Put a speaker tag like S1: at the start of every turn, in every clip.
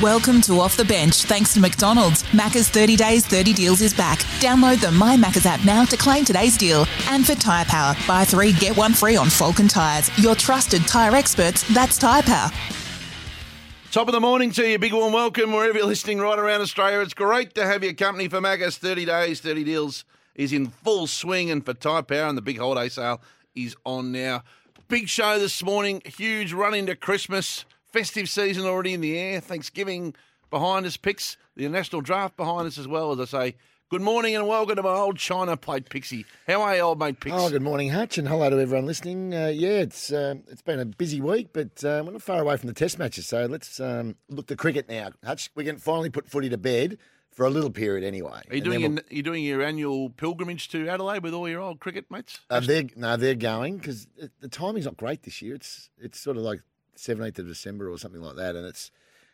S1: Welcome to Off the Bench, thanks to McDonald's. Macca's 30 Days, 30 Deals is back. Download the My Macca's app now to claim today's deal. And for Tyre Power, buy three, get one free on Falcon Tyres. Your trusted tyre experts, that's Tyre Power.
S2: Top of the morning to you. Big warm welcome wherever you're listening right around Australia. It's great to have your company for Magus. 30 days, 30 deals is in full swing. And for Tyre Power and the big holiday sale is on now. Big show this morning. Huge run into Christmas. Festive season already in the air. Thanksgiving behind us. Picks the national draft behind us as well. As I say, good morning and welcome to my old China plate Pixie. How are you, old mate Pix?
S3: Oh, good morning, Hutch, and hello to everyone listening. Uh, yeah, it's um it's been a busy week, but um, we're not far away from the Test matches, so let's um, look to cricket now. Hutch, we can finally put footy to bed for a little period, anyway.
S2: Are you doing your, are you doing your annual pilgrimage to Adelaide with all your old cricket mates?
S3: Uh, they're, no, they're going because the timing's not great this year. It's it's sort of like seventeenth of December or something like that, and it's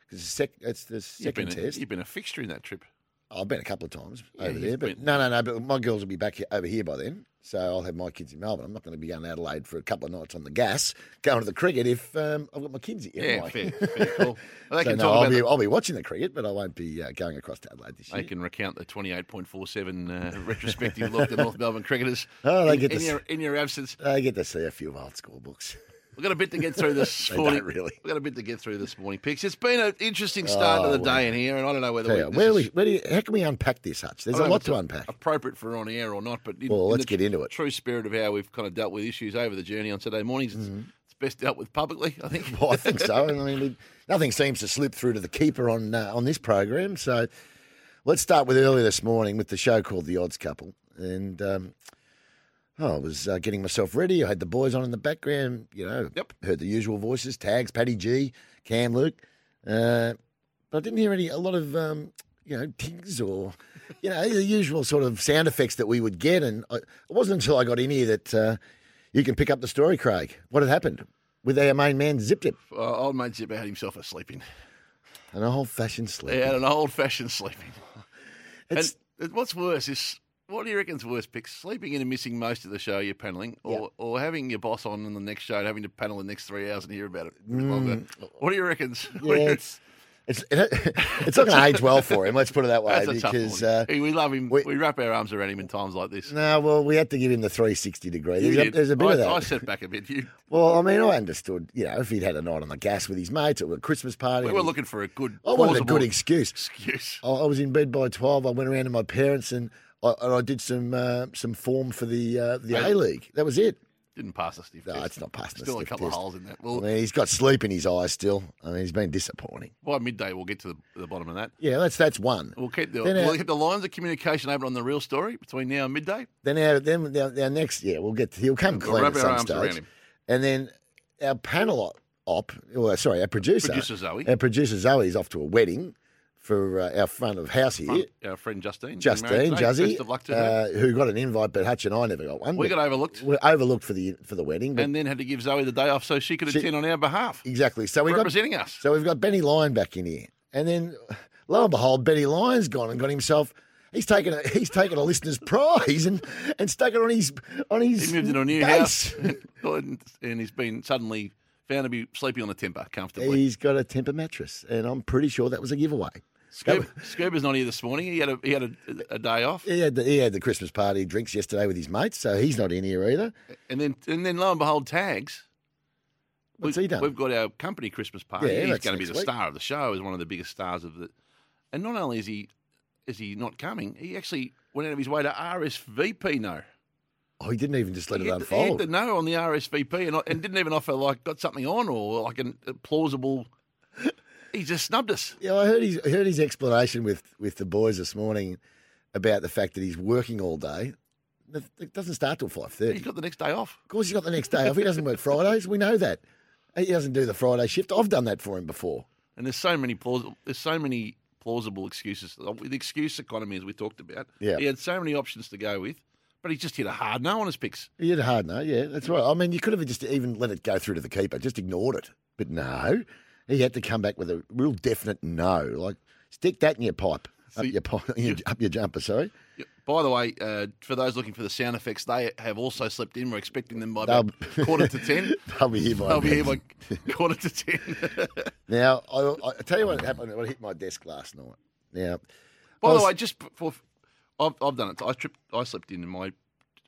S3: because the sec, it's the
S2: You've been,
S3: second
S2: a,
S3: test.
S2: you've been a fixture in that trip.
S3: I've been a couple of times over
S2: you've
S3: there, but
S2: been.
S3: no, no, no. But my girls will be back here, over here by then, so I'll have my kids in Melbourne. I'm not going to be going to Adelaide for a couple of nights on the gas, going to the cricket if um, I've got my kids here.
S2: Yeah,
S3: haven't I?
S2: fair, fair call. Well, they
S3: So
S2: can
S3: no,
S2: talk
S3: I'll
S2: about
S3: be,
S2: the-
S3: I'll be watching the cricket, but I won't be uh, going across to Adelaide this
S2: They
S3: year.
S2: can recount the 28.47 uh, retrospective look at North Melbourne cricketers
S3: Oh, they
S2: in,
S3: get
S2: in
S3: to s-
S2: your, in your absence.
S3: I Uh, get to see a few old scorebooks.
S2: We've got a bit to get through this
S3: They
S2: morning.
S3: don't really.
S2: We've got a bit to get through this morning, Pix. It's been an interesting start
S3: Oh,
S2: to the
S3: well.
S2: day in here, and I don't know whether
S3: Tell
S2: we,
S3: you,
S2: this
S3: where
S2: is-
S3: we, where do you, how can we unpack this, Hutch?
S2: I
S3: There's
S2: don't
S3: a
S2: know
S3: lot
S2: if
S3: to
S2: it's
S3: unpack.
S2: Appropriate for on air or not, but in,
S3: Well,
S2: in
S3: let's
S2: the
S3: get into it.
S2: True spirit of how we've kind of dealt with issues over the journey on Saturday mornings.
S3: Mm-hmm.
S2: It's, it's best dealt with publicly, I think.
S3: Well, I think so. And I mean, we- nothing seems to slip through to the keeper on uh, on this program. So let's start with earlier this morning with the show called The Odds Couple, and um, oh, I was uh, getting myself ready. I had the boys on in the background. You know,
S2: Yep.
S3: heard the usual voices, tags, Paddy G, Cam, Luke, uh, but I didn't hear any a lot of. Um, you know, tings or, you know, the usual sort of sound effects that we would get. And I, it wasn't until I got in here that uh, you can pick up the story, Craig. What had happened with our main man, Zip Dip?
S2: Uh, old mate Zip had himself a sleeping.
S3: An old fashioned
S2: He
S3: sleep.
S2: had an old fashioned sleeping.
S3: it's,
S2: And what's worse is what do you reckon's worse, Pick? Sleeping in and missing most of the show you're panelling, or, or having your boss on in the next show and having to panel the next three hours and hear about it a bit longer. What do you reckon's?
S3: Mm. yeah, it's, it's, it's not going to age well for him, let's put it that way.
S2: That's a tough
S3: because,
S2: one.
S3: uh,
S2: Hey, we love him. We,
S3: we-
S2: wrap our arms around him in times like this.
S3: no, well, we had to give him the 360 degree. There's,
S2: You
S3: a,
S2: did.
S3: there's a bit
S2: I,
S3: of that.
S2: I set back a bit. You,
S3: well, I mean, I understood, you know, if he'd had a night on the gas with his mates or a Christmas party.
S2: we were looking for a good.
S3: I wanted a
S2: plausible
S3: good excuse.
S2: excuse.
S3: I, I was in bed by 12. I went around to my parents and I, and I did some uh, some form for the uh, the
S2: Hey.
S3: A League. That was it.
S2: Didn't pass the sniff
S3: No,
S2: test.
S3: it's not passing the
S2: Still a
S3: sniff
S2: couple of
S3: test.
S2: holes in that.
S3: I
S2: Well,
S3: mean, he's got sleep in his eyes still. I mean, he's been disappointing.
S2: by midday we'll get to the, the bottom of that.
S3: Yeah, that's that's one.
S2: We'll keep the
S3: Then
S2: we'll
S3: our-
S2: keep the lines of communication open on the real story between now and midday.
S3: Then our then our, our next yeah, we'll get he'll come
S2: We'll
S3: clean
S2: wrap
S3: at some
S2: our arms around
S3: stage.
S2: him.
S3: And then our panel op, or sorry, our producer,
S2: Producer Zoe.
S3: our producer Zoe's off to a wedding for uh, our front of house here,
S2: Front- Our friend Justine. getting married
S3: Justine
S2: today.
S3: Juzzy,
S2: Best of luck to her.
S3: uh, who got an invite, but Hutch and I never got one.
S2: We
S3: But
S2: got overlooked.
S3: We're overlooked for the for the wedding, but
S2: and then had to give Zoe the day off so she could
S3: She-
S2: attend on our behalf,
S3: exactly. So we got
S2: representing us.
S3: so we've got Benny Lyon back in here, and then lo and behold, Benny Lyon's gone and got himself. He's taken a he's taken a listener's prize and, and stuck it on his on his
S2: He moved into a new
S3: base.
S2: house, and, and he's been suddenly found to be sleeping on a temper comfortably.
S3: He's got a temper mattress, and I'm pretty sure that was a giveaway.
S2: Scoob, Scoober's not here this morning. He had a he had a, a day off,
S3: He had, the, he had the Christmas party drinks yesterday with his mates, so he's not in here either.
S2: and then and then lo and behold, tags.
S3: What's
S2: we,
S3: he done?
S2: We've got our company Christmas party.
S3: Yeah,
S2: he's
S3: that's
S2: going to be
S3: next
S2: the
S3: week.
S2: star of the show. Is one of the biggest stars of the. And not only is he is he not coming, he actually went out of his way to RSVP. No,
S3: Oh, he didn't even just let
S2: He
S3: it
S2: had, to, he had
S3: unfold.
S2: to know on the RSVP and, and didn't even offer like got something on or like an- a plausible. He just snubbed us.
S3: Yeah, I heard his I heard his explanation with with the boys this morning about the fact that he's working all day. It doesn't start till five thirty.
S2: He's got the next day off.
S3: Of course, he's got the next day off. He doesn't work Fridays. We know that. He doesn't do the Friday shift. I've done that for him before.
S2: And there's so many plausible. There's so many plausible excuses. The excuse economy, as we talked about.
S3: Yeah.
S2: He had so many options to go with, but he just hit a hard no on his picks.
S3: He did a hard no. Yeah, that's right. I mean, you could have just even let it go through to the keeper, just ignored it. But no, he had to come back with a real definite no. Like, stick that in your pipe, up
S2: See,
S3: your pipe, up your jumper. Sorry,
S2: Yep. By the way, uh, for those looking for the sound effects, they have also slept in. We're expecting them by about
S3: They'll-
S2: quarter to ten.
S3: I'll be here by.
S2: They'll be
S3: then.
S2: here by quarter to ten.
S3: Now, I, I tell you what happened. when I hit my desk last night. Now,
S2: By
S3: I was-
S2: the way, just before I've, I've done it. I tripped. I slept in in my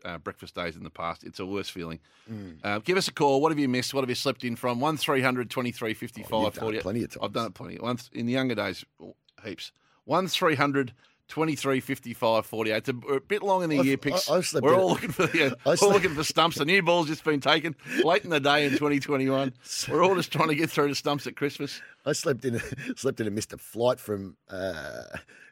S2: uh, breakfast days in the past. It's a worse feeling.
S3: Mm.
S2: Uh, give us a call. What have you missed? What have you slept in from? One 23 55
S3: Oh, you've done it
S2: 40.
S3: plenty of times.
S2: I've done it plenty. Once in the younger days, heaps. One 23 55 40. It's a, a bit long in the
S3: I've-
S2: year picks.
S3: I- I've slept
S2: We're
S3: in
S2: all
S3: it.
S2: looking for the,
S3: I
S2: all
S3: slept-
S2: looking for stumps. The new ball's just been taken late in the day in 2021. We're all just trying to get through to stumps at Christmas.
S3: I slept in a, slept in a missed a flight from uh,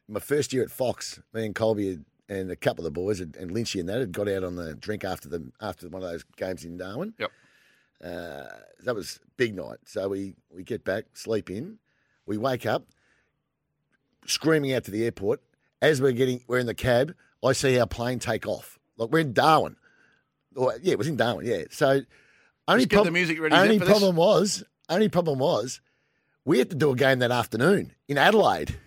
S3: my first year at Fox. Me and Colby had, and a couple of the boys had, and Lynchy and that had got out on the drink after the after one of those games in Darwin.
S2: Yep.
S3: Uh, that was big night. So we we get back, sleep in, we wake up, screaming out to the airport. As we're getting, we're in the cab. I see our plane take off. Like we're in Darwin. Or, yeah, it was in Darwin. Yeah. So only
S2: Just get the music ready,
S3: Only
S2: Zep, for this.
S3: problem was, only problem was, we had to do a game that afternoon in Adelaide.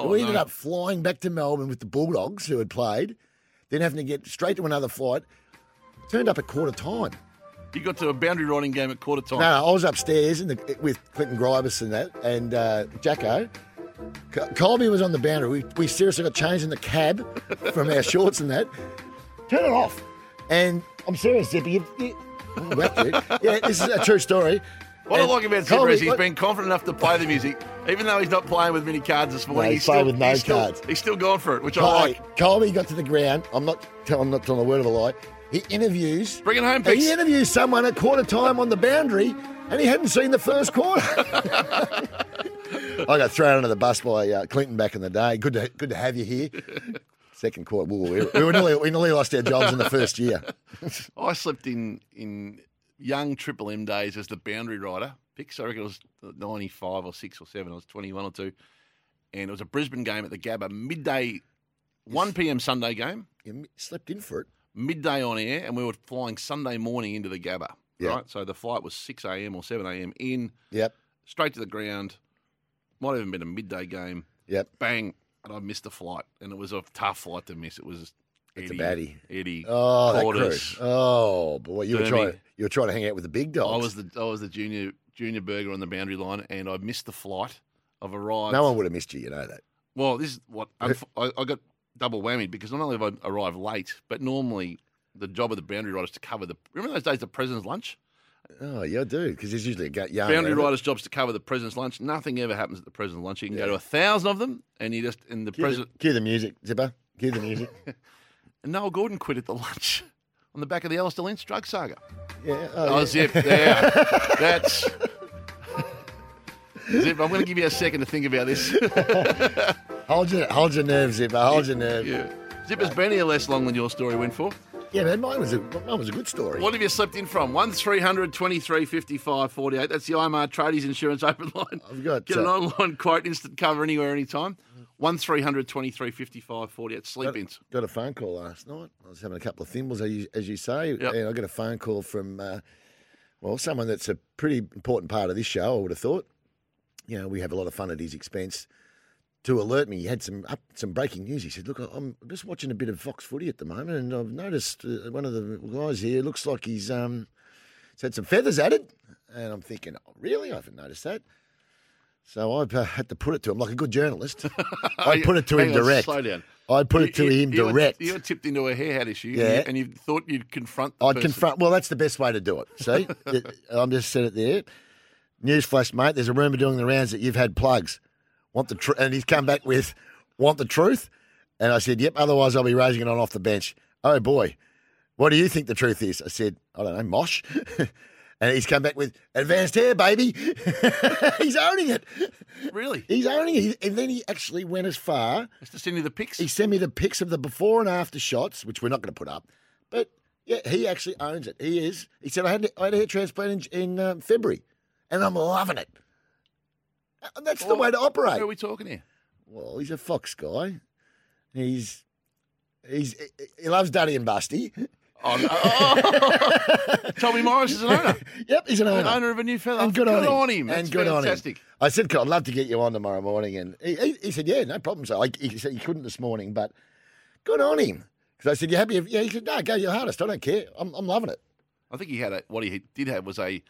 S2: Oh,
S3: we ended
S2: no.
S3: up flying back to Melbourne with the Bulldogs who had played, then having to get straight to another flight. Turned up at quarter time.
S2: You got to a boundary riding game at quarter time.
S3: No, no, I was upstairs in the, with Clinton Gribus and that, and uh, Jacko. Co- Colby was on the boundary. We, we seriously got changed in the cab from our shorts and that. Turn it off. And I'm serious, Zippy. You, you, Oh, whack you. Yeah, this is a true story.
S2: What
S3: And
S2: I like about Zipper
S3: Colby-
S2: is he's
S3: what-
S2: been confident enough to play the music, even though he's not playing with many cards this morning.
S3: No, he's playing with no
S2: he's still-
S3: cards.
S2: he's still going for it, which I
S3: Colby,
S2: like.
S3: Colby got to the ground. I'm not. Tell, I'm not telling a word of a lie. He interviews.
S2: Bring it home, Pix.
S3: He interviews someone at quarter time on the boundary, and he hadn't seen the first quarter. I got thrown under the bus by uh, Clinton back in the day. Good to good to have you here. Second quarter, whoa, we, we, were nearly, we nearly lost our jobs in the first year.
S2: I slept in in young Triple M days as the boundary rider. Picks, I reckon it was 95 or 6 or 7. I was 21 or 2. And it was a Brisbane game at the Gabba, midday, 1 p.m. Sunday game.
S3: You slept in for it.
S2: midday on air, and we were flying Sunday morning into the Gabba.
S3: Yeah.
S2: Right, so the flight was six a.m. or seven a.m. in
S3: Yep,
S2: straight to the ground. Might have even been a midday game.
S3: yep.
S2: Bang, and I missed the flight, and it was a tough flight to miss. It was
S3: It's a
S2: Eddie,
S3: baddie.
S2: Eddie,
S3: Oh, that
S2: Cordes.
S3: crew. Oh boy, you were
S2: Dermy.
S3: trying you were trying to hang out with the big dogs.
S2: I was the I was the junior junior burger on the boundary line, and I missed the flight. I've arrived.
S3: no one would have missed you. You know that.
S2: Well, this is what unf- I, I got double whammy because not only have I arrived late, but normally the job of the boundary rider is to cover the. Remember those days, the president's lunch.
S3: Oh yeah, I do because there's usually a gut yarn.
S2: Boundary
S3: around it.
S2: Riders' job's to cover the president's lunch. Nothing ever happens at the president's lunch. You can go to a thousand of them, and you just and the
S3: Cue the,
S2: president.
S3: cue the music, Zipper. Cue the music.
S2: And Noel Gordon quit at the lunch on the back of the Alistair Lynch drug saga.
S3: yeah.
S2: Oh,
S3: yeah.
S2: zip there. That's zip. I'm going to give you a second to think about this.
S3: Hold your hold your nerve, Zipper. Hold your nerve. Yeah,
S2: yeah. Zip has been here less long than your story went for.
S3: man, mine was a mine was a good story.
S2: What have you slept in from? 1 300 23 55 48. That's the IMR Tradies Insurance Open Line.
S3: I've got,
S2: Get an
S3: uh,
S2: online quote, instant cover anywhere, anytime. 1 300 23 55 48. Sleep ins.
S3: Got a phone call last night. I was having a couple of thimbles, as you, as you say,
S2: Yep.
S3: and I got a phone call from uh, well, someone that's a pretty important part of this show. I would have thought. You know, we have a lot of fun at his expense. To alert me, he had some up, some breaking news. He said, "Look, I'm just watching a bit of Fox Footy at the moment, and I've noticed uh, one of the guys here looks like he's um, he's had some feathers added." And I'm thinking, oh, "Really? I haven't noticed that." So I uh, had to put it to him, like a good journalist. I put it to him
S2: Hang on,
S3: direct.
S2: Slow down.
S3: I put it to
S2: You- you-
S3: him
S2: you were-
S3: direct.
S2: You were tipped into a hairhead issue, and
S3: Yeah.
S2: you- and you thought you'd confront. The
S3: I'd
S2: person.
S3: confront. Well, that's the best way to do it. See, I'm just said it there. Newsflash, mate. There's a rumor doing the rounds that you've had plugs. Want the tr- and he's come back with, want the truth, and I said, yep. Otherwise, I'll be raising it on off the bench. Oh boy, What do you think the truth is? I said, I don't know, Mosh. and he's come back with advanced hair, baby. he's owning it.
S2: Really?
S3: He's owning it. He- And then he actually went as far.
S2: Just to send you the pics.
S3: He sent me the pics of the before and after shots, which we're not going to put up. But yeah, he actually owns it. He is. He said, I had, I had a hair transplant in, in um, February and I'm loving it. And that's the way to operate.
S2: Who are we talking here?
S3: Well, he's a fox guy. He's he's he loves Duddy and Busty.
S2: Oh, no. Oh. Tommy Morris is an owner.
S3: Yep, he's an owner.
S2: An owner of a new fella.
S3: and good, on him.
S2: That's
S3: and good
S2: fantastic.
S3: on him. I said, "God, I'd love to get you on tomorrow morning." And he, he, he said, "Yeah, no problem." So I, he said he couldn't this morning, but good on him. Because I said, "You happy?" If, yeah, he said, "No, go your hardest. I don't care. I'm, I'm loving it."
S2: I think he had a, what he did have was a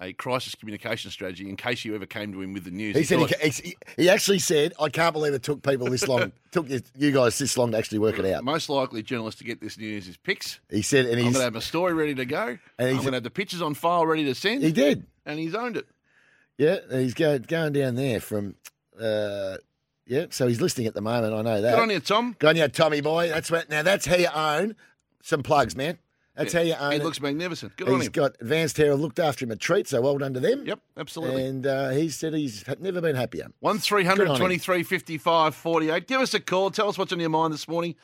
S2: a crisis communication strategy in case you ever came to him with the news.
S3: He said he,
S2: thought,
S3: ca- he, he actually said, "I can't believe it took people this long. took you, you guys this long to actually work it out."
S2: most likely journalist to get this news is pics.
S3: He said, and
S2: I'm
S3: he's,
S2: going to have my story ready to go.
S3: And
S2: I'm
S3: he's-
S2: going to have the pictures on file ready to send.
S3: he did.
S2: and he's owned it.
S3: Yeah, he's go, going down there from. Uh, yeah, so he's listening at the moment. I know that.
S2: Good on you, Tom.
S3: Uh, Good on you, Tommy boy. That's what. Now that's how you own some plugs, man. That's how you own.
S2: He
S3: it.
S2: looks magnificent. Good on
S3: He's
S2: him.
S3: got advanced hair. I Looked after him a treat, so well done to them.
S2: Yep, absolutely.
S3: And uh, he said he's ha- never been happier.
S2: One
S3: Good on him.
S2: 55 48. Give us a call. Tell us what's on your mind this morning.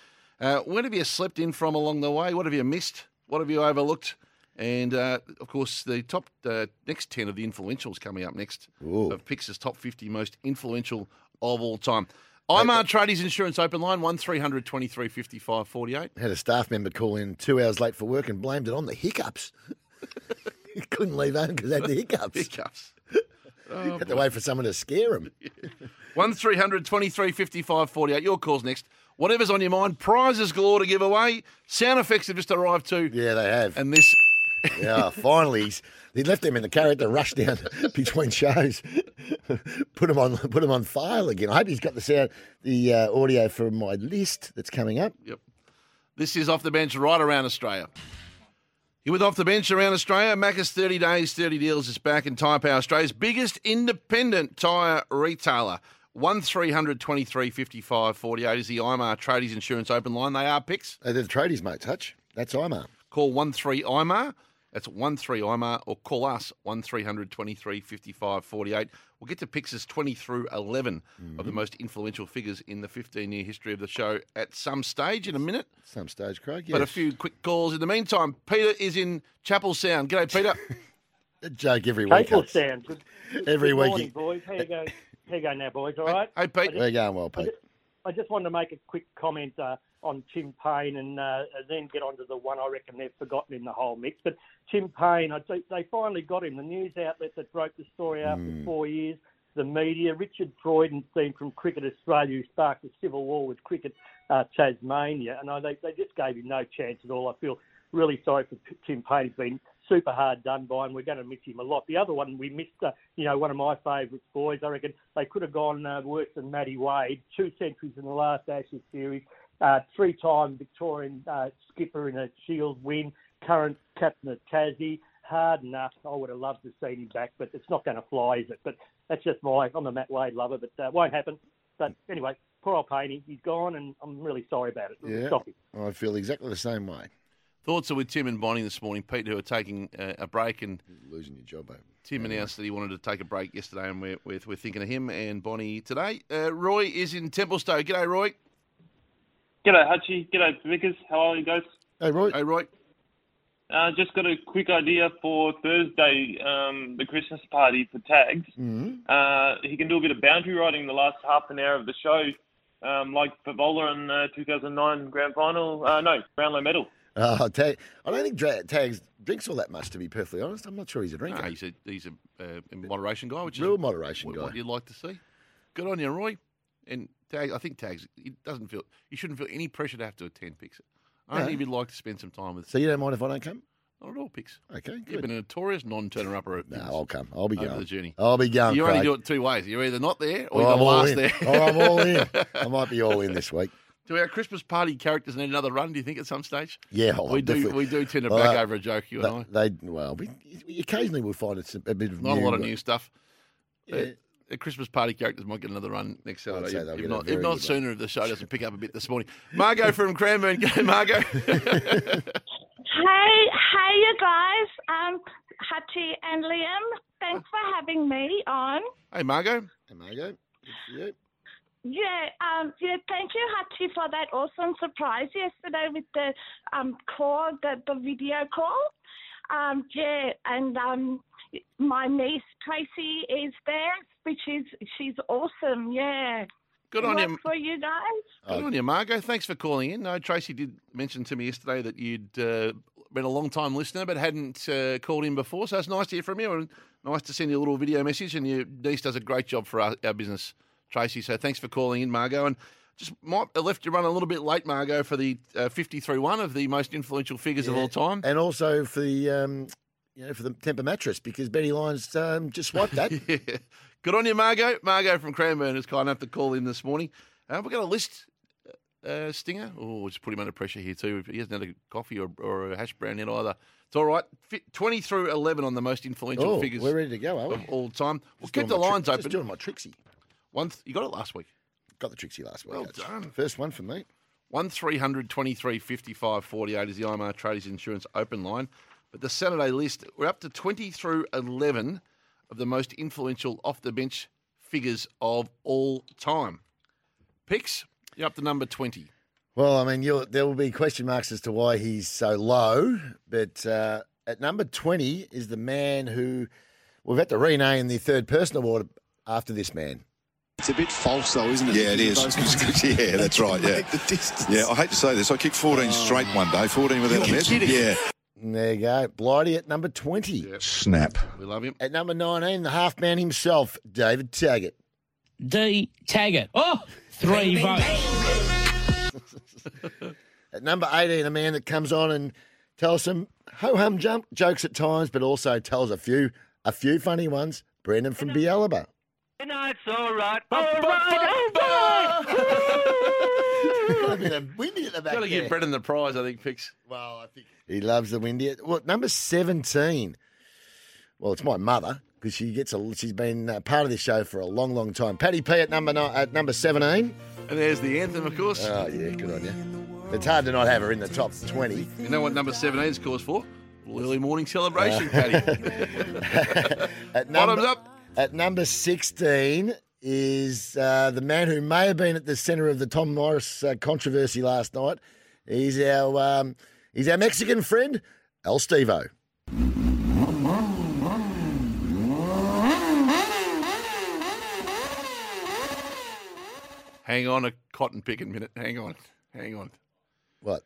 S2: Uh, where have you slept in from along the way? What have you missed? What have you overlooked? And uh, of course, the top uh, next 10 of the influentials coming up next of Pix's top 50 most influential of all time. IMAR Tradies Insurance Open Line 1300 55 48.
S3: Had a staff member call in two hours late for work and blamed it on the hiccups. He Couldn't leave home because they had the hiccups.
S2: Hiccups. Oh,
S3: Had to wait for someone to scare him.
S2: 1300 55 48. Your call's next. Whatever's on your mind, prizes galore to give away. Sound effects have just arrived too.
S3: Yeah, they have.
S2: And this
S3: Yeah, finally, he's, he left them in the car. Had to rush down between shows, put them on, put them on file again. I hope he's got the sound, the uh, audio from my list that's coming up.
S2: Yep. This is Off the Bench right around Australia. You're with Off the Bench around Australia. Macca's 30 Days, 30 Deals is back in Tyre Power, Australia's biggest independent tyre retailer. 1300 23 55 48 is the IMAR Tradies Insurance Open Line. They are picks.
S3: Uh, they're the tradies, mate. Touch. That's Imar.
S2: Call 13 IMAR. That's 13 IMAR or call us 1300 23 55 48. We'll get to Pix's 20 through 11 of
S3: Mm-hmm.
S2: the most influential figures in the 15 year history of the show at some stage in a minute.
S3: Some stage, Craig.
S2: But a
S3: yes.
S2: few quick calls in the meantime. Peter is in Chapel Sound. G'day, Peter.
S3: A joke every week.
S4: April
S3: eh?
S4: Sound. Good,
S3: Every
S4: good
S3: week.
S4: morning, boys. How you go? How you go now, boys? All right.
S2: hey, Pete.
S3: We're going well, Pete.
S4: I just wanted to make a quick comment uh, on Tim Payne and uh, and then get on to the one I reckon they've forgotten in the whole mix. But Tim Payne, I think they finally got him. The news outlet that broke the story after four years, the media, Richard Freudenstein from Cricket Australia, who sparked a civil war with Cricket uh, Tasmania. And I, they, they just gave him no chance at all. I feel really sorry for P- Tim Payne. He's been super hard done by, and we're going to miss him a lot. The other one we missed, uh, you know, one of my favourite boys. I reckon they could have gone uh, worse than Matty Wade. Two centuries in the last Ashes series, uh, three-time Victorian uh, skipper in a Shield win, current captain of Tassie. Hard enough. I would have loved to have seen him back, but it's not going to fly, is it? But that's just my. I'm a Matt Wade lover, but uh, won't happen. But anyway, poor old Payne, he's gone, and I'm really sorry about it.
S3: Yeah.
S4: Stop him.
S3: I feel exactly the same way.
S2: Thoughts are with Tim and Bonnie this morning, Pete, who are taking uh, a break. And
S3: Losing your job, mate.
S2: Tim announced that he wanted to take a break yesterday, and we're, we're, we're thinking of him and Bonnie today. Uh, Roy is in Templestowe. G'day, Roy.
S5: G'day, Hutchie. G'day, Vickers. How are you guys?
S3: Hey, Roy.
S2: Hey, Roy.
S5: Uh, just got a quick idea for Thursday, um, the Christmas party for Tags. Uh, he can do a bit of boundary riding in the last half an hour of the show, um, like Favola in uh, 2009 Grand Final. Uh, no, Brownlow medal.
S3: Oh, Tag. I don't think Dra- Tags drinks all that much, to be perfectly honest. I'm not sure he's a
S2: No,
S3: drinker.
S2: he's a, he's a uh, in moderation guy, which
S3: Real
S2: is
S3: moderation
S2: what,
S3: guy.
S2: what you'd like to see. Good on you, Roy. And Tag, I think Tags, he doesn't feel, you shouldn't feel any pressure to have to attend Pix. Only
S3: No.
S2: if you'd like to spend some time with.
S3: So you don't mind if I don't come?
S2: Not at all, Pix.
S3: Okay,
S2: You've
S3: good.
S2: been a notorious non-turner upper.
S3: No, I'll come. I'll be
S2: Over
S3: going.
S2: the journey.
S3: I'll be going.
S2: You only
S3: Craig.
S2: do it two ways. You're either not there or
S3: Or
S2: you're
S3: I'm
S2: the
S3: all
S2: last
S3: in.
S2: there.
S3: Or I'm all in. I might be all in this week.
S2: Do our Christmas party characters need another run? Do you think at some stage?
S3: Yeah, oh,
S2: we do.
S3: definitely.
S2: We do tend to
S3: Well,
S2: back
S3: uh,
S2: over a joke. You and
S3: They,
S2: I.
S3: they well, we, occasionally we'll find it's a, a bit of
S2: Not a lot of
S3: but-
S2: new stuff.
S3: Yeah.
S2: Uh, The Christmas party characters might get another run next Saturday.
S3: say
S2: if-
S3: they'll
S2: if
S3: get a
S2: not, if
S3: very
S2: not
S3: good
S2: sooner, if the show doesn't pick up a bit this morning. Margot from Cranbourne. G'day, Margot.
S6: Hey, hey, you guys. Um, Hutchie and Liam, thanks for having me on.
S2: Hey, Margot.
S3: Hey, Margo. Good for you.
S6: Yeah, um, yeah. Thank you, Hutchie, for that awesome surprise yesterday with the um call, the the video call. Um, yeah, and um, my niece Tracy is there, which is she's awesome. Yeah.
S2: Good on
S6: Work
S2: you.
S6: for you guys.
S2: Good on you, Margot. Thanks for calling in. No, Tracy did mention to me yesterday that you'd uh, been a long time listener but hadn't uh, called in before. So it's nice to hear from you and nice to send you a little video message. And your niece does a great job for our, our business, Tracy. So thanks for calling in, Margot. And just might have left you run a little bit late, Margot, for the uh, 50 through 1 of the most influential figures of all time.
S3: And also for the, um, you know, for the temper mattress because Betty Lyons um, just wiped that.
S2: Yeah. Good on you, Margot. Margot from Cranbourne is kind enough to call in this morning. Uh, we've got a list, uh, Stinger. Oh, just put him under pressure here, too. He hasn't had a coffee or, or a hash brown yet either. It's all right. Fi 20 through 11 on the most influential
S3: oh,
S2: figures
S3: we're ready to go, are we?
S2: of all time. We'll
S3: Just doing
S2: keep the
S3: my tri-
S2: lines
S3: Just
S2: open.
S3: doing my Trixie.
S2: One th- you got it last week.
S3: Got the Trixie last week.
S2: Well
S3: That's
S2: done.
S3: First one for me.
S2: 1300 23 55 48 is the IMR Traders Insurance open line. But the Saturday list, we're up to 20 through 11 of the most influential off the bench figures of all time. Picks, you're up to number 20.
S3: Well, I mean, you'll, there will be question marks as to why he's so low, but uh, at number 20 is the man who we've had to rename the third person award after this man.
S7: It's a bit false, though, isn't it?
S8: Yeah, it is.
S7: Those guys
S8: yeah, that's right. Yeah.
S7: make the distance.
S8: Yeah, I hate to say this. I kicked 14 straight one day, 14 without a
S7: You're
S8: miss.
S7: kidding.
S8: Yeah.
S3: And there you go. Blighty at number 20.
S8: Snap.
S2: We love him.
S3: At number 19, the half man himself, David Taggart.
S9: D. Taggart. Oh, three votes.
S3: At number 18, a man that comes on and tells some ho hum jump jokes at times, but also tells a few a few funny ones. Brendan from Bialaba. Could have been a windy at the back
S2: Got to
S3: there.
S2: give Brendan the prize, I think, Picks.
S3: Well, I think he loves the windy. Well, number seventeen. Well, it's my mother because she gets a. She's been uh, part of this show for a long, long time. Patty P at number nine, at number seventeen.
S2: And there's the anthem, of course.
S3: Oh yeah, good on you. It's hard to not have her in the top twenty.
S2: you know what number 17 is cause for? Well, early morning celebration, Paddy.
S3: At
S2: Bottoms up.
S3: At number sixteen is uh, the man who may have been at the centre of the Tom Morris uh, controversy last night. He's our um, he's our Mexican friend, El Stevo.
S2: Hang on a cotton picking minute. Hang on. Hang on.
S3: What?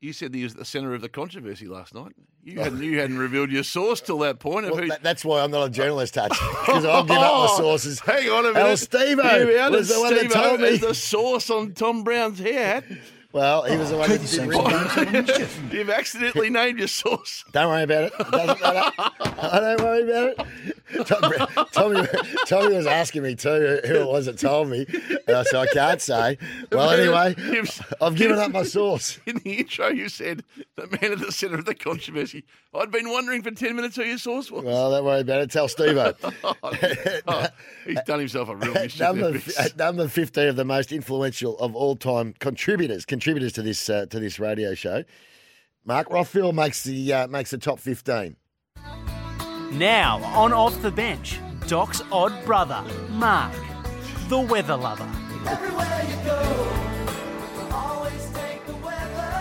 S2: You said that he was at the centre of the controversy last night.
S3: Oh.
S2: You hadn't, you hadn't revealed your source till that point. Of
S3: Well,
S2: who,
S3: that, that's why I'm not a journalist, Hutch, because I'll give up my sources.
S2: Hang on a minute.
S3: El Stevo
S2: You outed
S3: was the one that
S2: Stevo
S3: told me.
S2: as the source on Tom Brown's hat.
S3: Well, he was the one that did ring-
S2: You've accidentally named your source.
S3: Don't worry about it. It doesn't matter. I don't worry about it. Tom, Br- Tommy, Tommy was asking me too who it was that told me, and I said I can't say. Well, anyway,
S2: You've-
S3: I've given up my source.
S2: In the intro, you said the man at the centre of the controversy. I'd been wondering for 10 minutes who your source was.
S3: Well, don't worry about it. Tell Stevo.
S2: Oh, he's done himself a real
S3: At
S2: mischief. there,
S3: number, uh,
S2: Vince.
S3: at number 15 of the most influential of all time contributors contributors to this uh, to this radio show mark rothfield makes the uh, makes the top 15
S9: Now, on off the bench, Doc's odd brother, Mark, the weather lover.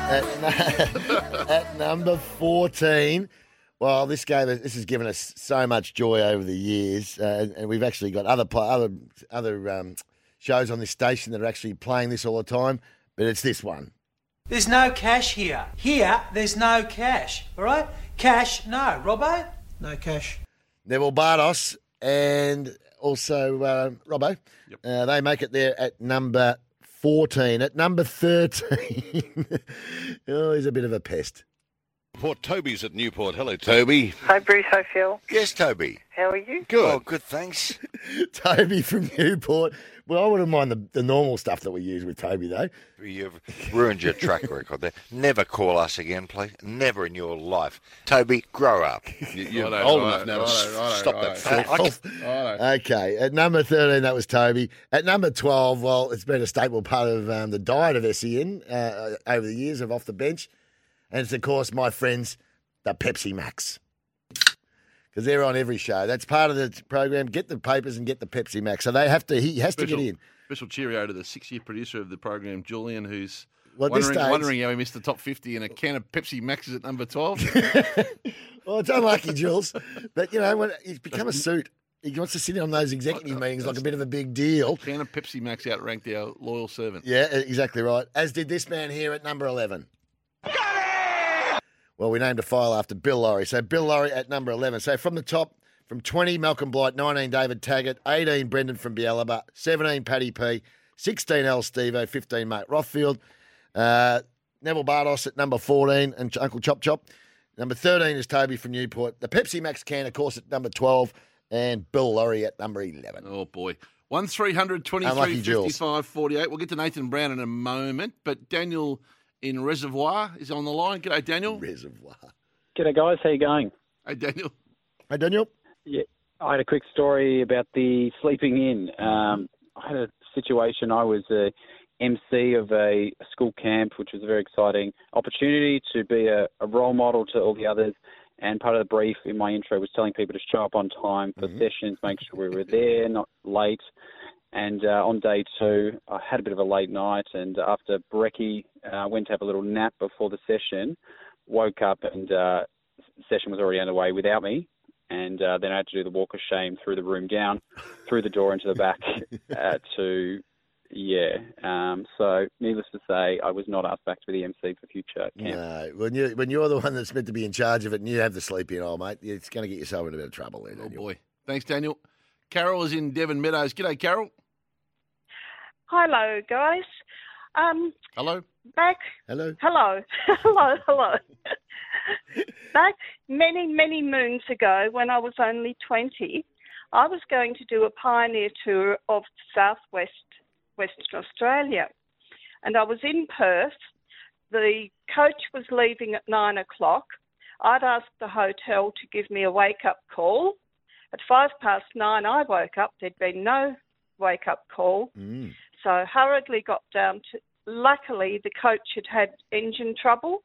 S3: at, nu- at number 14 well this game this has given us so much joy over the years uh, and, and we've actually got other pla- other other um, shows on this station that are actually playing this all the time but it's this one
S9: There's no cash here. Here, there's no cash. All right? Cash, no. Robbo? No cash.
S3: Neville Bardos and also uh, Robbo. Uh, they make it there at number 14. At number 13, oh, he's a bit of a pest.
S8: Port Toby's at Newport. Hello, Toby.
S10: Hi, Bruce. Hi, Phil.
S8: Yes, Toby.
S10: How are you?
S8: Good. Oh, good, thanks.
S3: Toby from Newport. Well, I wouldn't mind the, the normal stuff that we use with Toby, though.
S8: You've ruined your track record there. Never call us again, please. Never in your life. Toby, grow up.
S7: You're
S2: Righto,
S7: old
S2: righto,
S7: enough now to
S2: righto,
S7: s-
S2: righto,
S7: stop that.
S2: righto.
S7: filth.
S3: Okay, at number 13, that was Toby. At number 12, E uh, well, it's been a staple part of um, the diet of SEN uh, over the years of off the bench. And it's, of course, my friends, the Pepsi Max. Because they're on every show. That's part of the program. Get the papers and get the Pepsi Max. So they have to, he has
S2: special,
S3: to get in.
S2: Special cheerio to the six-year producer of the program, Julian, who's
S3: Well, at this
S2: wondering,
S3: stage-
S2: wondering how he missed the top 50 and a can of Pepsi Maxes at number 12.
S3: Well, Oh, it's unlucky, Jules. But, you know, when he's become a suit, he wants to sit in on those executive meetings like a bit of a big deal.
S2: can of Pepsi Max outranked our loyal servant.
S3: Yeah, e, exactly right. As did this man here at number 11. Well, we named a file after Bill Laurie. So Bill Laurie at number 11. So from the top, from 20, Malcolm Blight, 19, David Taggart, 18, Brendan from Bialaba, 17, Paddy P, 16, Al Stevo, 15, Mate Rothfield, uh, Neville Bardos at number 14, and Ch- Uncle Chop Chop. Number 13 is Toby from Newport. The Pepsi Max can, of course, at number 12, and Bill Laurie at number 11.
S2: Oh, boy. 1 300
S3: Unlucky
S2: 23
S3: Jules.
S2: 55 48. We'll get to Nathan Brown in a moment, but Daniel in Reservoir is on the line. G'day, Daniel.
S3: Reservoir.
S10: G'day, guys. How you going?
S2: Hey, Daniel.
S3: Hey, Daniel.
S10: Yeah, I had a quick story about the sleeping in. Um, I had a situation. I was a MC of a school camp, which was a very exciting opportunity to be a, a role model to all the others. And part of the brief in my intro was telling people to show up on time for sessions, make sure we were there, not late. And uh, on day two, I had a bit of a late night, and after brekkie, uh, went to have a little nap before the session. Woke up and uh, session was already underway without me, and uh, then I had to do the walk of shame through the room down, through the door into the back uh, to, yeah. Um, so, needless to say, I was not asked back to be the MC for future camp.
S3: No, when you when you're the one that's meant to be in charge of it and you have the sleep in, oh mate, it's going to get yourself in a bit of trouble. There, oh
S2: boy, Thanks, Daniel. Carol is in Devon Meadows. G'day, Carol.
S11: Hello, guys. Um,
S2: Hello.
S11: back.
S3: Hello.
S11: Hello. hello. Hello. back many, many moons ago, when I was only 20, I was going to do a pioneer tour of southwest Western Australia. And I was in Perth. The coach was leaving at nine o'clock. I'd asked the hotel to give me a wake up call. At five past nine, I woke up. There'd been no wake up call.
S3: Mm.
S11: So hurriedly got down to. Luckily, the coach had had engine trouble,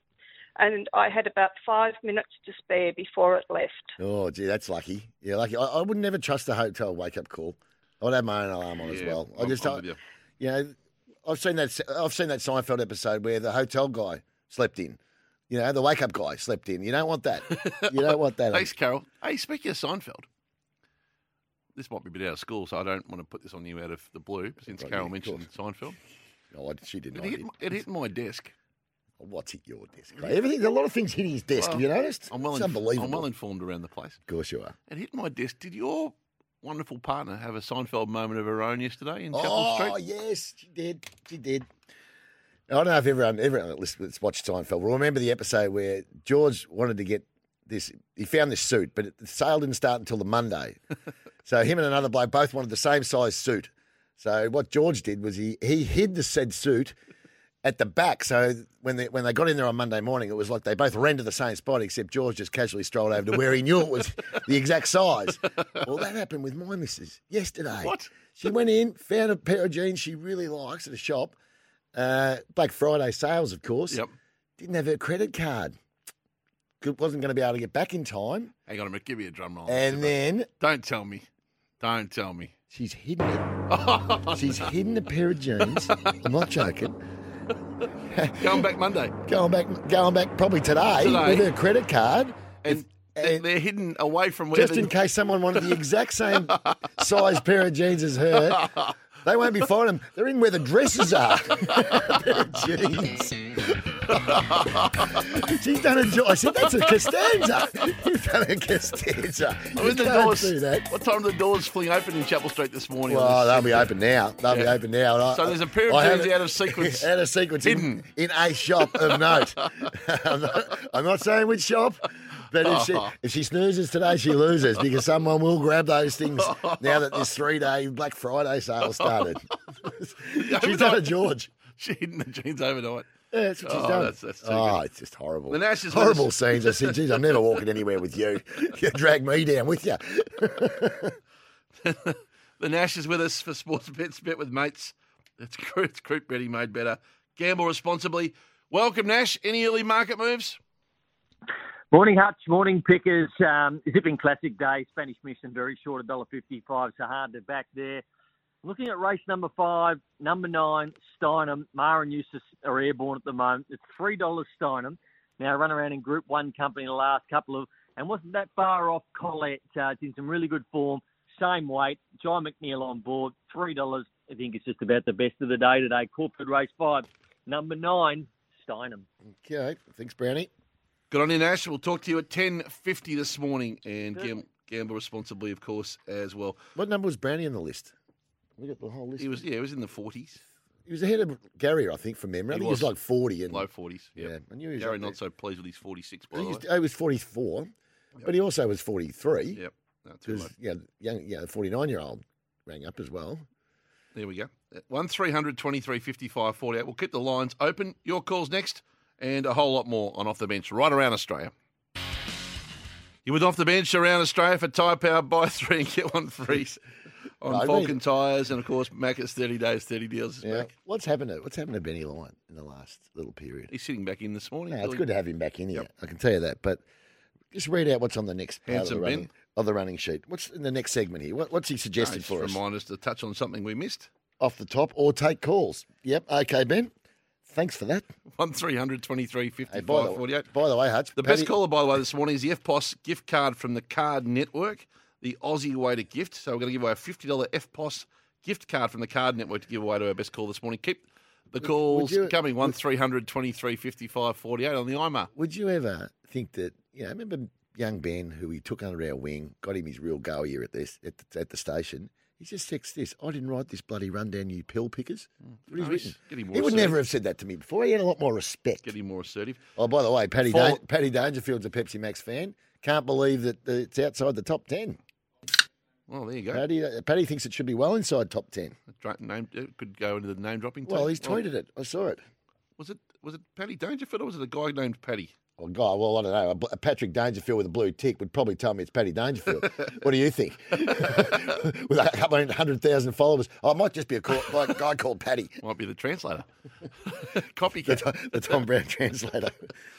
S11: and I had about five minutes to spare before it left.
S3: Oh gee, that's lucky. Yeah, lucky. I, I would never trust a hotel wake up call. I would have my own alarm on as
S2: Yeah,
S3: well. I
S2: I'm-
S3: just,
S2: I'm
S3: I,
S2: with you.
S3: you know, I've seen that. I've seen that Seinfeld episode where the hotel guy slept in. You know, the wake up guy slept in. You don't want that. You don't want that.
S2: Thanks, Carol. Hey, speaking of Seinfeld, this might be a bit out of school, so I don't want to put this on you out of the blue since
S3: Right,
S2: Carol
S3: yeah, of
S2: mentioned Seinfeld.
S3: No, I, she didn't.
S2: It
S3: I
S2: hit,
S3: did.
S2: it hit my desk.
S3: What's hit your desk? Everything. A lot of things hit his desk. have you noticed?
S2: I'm well,
S3: it's
S2: inf-
S3: unbelievable.
S2: I'm well informed around the place.
S3: of course you are.
S2: It hit my desk. Did your wonderful partner have a Seinfeld moment of her own yesterday in Chapel
S3: Oh
S2: Street?
S3: yes, she did. She did. I don't know if everyone, everyone that listens- that's watched Seinfeld will remember the episode where George wanted to get this. He found this suit, but it, the sale didn't start until the Monday. so him and another bloke both wanted the same size suit. So what George did was he he hid the said suit at the back. So when they when they got in there on Monday morning, it was like they both ran to the same spot, except George just casually strolled over to where he knew it was the exact size. Well, that happened with my missus yesterday. What? She went in, found a pair of jeans she really likes at a shop. Uh, Black Friday sales, of course. Yep. Didn't have her credit card. Good- Wasn't going to be able to get back in time.
S2: Hang on a minute. Give me a drum roll.
S3: And then
S2: Don't tell me. Don't tell me.
S3: She's hidden it. She's hidden a pair of jeans. I'm not joking.
S2: Going back Monday.
S3: Going back, going back probably today,
S2: Today.
S3: with her credit card.
S2: And, they're hidden away from where
S3: Just
S2: they-
S3: in case someone wanted the exact same size pair of jeans as her, they won't be finding them. They're in where the dresses are. pair of jeans. She's done a job. I said, that's a Costanza. You've done a Costanza.
S2: I
S3: You
S2: mean, the
S3: can't
S2: doors,
S3: do that.
S2: What time do the doors fling open in Chapel Street this morning?
S3: Well, they'll be open now. They'll be
S2: Yeah.
S3: open now. And I-
S2: So there's a pair of
S3: I
S2: jeans
S3: haven't-
S2: out of sequence.
S3: out of sequence, in, in a shop of note. I'm, not, I'm not saying which shop, but if she, if she snoozes today, she loses because someone will grab those things now that this three-day Black Friday sale started. She's done a George.
S2: She's hidden the jeans overnight.
S3: Yeah, that's what she's
S2: oh,
S3: done.
S2: That's, that's too
S3: oh,
S2: good.
S3: it's just horrible.
S2: The Nash is with
S3: horrible
S2: us.
S3: scenes. I said, geez, I'm never walking anywhere with you. You drag me down with you.
S2: The Nash is with us for sports bets, bet with mates. It's, cr- it's group betting made better. Gamble responsibly. Welcome, Nash. Any early market moves?
S12: Morning, Hutch. Morning, Pickers. Um, zipping classic day. Spanish Mission very short, $1.55, so hard to back there. Looking at race number five, number nine, Steinem. Mara and Eustace are airborne at the moment. It's $3 Steinem. Now, run around in Group 1 company the last couple of, and wasn't that far off Colette. Uh, it's in some really good form. Same weight. John McNeil on board. $3. I think it's just about the best of the day today. Corporate race five, number nine, Steinem.
S3: Okay, thanks, Brownie.
S2: Good on you, Nash. We'll talk to you at ten fifty this morning, and gamble, gamble responsibly, of course, as well.
S3: What number was Brownie in the list? We got the whole list.
S2: He was yeah, he was in the forties.
S3: He was ahead of Gary, I think, from memory. I
S2: He
S3: think he was
S2: was.
S3: like 40. And,
S2: Low forties. Yeah,
S3: I knew he was
S2: Gary
S3: up
S2: not
S3: there.
S2: so pleased with his forty six. By
S3: He
S2: the way,
S3: used- he was 44, but he also was 43.
S2: Yep. No, too
S3: Because,
S2: low.
S3: you know, young, you know, the 49 year old rang up as well.
S2: There we go. One 23 55 48. We'll keep the lines open. Your calls next, and a whole lot more on off the bench right around Australia. You're with off the bench around Australia for Tyre Power. Buy three and get one free on
S3: No, I mean-
S2: Falcon tyres, and of course Macca's thirty days, thirty deals is
S3: Yeah.
S2: back.
S3: What's happened to What's happened to Benny Lyon in the last little period?
S2: He's sitting back in this morning.
S3: No, it's
S2: Billy.
S3: good to have him back in here. I can tell you that. But just read out what's on the next part of the,
S2: Handsome
S3: running,
S2: Ben.
S3: of the running sheet. What's in the next segment here? What, what's he suggested
S2: Just
S3: for us?
S2: Remind us to touch on something we missed.
S3: Off the top or take calls. Yep. Okay, Ben. Thanks for that.
S2: One 23 55
S3: by the way-
S2: 48.
S3: By the way, Hutch.
S2: The best caller, by the way, this morning is the FPOS gift card from the Card Network, the Aussie way to gift. So we're going to give away a $50 FPOS gift card from the Card Network to give away to our best call this morning. Keep the calls
S3: you-
S2: coming, 1300 23 55 48 on the IMA.
S3: Would you ever think that, you know, remember young Ben, who we took under our wing, got him his real go here at this at the, at the station? He just texted this. I didn't write this bloody rundown, you pill pickers. That's what he's
S2: Hmm. No, he's
S3: written.
S2: getting more
S3: he would
S2: assertive.
S3: never have said that to me before. He had a lot more respect.
S2: Getting more assertive.
S3: Oh, by the way, Paddy,
S2: Four-
S3: Dan- Paddy Dangerfield's a Pepsi Max fan. Can't believe that uh, it's outside the top 10.
S2: Well, there you go.
S3: Paddy, uh, Paddy thinks it should be well inside top 10.
S2: Dra- Name, it could go into the name dropping.
S3: Well, he's tweeted it. I saw it.
S2: Was it was it Paddy Dangerfield or was it a guy named Paddy?
S3: Oh, God, well, I don't know. A bl- A Patrick Dangerfield with a blue tick would probably tell me it's Paddy Dangerfield. what do you think? with a couple of hundred thousand followers, I might just be a call, like, a guy called Paddy,
S2: Might be the translator. Copycat.
S3: the, Tom- the Tom Brown translator.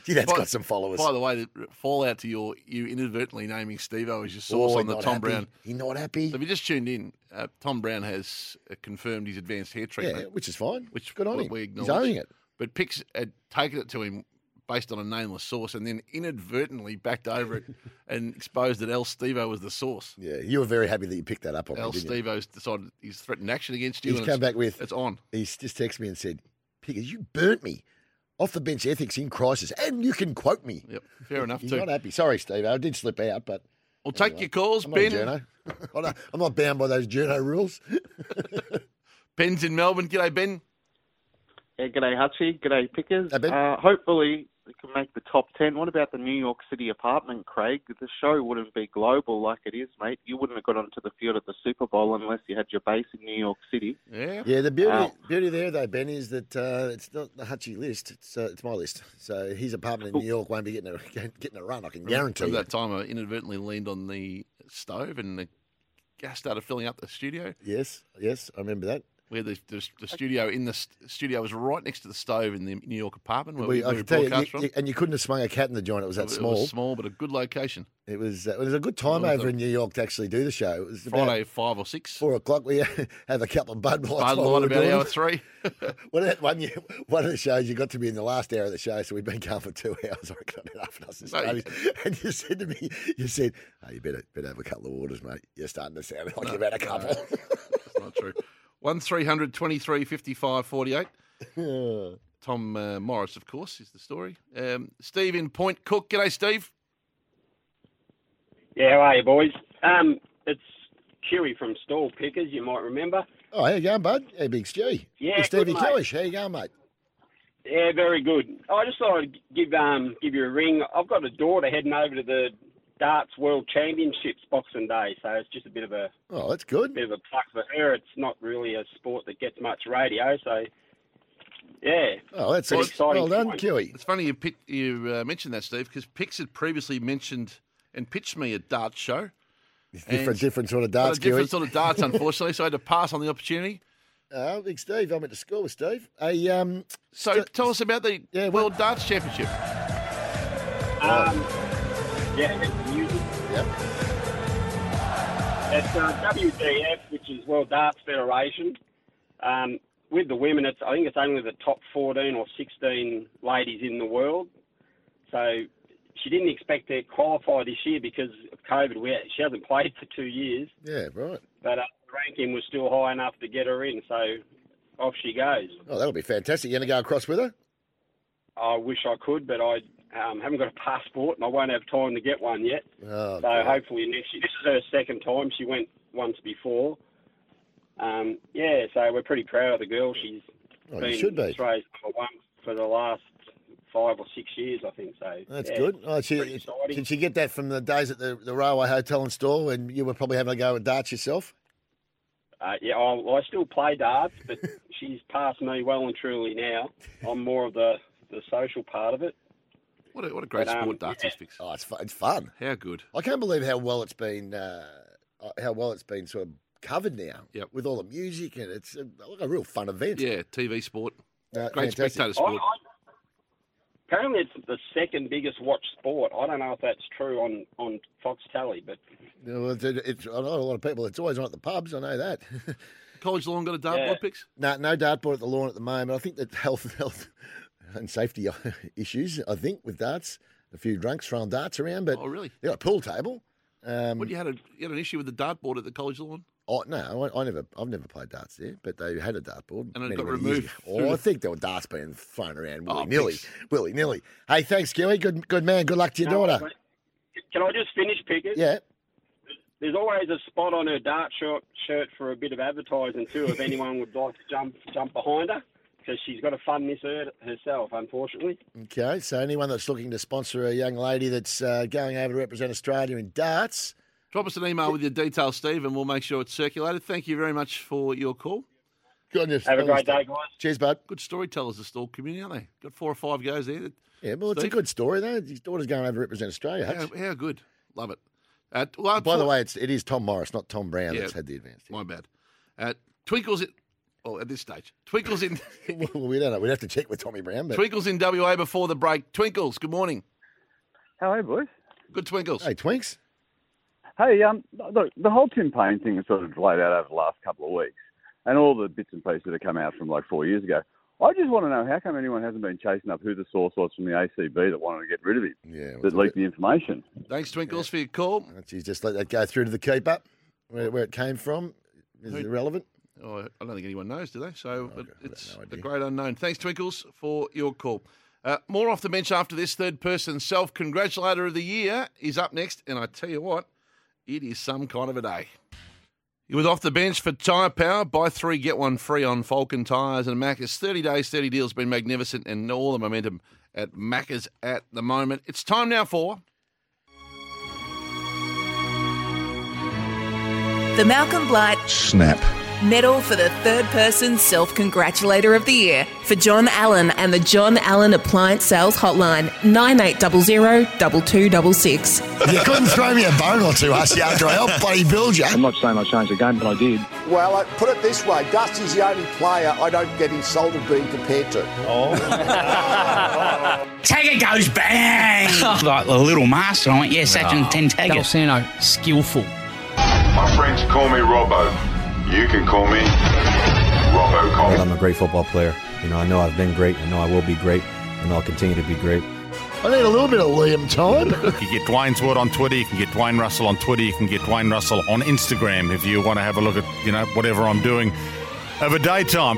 S3: Gee, that's
S2: By-
S3: got some followers.
S2: By the way, the fallout to your you inadvertently naming Steve O is your source
S3: Oh,
S2: on the
S3: not
S2: Tom
S3: happy.
S2: Brown.
S3: He's not happy.
S2: So if you just tuned in, uh, Tom Brown has uh, confirmed his advanced hair treatment.
S3: yeah, which is fine.
S2: which
S3: Good on
S2: we,
S3: him.
S2: we
S3: He's
S2: acknowledge.
S3: owning it.
S2: But Pix had taken it to him based on a nameless source and then inadvertently backed over it and exposed that El Stevo was the source.
S3: Yeah, you were very happy that you picked that up on
S2: El
S3: me, didn't you?
S2: Stevo's decided he's threatened action against you.
S3: He's
S2: and
S3: come
S2: it's-
S3: back with.
S2: It's on.
S3: He's just texted me and said, "Pickers, you burnt me. Off the bench ethics in crisis, and you can quote me."
S2: Yep, fair enough
S3: He's
S2: too.
S3: not happy. Sorry, Steve. I did slip out, but
S2: We'll take your calls,
S3: I'm
S2: Ben.
S3: Not a journo. I'm not- I'm not bound by those journo rules.
S2: Ben's in Melbourne. G'day, Ben.
S13: Yeah, g'day Hutchie, g'day Pickers.
S3: Ben.
S13: Uh, hopefully we can make the top ten. What about the New York City apartment, Craig? The show wouldn't be global like it is, mate. You wouldn't have got onto the field at the Super Bowl unless you had your base in New York City.
S2: Yeah.
S3: Yeah, the beauty
S13: Wow.
S3: beauty there though, Ben, is that uh, it's not the Hutchie list. It's uh, it's my list. So his apartment in New York won't be getting a getting a run. I can guarantee.
S2: Remember
S3: you.
S2: that time I inadvertently leaned on the stove and the gas started filling up the studio.
S3: Yes, yes, I remember that.
S2: Where the, the, the studio in the st- studio was right next to the stove in the New York apartment where we,
S3: I
S2: we
S3: can tell you,
S2: broadcast
S3: you-
S2: from.
S3: you- and you couldn't have swung a cat in the joint. It was that
S2: It was
S3: small.
S2: small, but a good location.
S3: It was uh, it was a good time
S2: It was
S3: over
S2: a-
S3: in New York to actually do the show. It was about
S2: Friday, five or six.
S3: four o'clock. We have a couple of Bud Lights.
S2: Bud
S3: while we
S2: Light
S3: were
S2: about
S3: doing
S2: hour
S3: it.
S2: three.
S3: One of, that- one, year, one of the shows you got to be in the last hour of the show, so we'd been going for two hours. I got half a dozen
S2: No, you
S3: Australians. and you said to me, "You said, oh, you better better have a couple of waters, mate. You're starting to sound like you've had a couple."
S2: That's not true. One 55 48 Tom uh, Morris, of course, is the story. Um, Steve in Point Cook. G'day, Steve.
S14: Yeah, how are you, boys? Um, it's Chewy from Stall Pickers, you might remember.
S3: oh, how you going, bud? Hey, Big Stewie.
S14: Yeah,
S3: Big
S14: good,
S3: Stevie
S14: mate.
S3: Cowish. How you going, mate?
S14: Yeah, very good. Oh, I just thought I'd give um give you a ring. I've got a daughter heading over to the Darts World Championships Boxing Day, so it's just a bit of a
S3: Oh, that's good.
S14: bit of a plug for her. It's not really a sport that gets much radio, so yeah.
S3: Oh, that's
S14: pretty exciting. time.
S2: It's funny you, pick, you uh, mentioned that, Steve, because Pix had previously mentioned and pitched me a darts show.
S3: Different,
S2: And-
S3: different sort of
S2: But
S3: darts,
S2: a
S3: Kiwi.
S2: different sort of darts, unfortunately. so I had to pass on the opportunity.
S3: Uh, Big Steve, I went to school with Steve. A, um,
S2: so tell us about the World Darts Championship.
S14: Um, yeah, it's music.
S3: Yep.
S14: It's uh, WDF, which is World Darts Federation. Um, with the women, it's I think it's only the top 14 or 16 ladies in the world. So she didn't expect to qualify this year because of COVID. We, she hasn't played for two years,
S3: Yeah, right.
S14: but uh, the ranking was still high enough to get her in. So off she goes.
S3: Oh, that'll be fantastic. You going to go across with her?
S14: I wish I could, but I um, haven't got a passport and I won't have time to get one yet.
S3: Oh,
S14: So
S3: God.
S14: hopefully next year. This is her second time. She went once before. Um, yeah, so we're pretty proud of the girl. She's
S3: Oh, you
S14: been
S3: should be.
S14: Australia's number one for the last five or six years, I think. So
S3: That's
S14: yeah.
S3: good. Oh, she-
S14: Pretty exciting.
S3: did she get that from the days at the, the railway hotel and store when you were probably having a go at darts yourself?
S14: Uh, yeah, I, well, I still play darts, but she's passed me well and truly now. I'm more of the, the social part of it.
S2: What a, what a great
S14: But, um,
S2: sport darts
S14: yeah.
S2: is, Vix.
S3: Oh, it's fun. It's fun.
S2: How good.
S3: I can't believe how well it's been, uh, how well it's been sort of covered now.
S2: Yep.
S3: With all the music and it's a, like a real fun event.
S2: Yeah, TV sport.
S3: Uh,
S2: Great
S3: fantastic.
S2: spectator
S14: I- I- apparently, it's the second biggest watched sport. I don't know if that's true on, on Fox Tally, but
S3: You know, it's, it's, I know a lot of people. It's always on at the pubs. I know that.
S2: College lawn got a
S14: dartboard, Yeah. Pix?
S3: No, no dartboard at the lawn at the moment. I think that health, health, and safety uh, issues. I think with darts, a few drunks throwing darts around. But
S2: Oh, really?
S3: They got a pool table. Um,
S2: What, you had, a, you had an issue with the dartboard at the college lawn?
S3: Oh no, I, I never, I've never played darts there, but they had a dartboard.
S2: And it
S3: many,
S2: got
S3: many years
S2: removed
S3: ago.
S2: through
S3: Oh, I
S2: the-
S3: think there were darts being thrown around
S2: Oh,
S3: willy nilly, willy nilly. Hey, thanks, Kiwi. Good, good man. Good luck to your
S14: No,
S3: daughter.
S14: but- Can I just finish, Pickett?
S3: Yeah.
S14: There's always a spot on her dart shirt, shirt for a bit of advertising too, if anyone would like to jump jump behind her, because she's got to fund this her, herself, unfortunately.
S3: Okay, so anyone that's looking to sponsor a young lady that's uh, going over to represent Australia in darts,
S2: Drop us an email with your details, Steve, and we'll make sure it's circulated. Thank you very much for your call.
S3: Goodness,
S14: Have a great day, guys.
S3: Cheers, bud.
S2: Good storytellers, the store community, aren't they? Got four or five goes there.
S3: Yeah, well, it's
S2: Steve?
S3: a good story though. His daughter's going over to represent Australia. Hutch.
S2: How, how good. Love it. Uh, well,
S3: By the way, it's it is Tom Morris, not Tom Brown,
S2: Yeah.
S3: that's had the advance.
S2: My bad. Uh, Twinkles in. Oh, at this stage, Twinkles in.
S3: well, we don't know. We'd have to check with Tommy Brown. But
S2: Twinkles in WA before the break. Twinkles, good morning.
S15: Hello, boys.
S2: Good Twinkles.
S3: Hey, Twinks.
S15: Hey, um, look, the whole Tim Payne thing has sort of played out over the last couple of weeks, and all the bits and pieces that have come out from like four years ago. I just want to know how come anyone hasn't been chasing up who the source was from the ACB that wanted to get rid of him,
S3: yeah,
S15: that leaked the information.
S2: Thanks, Twinkles, for your call.
S3: She's just let that go through to the keeper, where, where it came from is
S2: Who-
S3: irrelevant.
S2: Oh, I don't think anyone knows, do they? So but it's the great unknown. Thanks, Twinkles, for your call. Uh, more off the bench after this. Third person self congratulator of the year is up next, and I tell you what, it is some kind of a day. You're with off the bench for Tyre Power. Buy three, get one free on Falcon Tyres and Macca's. 30 days, 30 deals been magnificent, and all the momentum at Macca's at the moment. It's time now for
S16: The Malcolm Blight
S7: Snap.
S16: Medal for the Third Person Self Congratulator of the Year for John Allen and the John Allen Appliance Sales Hotline 9800 2266.
S3: You couldn't throw me a bone or two, us, after I helped bloody build you. I'm
S17: not saying I changed the game, but I did.
S18: Well, I put it this way Dusty's the only player I don't get insulted being compared to. Oh.
S19: Taggart goes bang! like the little master. I went, yeah, Sachin
S20: Ah,
S19: Ten Taggart.
S20: Dalsano, skillful.
S21: My friends call me Robbo. You can call me
S3: Um,
S21: Robocop.
S22: I'm a great football player. You know, I know I've been great. I know I will be great, and I'll continue to be great.
S3: I need a little bit of Liam time.
S23: You can get Dwayne's Word on Twitter. You can get Dwayne Russell on Twitter. You can get Dwayne Russell on Instagram if you want to have a look at you know whatever I'm doing over daytime.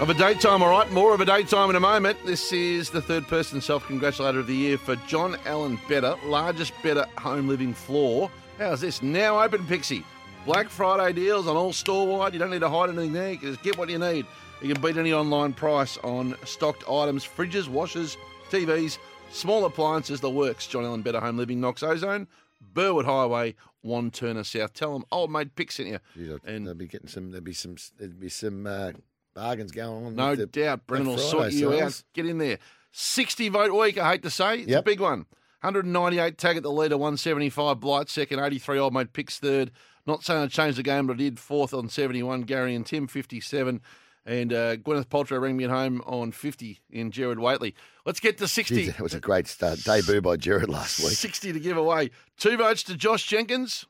S2: Of a daytime, all right. More of a daytime in a moment. This is the third person self congratulator of the year for John Allen Better, largest better home living floor. How's this? Now open, Pixie. Black Friday deals on all store wide. You don't need to hide anything there. You can just get what you need. You can beat any online price on stocked items, fridges, washers, TVs, small appliances, the works. John Allen Better Home Living, Knox Ozone, Burwood Highway, One Turner South. Tell them old mate Pix sent you.
S3: and they'll be getting some. There'll be some. There'll be some uh, bargains going on.
S2: No
S3: with the
S2: doubt, Brennan
S3: Black
S2: will sort
S3: Friday
S2: you
S3: sales.
S2: out. Get in there. 60 vote week, I hate to say. It's
S3: Yep.
S2: a big one. 198 tag at the leader, 175 Blight second, 83 Old Mate picks third, Not saying I changed the game, but I did. Fourth on 71, Gary and Tim 57. And uh, Gwyneth Paltrow rang me at home on 50 in Jared Waitley. Let's get to 60.
S3: Jeez, that was a great start. debut by Jared last week.
S2: 60 to give away. Two votes to Josh Jenkins.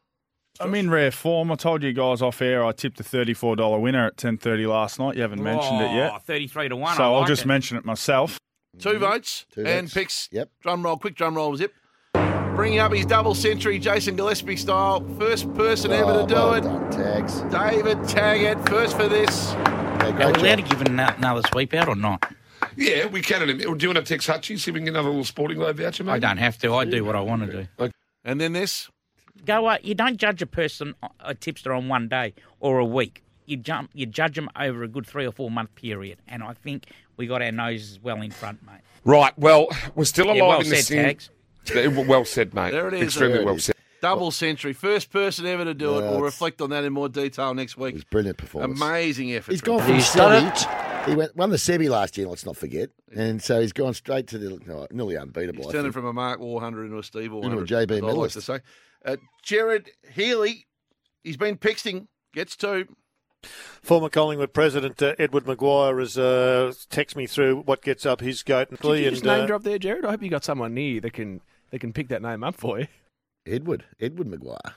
S24: I'm in rare form. I told you guys off air. I tipped a thirty-four dollar winner at ten thirty last night. You haven't mentioned it
S25: Oh,
S24: yet,
S25: 33 to 1.
S24: so
S25: I
S24: I'll
S25: like
S24: just
S25: it.
S24: mention it myself.
S2: Two votes
S24: Two
S2: and
S24: votes.
S2: picks. Yep. Drum roll, quick drum roll, zip. Bringing up his double century, Jason Gillespie style. First person ever to do it.
S3: tags.
S2: David Taggart, first for this.
S25: Are we allowed to give it an- another sweep out or not?
S1: Yeah, we can. Do you want to text Hutchie, see if we can get another little sporting load voucher, mate?
S25: I don't have to. I do what I want to do.
S2: And then this?
S25: Go uh, You don't judge a person, uh, a tipster, on one day or a week. You jump. You judge them over a good three or four month period. And I think we got our noses well in front, mate.
S1: Right, well, we're still alive
S25: Yeah, well
S1: in the
S25: said,
S1: sin-
S25: Tags.
S1: Yeah, Well said, mate.
S2: There it is.
S1: Extremely
S2: There it
S1: well
S2: is.
S1: said.
S2: Double century, first person ever to do
S3: Yeah,
S2: it. We'll
S3: it's-
S2: reflect on that in more detail next week. It's
S3: brilliant performance.
S2: Amazing effort.
S3: He's
S2: from
S3: gone
S2: him.
S3: from Stubby. He went, won the Sebi last year, let's not forget. And so he's gone straight to the no, nearly unbeatable.
S2: He's
S3: I
S2: turned it
S3: think.
S2: from a Mark War hundred into a Steve War
S3: Into a
S2: hundred.
S3: JB
S2: as I like
S3: medalist.
S2: to say. Uh, Jared Healy, he's been pixing. Gets two.
S4: Former Collingwood president uh, Edward Maguire has uh, texted me through what gets up his goat. and
S20: Did you just
S4: uh,
S20: name drop there, Jared? I hope you got someone near you that can that can pick that name up for you.
S3: Edward, Edward Maguire.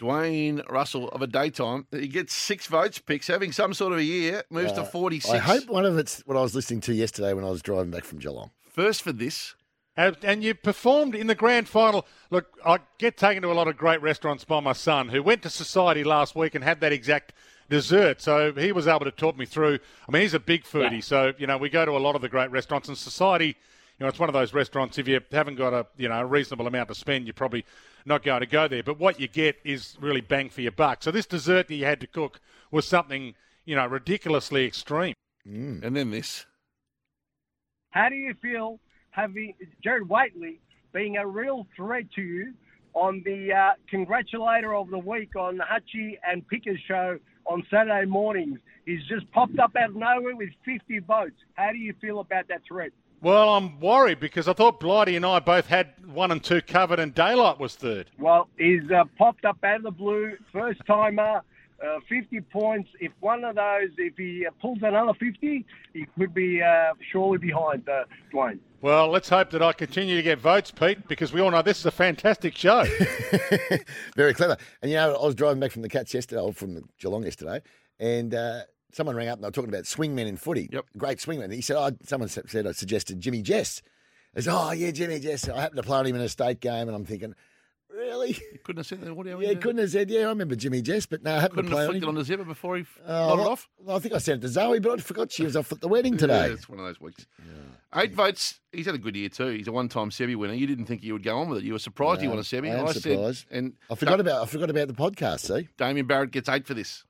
S2: Dwayne Russell of a daytime. He gets six votes, picks, having some sort of a year, moves
S3: Uh,
S2: to 46.
S3: I hope one of it's what I was listening to yesterday when I was driving back from Geelong.
S2: First for this.
S26: And, and you performed in the grand final. Look, I get taken to a lot of great restaurants by my son, who went to Society last week and had that exact dessert. So he was able to talk me through. I mean, he's a big foodie, so you know we go to a lot of the great restaurants. And Society, you know, it's one of those restaurants. If you haven't got a you know a reasonable amount to spend, you're probably not going to go there. But what you get is really bang for your buck. So this dessert that you had to cook was something you know ridiculously extreme.
S2: And then this.
S27: How do you feel having Jared Waitley being a real threat to you on the uh, congratulator of the week on the Hutchie and Pickers show on Saturday mornings? He's just popped up out of nowhere with 50 votes. How do you feel about that threat?
S26: Well, I'm worried because I thought Blighty and I both had one and two covered, and Daylight was third.
S27: Well, he's uh, popped up out of the blue, first timer, uh, 50 points. If one of those, if he uh, pulls another 50, he could be uh, surely behind uh, Dwayne.
S26: Well, let's hope that I continue to get votes, Pete, because we all know this is a fantastic show.
S3: Very clever. And you know, I was driving back from the Cats yesterday, or from Geelong yesterday, and uh, someone rang up and they were talking about swingmen in footy. Yep. Great swingmen. He said, oh, someone s- said I suggested Jimmy Jess. I said, oh, yeah, Jimmy Jess. I happened to play on him in a state game, and I'm thinking, really? You
S2: couldn't have said that. What do you
S3: yeah, couldn't have said, yeah, I remember Jimmy Jess, but no, I happened
S2: Couldn't
S3: to play
S2: have
S3: on
S2: flicked
S3: him.
S2: it on the zipper before he
S3: Oh,
S2: got it off.
S3: I think I sent it to Zoe, but I forgot she was off at the wedding today.
S2: Yeah, it's one of those weeks. Eight votes. He's had a good year too. He's a one-time Sebi winner. You didn't think you would go on with it. You were surprised he
S3: No,
S2: won a Sebi.
S3: I am
S2: said-
S3: surprised.
S2: and
S3: I forgot about I forgot about the podcast. See,
S2: Damien Barrett gets eight for this.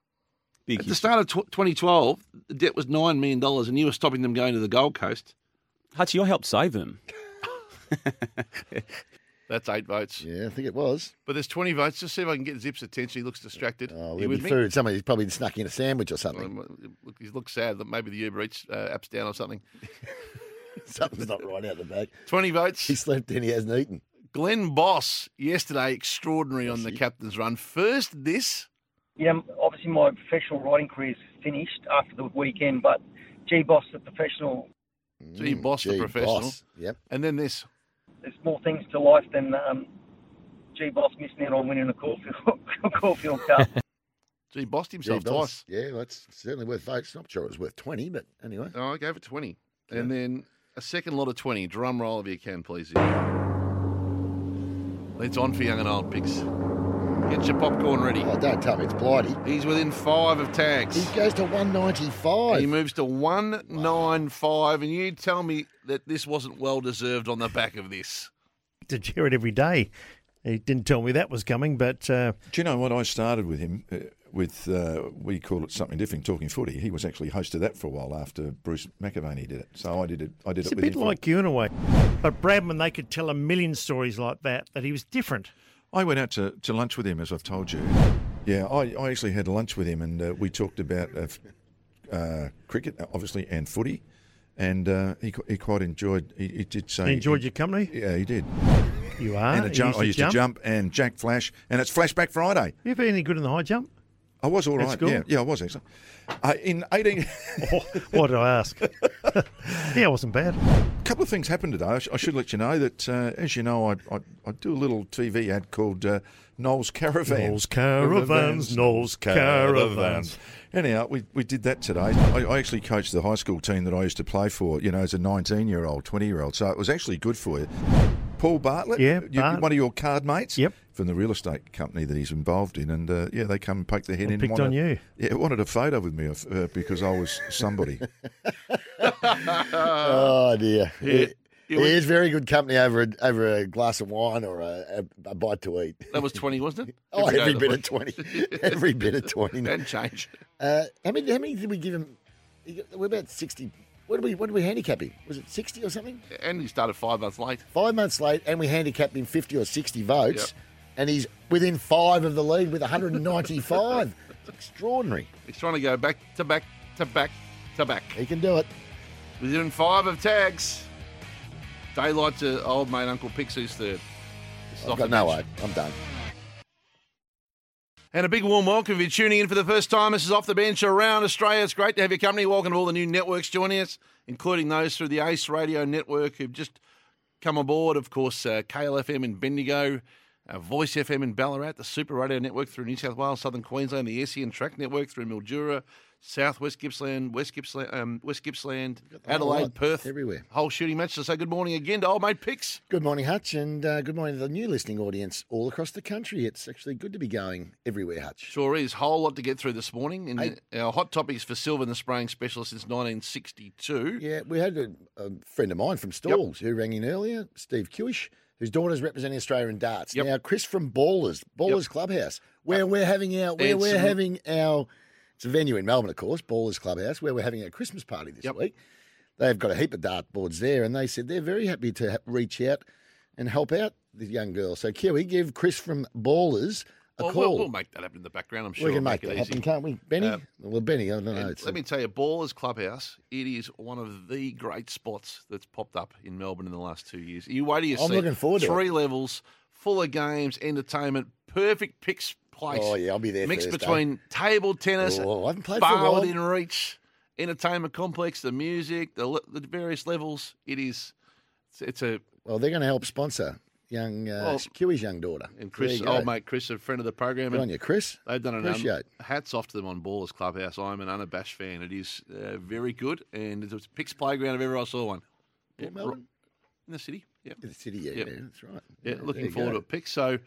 S2: At the start of tw- 2012, the debt was $9 million and you were stopping them going to the Gold Coast.
S28: Hutchie, I helped save them.
S2: That's eight votes.
S3: Yeah, I think it was.
S2: But there's 20 votes. Just see if I can get Zip's attention. He looks distracted. Oh,
S3: There'll be food. Somebody's probably snuck in a sandwich or something.
S2: Look, he looks sad that maybe the Uber Eats uh, app's down or something.
S3: Something's not right out the back.
S2: 20 votes.
S3: He slept in. He hasn't eaten.
S2: Glenn Boss yesterday, extraordinary on the captain's run. First, this.
S28: Yeah, obviously my professional writing career's finished after the weekend, but G Boss, the professional,
S2: Gee, boss, the
S28: gee,
S2: professional.
S28: boss.
S3: Mm, Yep.
S2: And then this.
S28: there's more things to life than um, G Boss missing out on winning a Caulfield, Caulfield Cup.
S2: Gee, bossed himself
S3: Yeah, boss.
S2: twice.
S3: Yeah, that's certainly worth votes. Not sure it was worth 20, but anyway.
S2: Oh, I gave it 20. And then a second lot of 20. Drum roll if you can, please. It's on for young and old picks. Get your popcorn ready.
S3: Oh, don't tell me it's Blighty.
S2: He's within five of tags.
S3: He goes to 195.
S2: He moves to 195, and you tell me that this wasn't well deserved on the back of this.
S29: to Jared every day. He didn't tell me that was coming, but uh,
S30: Do you know what I started with him? Uh, with uh, we call it something different, talking footy. He was actually hosted that for a while after Bruce McAvaney did it. So I did it. I did
S29: it's
S30: it
S29: a
S30: with
S29: bit
S30: him.
S29: like you in a way. But Bradman, they could tell a million stories like that that he was different.
S30: I went out to, to lunch with him, as I've told you. Yeah, I, I actually had lunch with him, and uh, we talked about uh, f- uh, cricket, obviously, and footy. And uh, he qu- he quite enjoyed. He, he did say
S29: He enjoyed your company.
S30: Yeah, he did.
S29: You are.
S30: And a
S29: You
S30: jump.
S29: used
S30: I
S29: to
S30: used
S29: jump.
S30: to jump and Jack Flash, and it's Flashback Friday.
S29: You been any good in the high jump?
S30: I was all
S29: At
S30: right.
S29: school? Oh,
S30: Yeah, yeah, I was actually. Uh, in 18.
S29: What did I ask? yeah, it wasn't bad.
S30: A couple of things happened today. I, sh- I should let you know that, uh, as you know, I, I, I do a little TV ad called uh, Noel's Caravans.
S29: Noel's Caravans, Noel's Caravans.
S30: Anyhow, we, we did that today. I, I actually coached the high school team that I used to play for, you know, as a 19 year old, 20 year old. So it was actually good for you. Paul Bartlett,
S29: Yeah,
S30: Uh, you-
S29: Bart.
S30: one of your card mates yep. from the real estate company that he's involved in. And uh, yeah, they come and poke their head
S29: And
S30: in.
S29: picked
S30: wanted-
S29: on you.
S30: Yeah, wanted a photo with me of, uh, because I was somebody.
S3: oh dear.
S30: Yeah.
S3: It, it
S30: It was-
S3: is very good company over a, over a glass of wine or a, a, a bite to eat.
S2: That was 20, wasn't it?
S3: Oh,
S2: day
S3: every
S2: the
S3: bit
S2: week.
S3: of twenty. every bit of twenty.
S2: And change.
S3: Uh, how many? How many did we give him? He got- We're about sixty. What did we? What did we handicap him? Was it sixty or something?
S2: And he started five months late.
S3: Five months late, and we handicapped him fifty or sixty votes, and he's within five of the lead with one hundred and ninety-five. it's extraordinary.
S2: He's trying to go back to back to back to back.
S3: He can do it.
S2: He's in five of tags. Daylight to old mate Uncle Pixie's third. This is off
S3: I've got
S2: the
S3: no
S2: bench.
S3: way. I'm done.
S2: And a big warm welcome if you're tuning in for the first time. This is Off the Bench around Australia. It's great to have your company. Welcome to all the new networks joining us, including those through the ACE Radio Network who've just come aboard. Of course, uh, KLFM in Bendigo, uh, Voice FM in Ballarat, the Super Radio Network through New South Wales, Southern Queensland, the SEN Track Network through Mildura, South West Gippsland, West Gippsland, um, West Gippsland
S3: whole
S2: Adelaid,
S3: lot,
S2: Perth.
S3: everywhere.
S2: Whole shooting match. So say good morning again to old mate Pix.
S3: Good morning, Hutch, and uh, good morning to the new listening audience all across the country. It's actually good to be going everywhere, Hutch.
S2: Sure is. Whole lot to get through this morning. And uh,
S3: Hey.
S2: our hot topics for Silver and the spraying specialist since 1962.
S3: Yeah, we had a, a friend of mine from Stalls who rang in earlier, Steve Kewish, whose daughter's representing Australia in darts. Now, Chris from Ballers, Ballers Clubhouse, where we're having our where
S2: Uh, and
S3: we're
S2: some-
S3: having our it's a venue in Melbourne, of course, Ballers Clubhouse, where we're having our Christmas party this week. They've got a heap of dart boards there, and they said they're very happy to ha- reach out and help out the young girl. So, Kiwi, give Chris from Ballers a
S2: Well,
S3: call.
S2: we'll, we'll make that happen in the background. I'm sure
S3: we can
S2: I'll
S3: make,
S2: it
S3: that
S2: easy. Uh,
S3: happen, can't we, Benny? well, Benny, I don't know.
S2: And
S3: it's-
S2: let me tell you, Ballers Clubhouse, it is one of the great spots that's popped up in Melbourne in the last two years. You wait till you
S3: I'm
S2: see
S3: looking forward to
S2: three levels, full of games, entertainment, perfect picks place.
S3: Oh, yeah, I'll be there
S2: Mixed
S3: Thursday.
S2: between table tennis,
S3: Oh, I haven't played for a
S2: bar
S3: while.
S2: within reach, entertainment complex, the music, the, le- the various levels. It is, it's, it's a,
S3: Well, they're going to help sponsor young uh,
S2: Well,
S3: Kiwi's young daughter.
S2: and Chris,
S3: There you go.
S2: old mate Chris, a friend of the program.
S3: Good
S2: and
S3: on you, Chris.
S2: They've done an um
S3: Appreciate.
S2: hats off to them on Ballers Clubhouse. I'm an unabashed fan. It is uh, very good, and it's a Pix playground if ever I saw one. Yeah,
S3: Melbourne?
S2: in the city. Yeah,
S3: in the city. Yeah,
S2: Yep.
S3: yeah, that's right.
S2: Yeah,
S3: there
S2: looking
S3: you
S2: forward
S3: go.
S2: to it, Pix. So,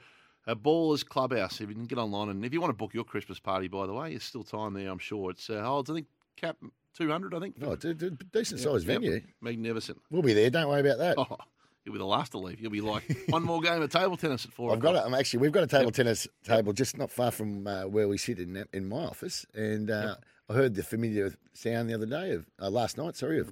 S2: uh, Ballers Clubhouse. If you can get online, and if you want to book your Christmas party, by the way, there's still time there. I'm sure it's uh, holds. I think cap 200. I think.
S3: Oh, it's a, it's a decent
S2: Yeah,
S3: sized
S2: yep.
S3: venue.
S2: Magnificent.
S3: We'll be there. Don't worry about that.
S2: Oh, you'll be the last to leave. You'll be like one more game of table tennis at four.
S3: I've got it. I'm
S2: o'clock.
S3: actually. We've got a table tennis table just not far from uh, where we sit in in my office, and uh, I heard the familiar sound the other day of uh, last night. Sorry, of.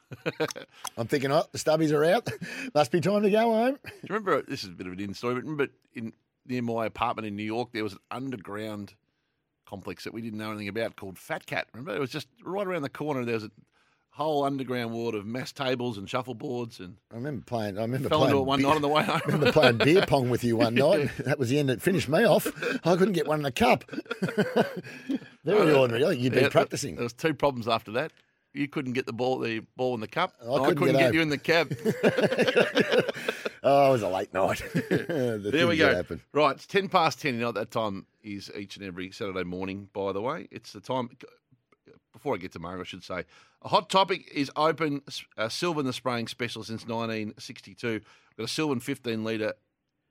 S3: I'm thinking, oh, the stubbies are out. Must be time to go home.
S2: Do you remember? This is a bit of an in story, but remember in near my apartment in New York, there was an underground complex that we didn't know anything about called Fat Cat. Remember, it was just right around the corner. There was a whole underground world of mass tables and shuffleboards, and
S3: I remember playing. I remember
S2: Fell
S3: playing
S2: into it one
S3: beer-
S2: night on the way home.
S3: I remember playing beer pong with you one night. That was the end that finished me off. I couldn't get one in a cup. Very ordinary. I think you'd
S2: Uh, Yeah,
S3: been
S2: th-
S3: practicing.
S2: There was two problems after that. You couldn't get the ball, the ball in the cup. and I couldn't,
S3: couldn't
S2: get,
S3: get over.
S2: you in the cab.
S3: Oh, it was a late night. The
S2: there we
S3: things that
S2: go.
S3: happen.
S2: Right, it's ten past ten. You know what that time is each and every Saturday morning. By the way, it's the time. Before I get to Margaret, I should say a hot topic is open uh, Sylvan the spraying special since 1962. We've got a Sylvan 15 litre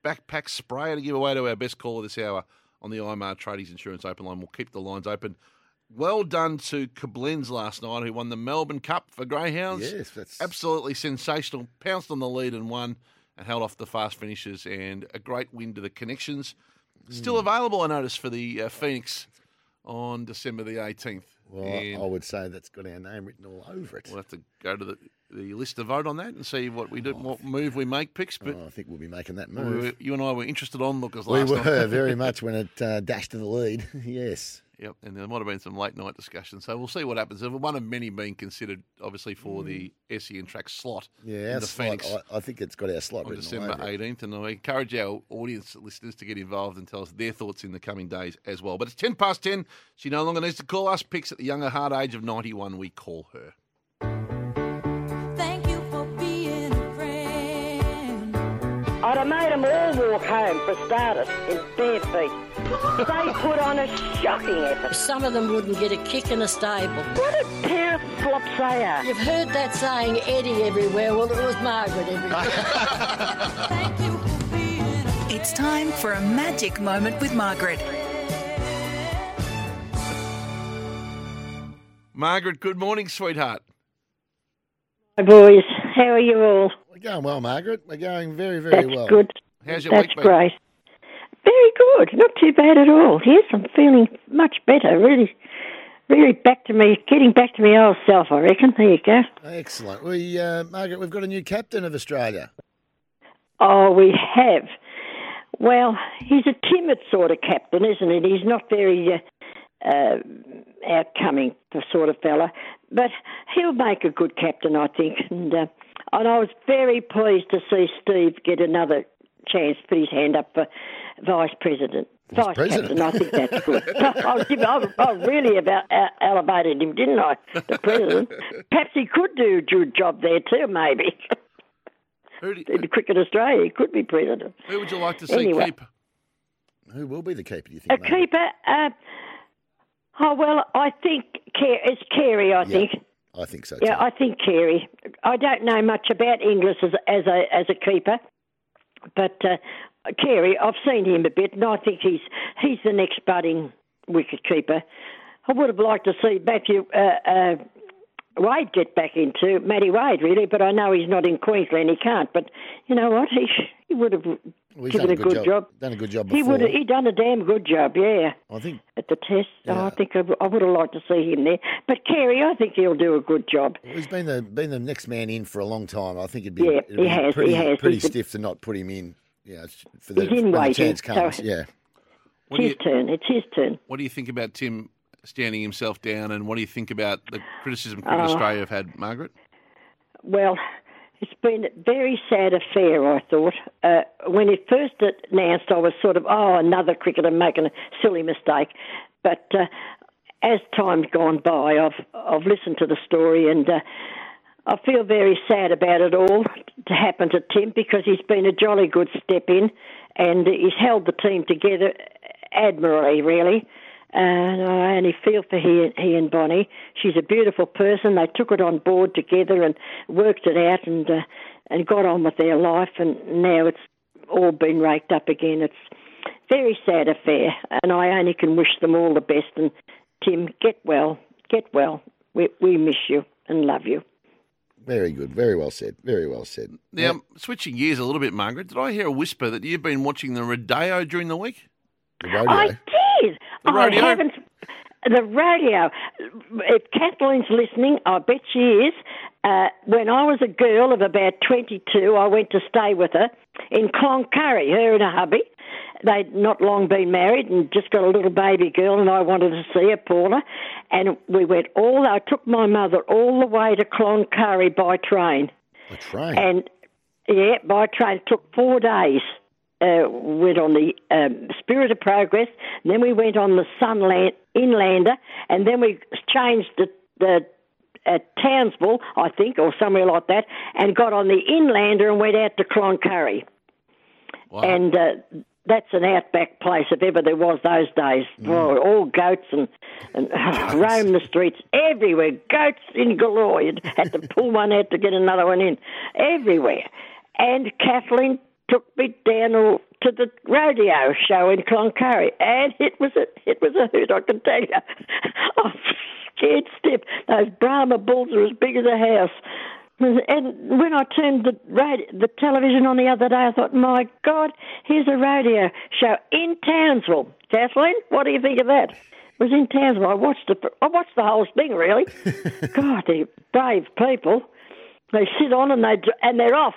S2: backpack sprayer to give away to our best caller this hour on the IMR Tradies Insurance Open Line. We'll keep the lines open. Well done to Koblenz last night, who won the Melbourne Cup for Greyhounds.
S3: Yes, that's-
S2: absolutely sensational. Pounced on the lead and won, and held off the fast finishers, and a great win to the connections. Still
S3: Hmm.
S2: available, I noticed, for the uh, Phoenix on December the 18th.
S3: Well,
S2: And
S3: I would say that's got our name written all over it.
S2: we'll have to go to the, the list to vote on that and see what we do, what move we make, picks. But
S3: Oh, I think we'll be making that
S2: we
S3: move.
S2: were- you and I were interested on lookers
S3: We
S2: last
S3: were
S2: night.
S3: very much when it uh, dashed to the lead. yes.
S2: Yep, and there might have been some late night discussions. So we'll see what happens. There were One of many being considered, obviously, for the SE and track slot.
S3: Mm. Yeah,
S2: in
S3: our
S2: the
S3: slot,
S2: Phoenix
S3: I, I think it's got our slot
S2: on
S3: written all
S2: December
S3: over it.
S2: 18th. And I encourage our audience listeners to get involved and tell us their thoughts in the coming days as well. But it's 10 past 10. She no longer needs to call us. Picks at the younger, hard age of 91, we call her.
S5: Thank you for being a friend.
S6: I'd have made them all walk home for starters in bare feet. They put on a shocking effort.
S8: Some of them wouldn't get a kick in a stable.
S6: What a pair of flops they are.
S8: You've heard that saying, Eddie everywhere. Well, it was Margaret everywhere.
S16: It's time for a magic moment with Margaret.
S2: Margaret, good morning, sweetheart.
S9: Hi, boys. How are you all?
S3: We're going well, Margaret. We're going very, very
S9: That's
S3: well.
S9: good.
S2: How's your
S9: That's
S2: week been?
S9: great. Very good. Not too bad at all. Yes, I'm feeling much better. Really, really back to me, getting back to my old self, I reckon. There you go.
S3: Excellent. We, uh, Margaret, we've got a new captain of Australia.
S9: Oh, we have. Well, he's a timid sort of captain, isn't it? He's not very uh, uh, outcoming sort of fella, but he'll make a good captain, I think. And, uh, and I was very pleased to see Steve get another chance, put his hand up for vice president. Vice
S3: president.
S9: captain, I think that's good. I, was- I, I oh, really about uh, elevated him, didn't I? The president. Perhaps he could do a good job there too, maybe. In Cricket Australia, he could be president.
S2: Who would you like
S3: to
S9: see Anyway. keep?
S3: Who will be the keeper, do you think?
S9: A keeper. Uh, oh well, I think Car- it's Carey. I think.
S3: I think so.
S9: Yeah, I think Carey. I don't know much about Inglis as, as a as a keeper, but uh, Carey, I've seen him a bit, and I think he's he's the next budding wicket keeper. I would have liked to see Matthew uh, uh, Wade get back into Matty Wade, really, but I know he's not in Queensland. He can't. But you know what? He he would have
S3: Well, he's
S9: given
S3: done
S9: a good, job.
S3: Done a good job
S9: He
S3: before.
S9: would. He done a damn good job. Yeah.
S3: I think
S9: At the test, oh, I think I, w- I would have liked to see him there. But Kerry, I think he'll do a good job.
S3: he's been the been the next man in for a long time. I think it'd be,
S9: Yeah,
S3: it'd
S9: he
S3: be
S9: has,
S3: pretty,
S9: he has.
S3: pretty
S9: He's the-
S3: stiff to not put him in. Yeah, it's- for the,
S9: He's
S3: when
S9: in
S3: the
S9: waiting,
S3: chance
S9: so-
S3: comes. Yeah.
S2: What do
S9: his
S2: you-
S9: turn. It's his turn.
S2: What do you think about Tim standing himself down, and what do you think about the criticism Cricket
S9: Oh.
S2: Australia have had, Margaret?
S9: Well, it's been a very sad affair, I thought. Uh, when it first announced, I was sort of, oh, another cricketer making a silly mistake. But uh, as time's gone by, I've, I've listened to the story and uh, I feel very sad about it all to happen to Tim because he's been a jolly good step in and he's held the team together admirably, really. And I only feel for he, he and Bonnie. She's a beautiful person. They took it on board together and worked it out and uh, and got on with their life. And now it's all been raked up again. It's a very sad affair. And I only can wish them all the best. And Tim, get well, get well. We we miss you and love you.
S3: Very good. Very well said. Very well said.
S2: Now, switching gears a little bit, Margaret, did I hear a whisper that you've been watching the rodeo during the week?
S3: The rodeo?
S9: I did.
S2: The rodeo?
S9: I haven't. The radio. If Kathleen's listening, I bet she is. Uh, when I was a girl of about 22, I went to stay with her in Cloncurry, her and her hubby. They'd not long been married and just got a little baby girl, and I wanted to see her, Paula. And we went all, I took my mother all the way to Cloncurry by train.
S3: A train.
S9: And yeah, by train took four days. Uh, went on the um, Spirit of Progress, and then we went on the Sunland Inlander, and then we changed the the uh, Townsville, I think, or somewhere like that, and got on the Inlander and went out to Cloncurry. And uh, that's an outback place if ever there was those days. Oh, all goats and, and roam the streets everywhere. Goats in galore. You'd had to pull one out to get another one in. Everywhere. And Kathleen took me down all to the rodeo show in Cloncurry, and it was a it was a hoot. I can tell you. I'm scared stiff. Those Brahma bulls are as big as a house. And when I turned the radio, the television on the other day, I thought, my God, here's a radio show in Townsville. Kathleen, what do you think of that? It was in Townsville. I watched the I watched the whole thing really. God, they're brave people. They sit on and they dr- and they're off.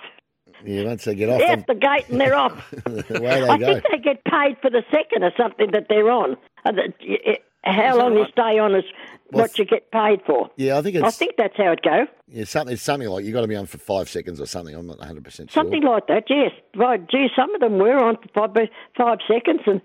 S3: Yeah, once they get off,
S9: Out the gate and they're off.
S3: then away they
S9: I
S3: go.
S9: think they get paid for the second or something that they're on. Uh, that- How long you stay on is
S3: Well,
S9: what you get paid for.
S3: Yeah, I think it's
S9: I think that's how it goes.
S3: yeah, something, it's something like you've got to be on for five seconds or something. I'm not 100% sure.
S9: Something like that, yes. Right, gee, some of them were on for five, but five seconds, and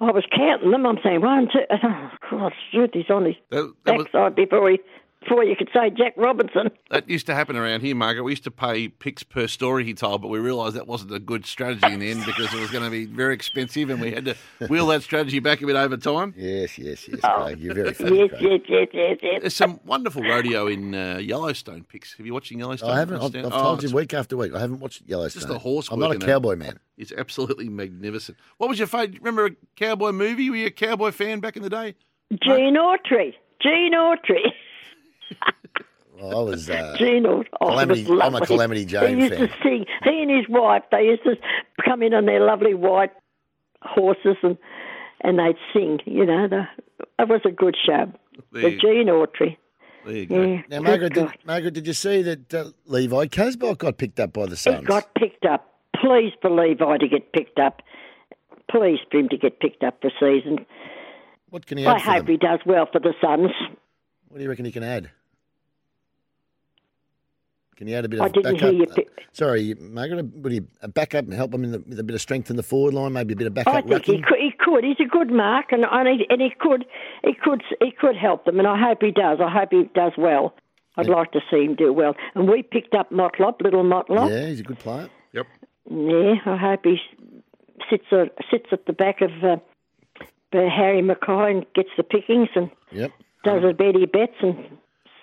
S9: I was counting them. I'm saying one, two, and oh, God, shoot, he's on his
S2: That, that was,
S9: backside before he, before you could say Jack Robinson.
S2: that used to happen around here, Margaret. We used to pay picks per story he told, but we realised that wasn't a good strategy in the end because it was going to be very expensive, and we had to wheel that strategy back a bit over time.
S3: Yes, yes, yes, Craig. You're
S9: very funny, Oh. Yes, Craig. yes, yes, yes, yes.
S2: There's some wonderful rodeo in uh, Yellowstone picks. Have you watching Yellowstone?
S3: I haven't. I've,
S2: Stan?
S3: I've
S2: Oh,
S3: told
S2: it's
S3: you week after week. I haven't watched Yellowstone.
S2: Just the horse.
S3: I'm not a
S2: working
S3: cowboy
S2: out.
S3: man.
S2: It's absolutely magnificent. What was your favorite? Remember a cowboy movie? Were you a cowboy fan back in the day?
S9: Gene Autry, Gene Autry,
S3: Well, I was. Uh,
S9: Gene Autry. Oh,
S3: Calamity-
S9: it was
S3: I'm a
S9: lovely.
S3: Calamity Jane
S9: He used
S3: fan.
S9: to sing. He and his wife, they used to come in on their lovely white horses and and they'd sing. You know, the, it was a good show.
S3: There
S9: The
S3: you-
S9: Gene Autry.
S2: There you
S9: go. Yeah.
S3: Now,
S9: Good
S3: Margaret did,
S9: God.
S3: Margaret, did you see that uh, Levi Casbolt got picked up by the
S9: He
S3: Suns?
S9: got picked up. Please for Levi to get picked up. Please for him to get picked up for season.
S3: What can he
S9: I
S3: add for them?
S9: hope he does well for the Suns.
S3: What do you reckon he can add? Can you add a bit
S9: I
S3: of
S9: didn't
S3: backup?
S9: hear your
S3: Uh, sorry, Margaret, would he uh, back up and help him in the, with a bit of strength in the forward line, maybe a bit of backup
S9: I think he
S3: rucking?
S9: could, he could. He's a good mark, and and he, and he could he could he could help them. And I hope he does. I hope he does well. I'd like to see him do well. And we picked up Motlop, little Motlop.
S3: Yeah, he's a good player.
S2: Yep.
S9: Yeah, I hope he sits uh, sits at the back of uh, uh, Harry Mackay and gets the pickings and
S3: Yep.
S9: does
S3: Mm.
S9: a bet he bets and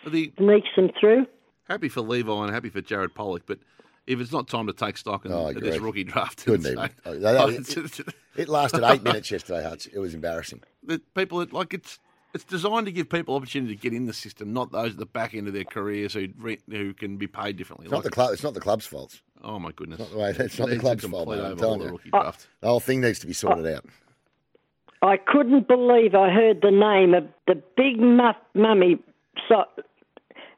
S2: The-
S9: sneaks them through.
S2: Happy for Levi and happy for Jared Pollock, but if it's not time to take stock in this
S3: agree.
S2: rookie draft,
S3: Oh,
S2: uh,
S3: Couldn't
S2: so-
S3: even. Oh, that- It lasted eight minutes yesterday, Hutch. It was embarrassing.
S2: The people that, like it's it's designed to give people opportunity to get in the system, not those at the back end of their careers who re, who can be paid differently.
S3: It's not
S2: Like,
S3: the club. It's not the club's fault.
S2: Oh my goodness!
S3: Not the way. It's not the
S2: It needs a
S3: club's fault.
S2: complete
S3: mate, I'm
S2: overhaul
S3: telling
S2: of the
S3: you,
S2: rookie draft.
S3: the whole thing needs to be sorted
S9: Oh.
S3: out.
S9: I couldn't believe I heard the name of the big muff mummy so,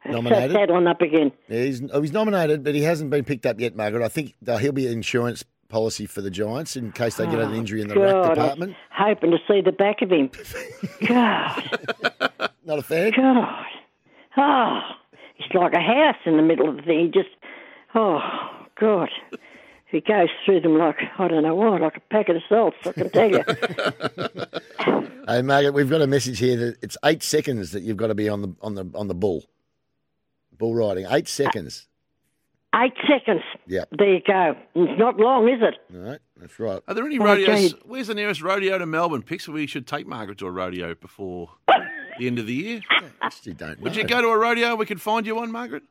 S3: Nominated?
S9: that on up again.
S3: Yeah, he's, oh, he's nominated, but he hasn't been picked up yet, Margaret. I think uh, he'll be insurance policy for the Giants in case they get an injury in the
S9: Ah, God,
S3: rack
S9: I was
S3: department.
S9: Hoping to see the back of him. God.
S3: Not a fan?
S9: God. Oh, it's like a house in the middle of the thing. He just, oh, God. He goes through them like, I don't know what, like a packet of salts, I can tell you.
S3: Hey, Margaret, we've got a message here that it's eight seconds that you've got to be on the on the on the bull, bull riding. Eight seconds.
S9: Eight seconds.
S3: Yep.
S9: There you go. It's not long, is it?
S3: All right, that's right.
S2: Are there any
S9: Oh,
S2: rodeos?
S9: gee.
S2: Where's the nearest rodeo to Melbourne? Picks we should take Margaret to a rodeo before the end of the year.
S3: You don't.
S2: Would
S3: know.
S2: you go to a rodeo? We could find you one, Margaret.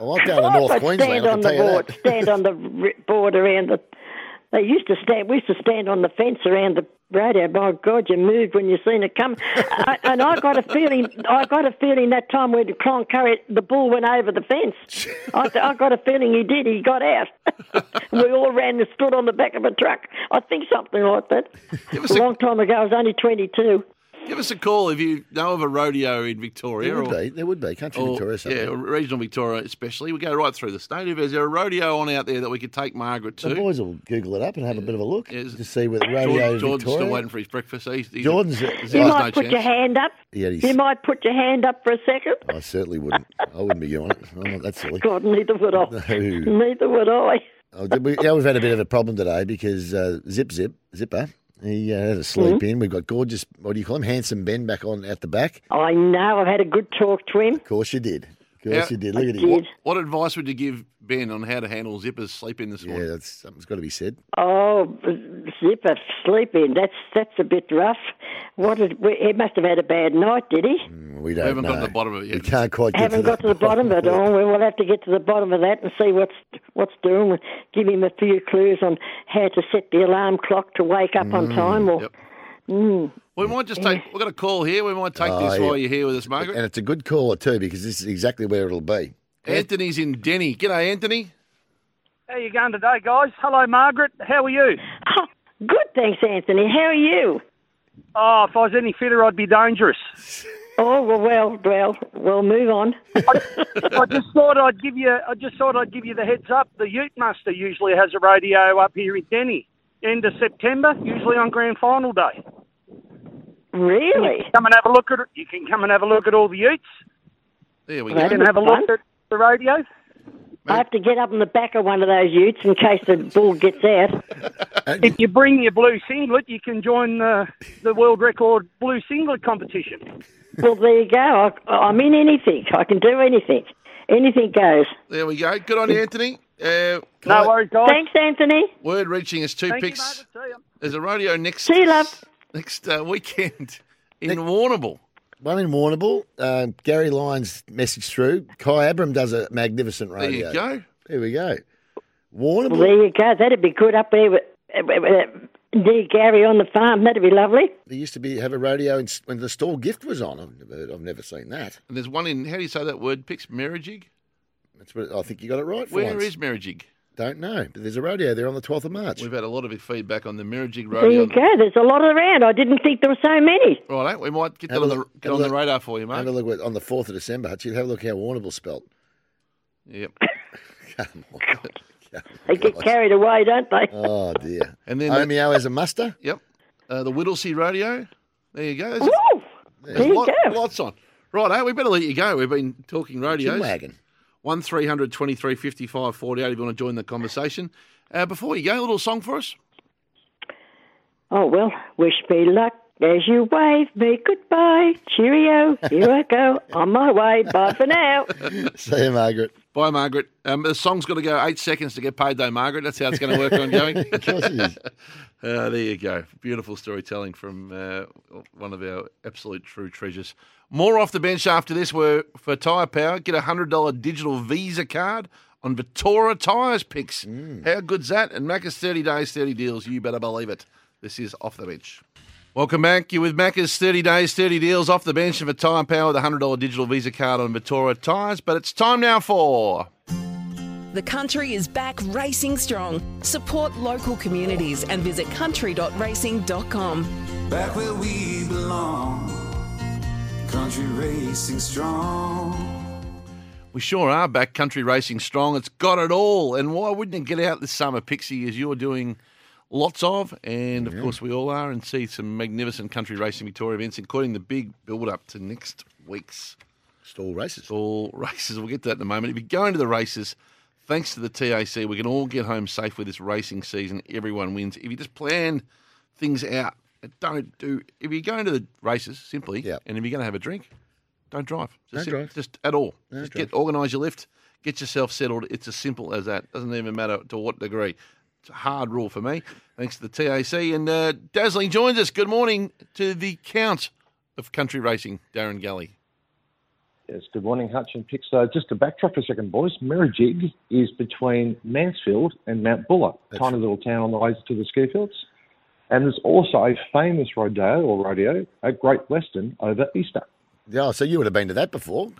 S3: Oh, I'll go to North
S9: But
S3: Queensland.
S9: Stand
S3: I
S9: on
S3: can
S9: the
S3: tell you
S9: board.
S3: that.
S9: Stand on the ri- board around the. They used to stand. We used to stand on the fence around the radio. By God, you moved when you seen it come. I, and I got a feeling. I got a feeling that time when Cloncurry the bull went over the fence. I, th- I got a feeling he did. He got out. we all ran and stood on the back of a truck. I think something like that. a long time ago. I was only twenty-two.
S2: Give us a call if you know of a rodeo in Victoria.
S3: There would
S2: or,
S3: be. There would be country
S2: or-
S3: Victoria.
S2: Yeah, or
S3: Somewhere.
S2: regional Victoria especially. We go right through the state. If there's a rodeo on out there that we could take Margaret
S3: the
S2: to.
S3: boys will Google it up and have a bit of a look
S2: Yes.
S3: to see whether
S2: Jordan-
S3: radio
S2: Jordan's
S3: Victoria.
S2: still waiting for his breakfast. He's, he's,
S3: Jordan's-
S2: he's-
S3: You
S2: there's
S9: You
S2: no
S9: might put
S2: chance.
S9: your hand up.
S3: Yeah, he's-
S9: You might put your hand up for a second.
S3: I certainly wouldn't. I wouldn't be going. I'm not that silly.
S9: God, neither would I.
S3: No.
S9: Neither would I.
S3: Oh, did we, yeah, we've had a bit of a problem today because uh, Zip Zip Zipper he uh, had a sleep
S9: Hmm?
S3: in. We've got gorgeous. What do you call him? Handsome Ben back on at the back.
S9: I know. I've had a good talk to him.
S3: Of course you did. Of course you did. Look at him.
S2: What, what advice would you give Ben on how to handle Zipper's sleep in this morning?
S3: Yeah, that's something's got to be said.
S9: Oh, zipper sleep in. That's that's a bit rough. What did we, he must have had a bad night, did he?
S3: We don't
S2: haven't
S3: know.
S2: got to the bottom of it
S3: We
S2: yet.
S3: can't quite Mm. get
S9: Haven't
S3: to
S9: got to the bottom of it. Oh, well, we'll have to get to the bottom of that and see what's what's doing. Give him a few clues on how to set the alarm clock to wake up on time. Or Mm.
S2: We might just take. We've got a call here. We might take
S3: Oh,
S2: this
S3: yeah.
S2: while you're here with us, Margaret.
S3: And it's a good caller too because this is exactly where it'll be.
S2: Anthony's in Denny. G'day, Anthony.
S7: How you going today, guys? Hello, Margaret. How are you?
S9: Oh, Good, thanks, Anthony. How are you?
S7: Oh, if I was any fitter, I'd be dangerous.
S9: Oh well, well, well, we'll move on.
S7: I just thought I'd give you. I just thought I'd give you the heads up. The Ute Muster usually has a radio up here in Denny, end of September, usually on Grand Final day.
S9: Really?
S7: You can come and have a look at it. You can come and have a look at all the utes.
S2: There
S7: you can have a look at the rodeo.
S9: I have to get up in the back of one of those utes in case the bull gets out.
S7: If you bring your blue singlet, you can join the, the world record blue singlet competition.
S9: Well, there you go. I, I'm in anything. I can do anything. Anything goes.
S2: There we go. Good on you, Anthony. Uh,
S9: No worries, guys. Thanks, Anthony.
S2: Word reaching us two
S9: Thank you,
S2: picks. There's a rodeo next
S9: See you, love.
S2: next uh, weekend in Warrnambool.
S3: One in Warrnambool. Uh, Gary Lyons message through. Kai Abram does a magnificent
S2: There you
S3: radio.
S2: go.
S3: There we go.
S9: Well, there
S3: Warrnambool.
S9: you go. That'd be good up there with, uh, uh, dear Gary on the farm. That'd be lovely.
S3: There used to be have a rodeo in, when the stall gift was on. I've never, I've never seen that.
S2: And there's one in, how do you say that word, picks? Merrijig?
S3: That's what I think you got it right. For
S2: Where
S3: once.
S2: is Merrijig?
S3: Don't know, but there's a rodeo there on the 12th of March.
S2: We've had a lot of feedback on the Merrijig
S9: There you
S2: rodeo.
S9: go. There's a lot around. I didn't think there were so many.
S2: Right, eh? we might get that
S3: Have
S2: on
S3: a
S2: the,
S3: look-
S2: get
S3: have a
S2: on the
S3: look-
S2: radar for you, mate.
S3: Have a look at, on the 4th of December, Hutchie. Have a look how Warrnambool's spelt.
S2: Yep.
S3: Come on.
S9: They get carried away, don't they?
S3: Oh, dear.
S2: And then that-
S3: Omeo as a muster.
S2: Yep. Uh, the Whittlesea Rodeo. There you go. There's, there's
S3: There you
S2: lot-
S3: go.
S2: Lots on. Right, eh? we better let you go. We've been talking rodeos.
S3: wagon.
S2: 1300 23 55 48 if you want to join the conversation. Uh, before you go, a little song for us.
S9: Oh, well, wish me luck as you wave me goodbye. Cheerio. Here I go. On my way. Bye for now.
S3: See you, Margaret.
S2: Bye, Margaret. Um, the song's got to go eight seconds to get paid, though, Margaret. That's how it's going to work on going. uh, there you go. Beautiful storytelling from uh, one of our absolute true treasures. More off the bench after this. We're for Tyre Power. Get a $100 digital Visa card on Vittora Tyres Picks. How good's that? And Macca's 30 days, 30 deals. You better believe it. This is Off the Bench. Welcome back. You're with Macca's 30 days, 30 deals off the bench and for Tyre Power with a $100 digital Visa card on Vittora Tyres. But it's time now for.
S16: The country is back racing strong. Support local communities and visit country.racing.com.
S10: Back where we belong, country racing strong.
S2: We sure are back country racing strong. It's got it all. And why wouldn't it get out this summer, Pixie, as you're doing lots of? And of course, we all are, and see some magnificent country racing Victoria events, including the big build up to next week's
S3: stall races.
S2: Stall races. We'll get to that in a moment. If you're going to the races, thanks to the TAC, we can all get home safe with this racing season. Everyone wins. If you just plan things out, and don't do. If you're going to the races, simply, and if you're going to have a drink, don't drive.
S3: Don't
S2: Just, sim-
S3: drive.
S2: just at all.
S3: No
S2: just
S3: drive.
S2: get organise your lift, get yourself settled. It's as simple as that. Doesn't even matter to what degree. It's a hard rule for me. Thanks to the TAC and uh, Dazzling joins us. Good morning to the Count of Country Racing, Darren Galley.
S11: Yes, good morning, Hutch and Pick. So just to backtrack for a second, boys, Merrijig is between Mansfield and Mount Buller, a tiny little town on the way to the ski fields. And there's also a famous rodeo or rodeo at Great Western over Easter.
S3: Yeah, so you would have been to that before.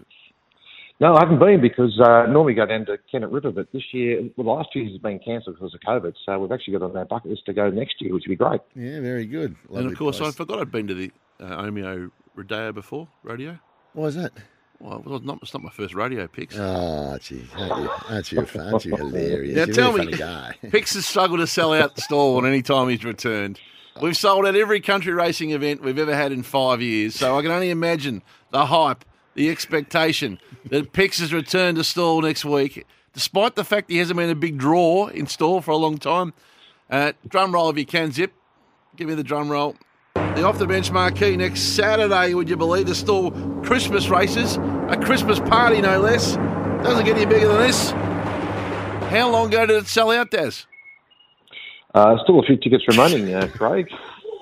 S11: No, I haven't been because uh, normally go down to Kennet River, but this year, well, last year's has been cancelled because of COVID. So we've actually got on our bucket list to go next year, which would be great.
S3: Yeah, very good.
S2: and
S3: Lovely
S2: of course, I
S3: place.
S2: forgot I'd been to the uh, Omeo Rodeo before. Rodeo.
S3: Why is that?
S2: Well, it was not, it's not my first rodeo picks.
S3: Oh, gee. Aren't you, aren't you, aren't you hilarious?
S2: Now
S3: You're a
S2: tell
S3: very
S2: me,
S3: funny guy.
S2: Pix has struggled to sell out the stall on any time he's returned. We've sold out every country racing event we've ever had in five years, so I can only imagine the hype, the expectation that Pix has returned to stall next week, despite the fact he hasn't been a big draw in stall for a long time. Uh, drum roll if you can, Zip. Give me the drum roll. The off the bench marquee next Saturday, would you believe? There's still Christmas races, a Christmas party no less. Doesn't get any bigger than this. How long ago did it sell out, Des?
S11: Uh, still a few tickets remaining, uh, Craig.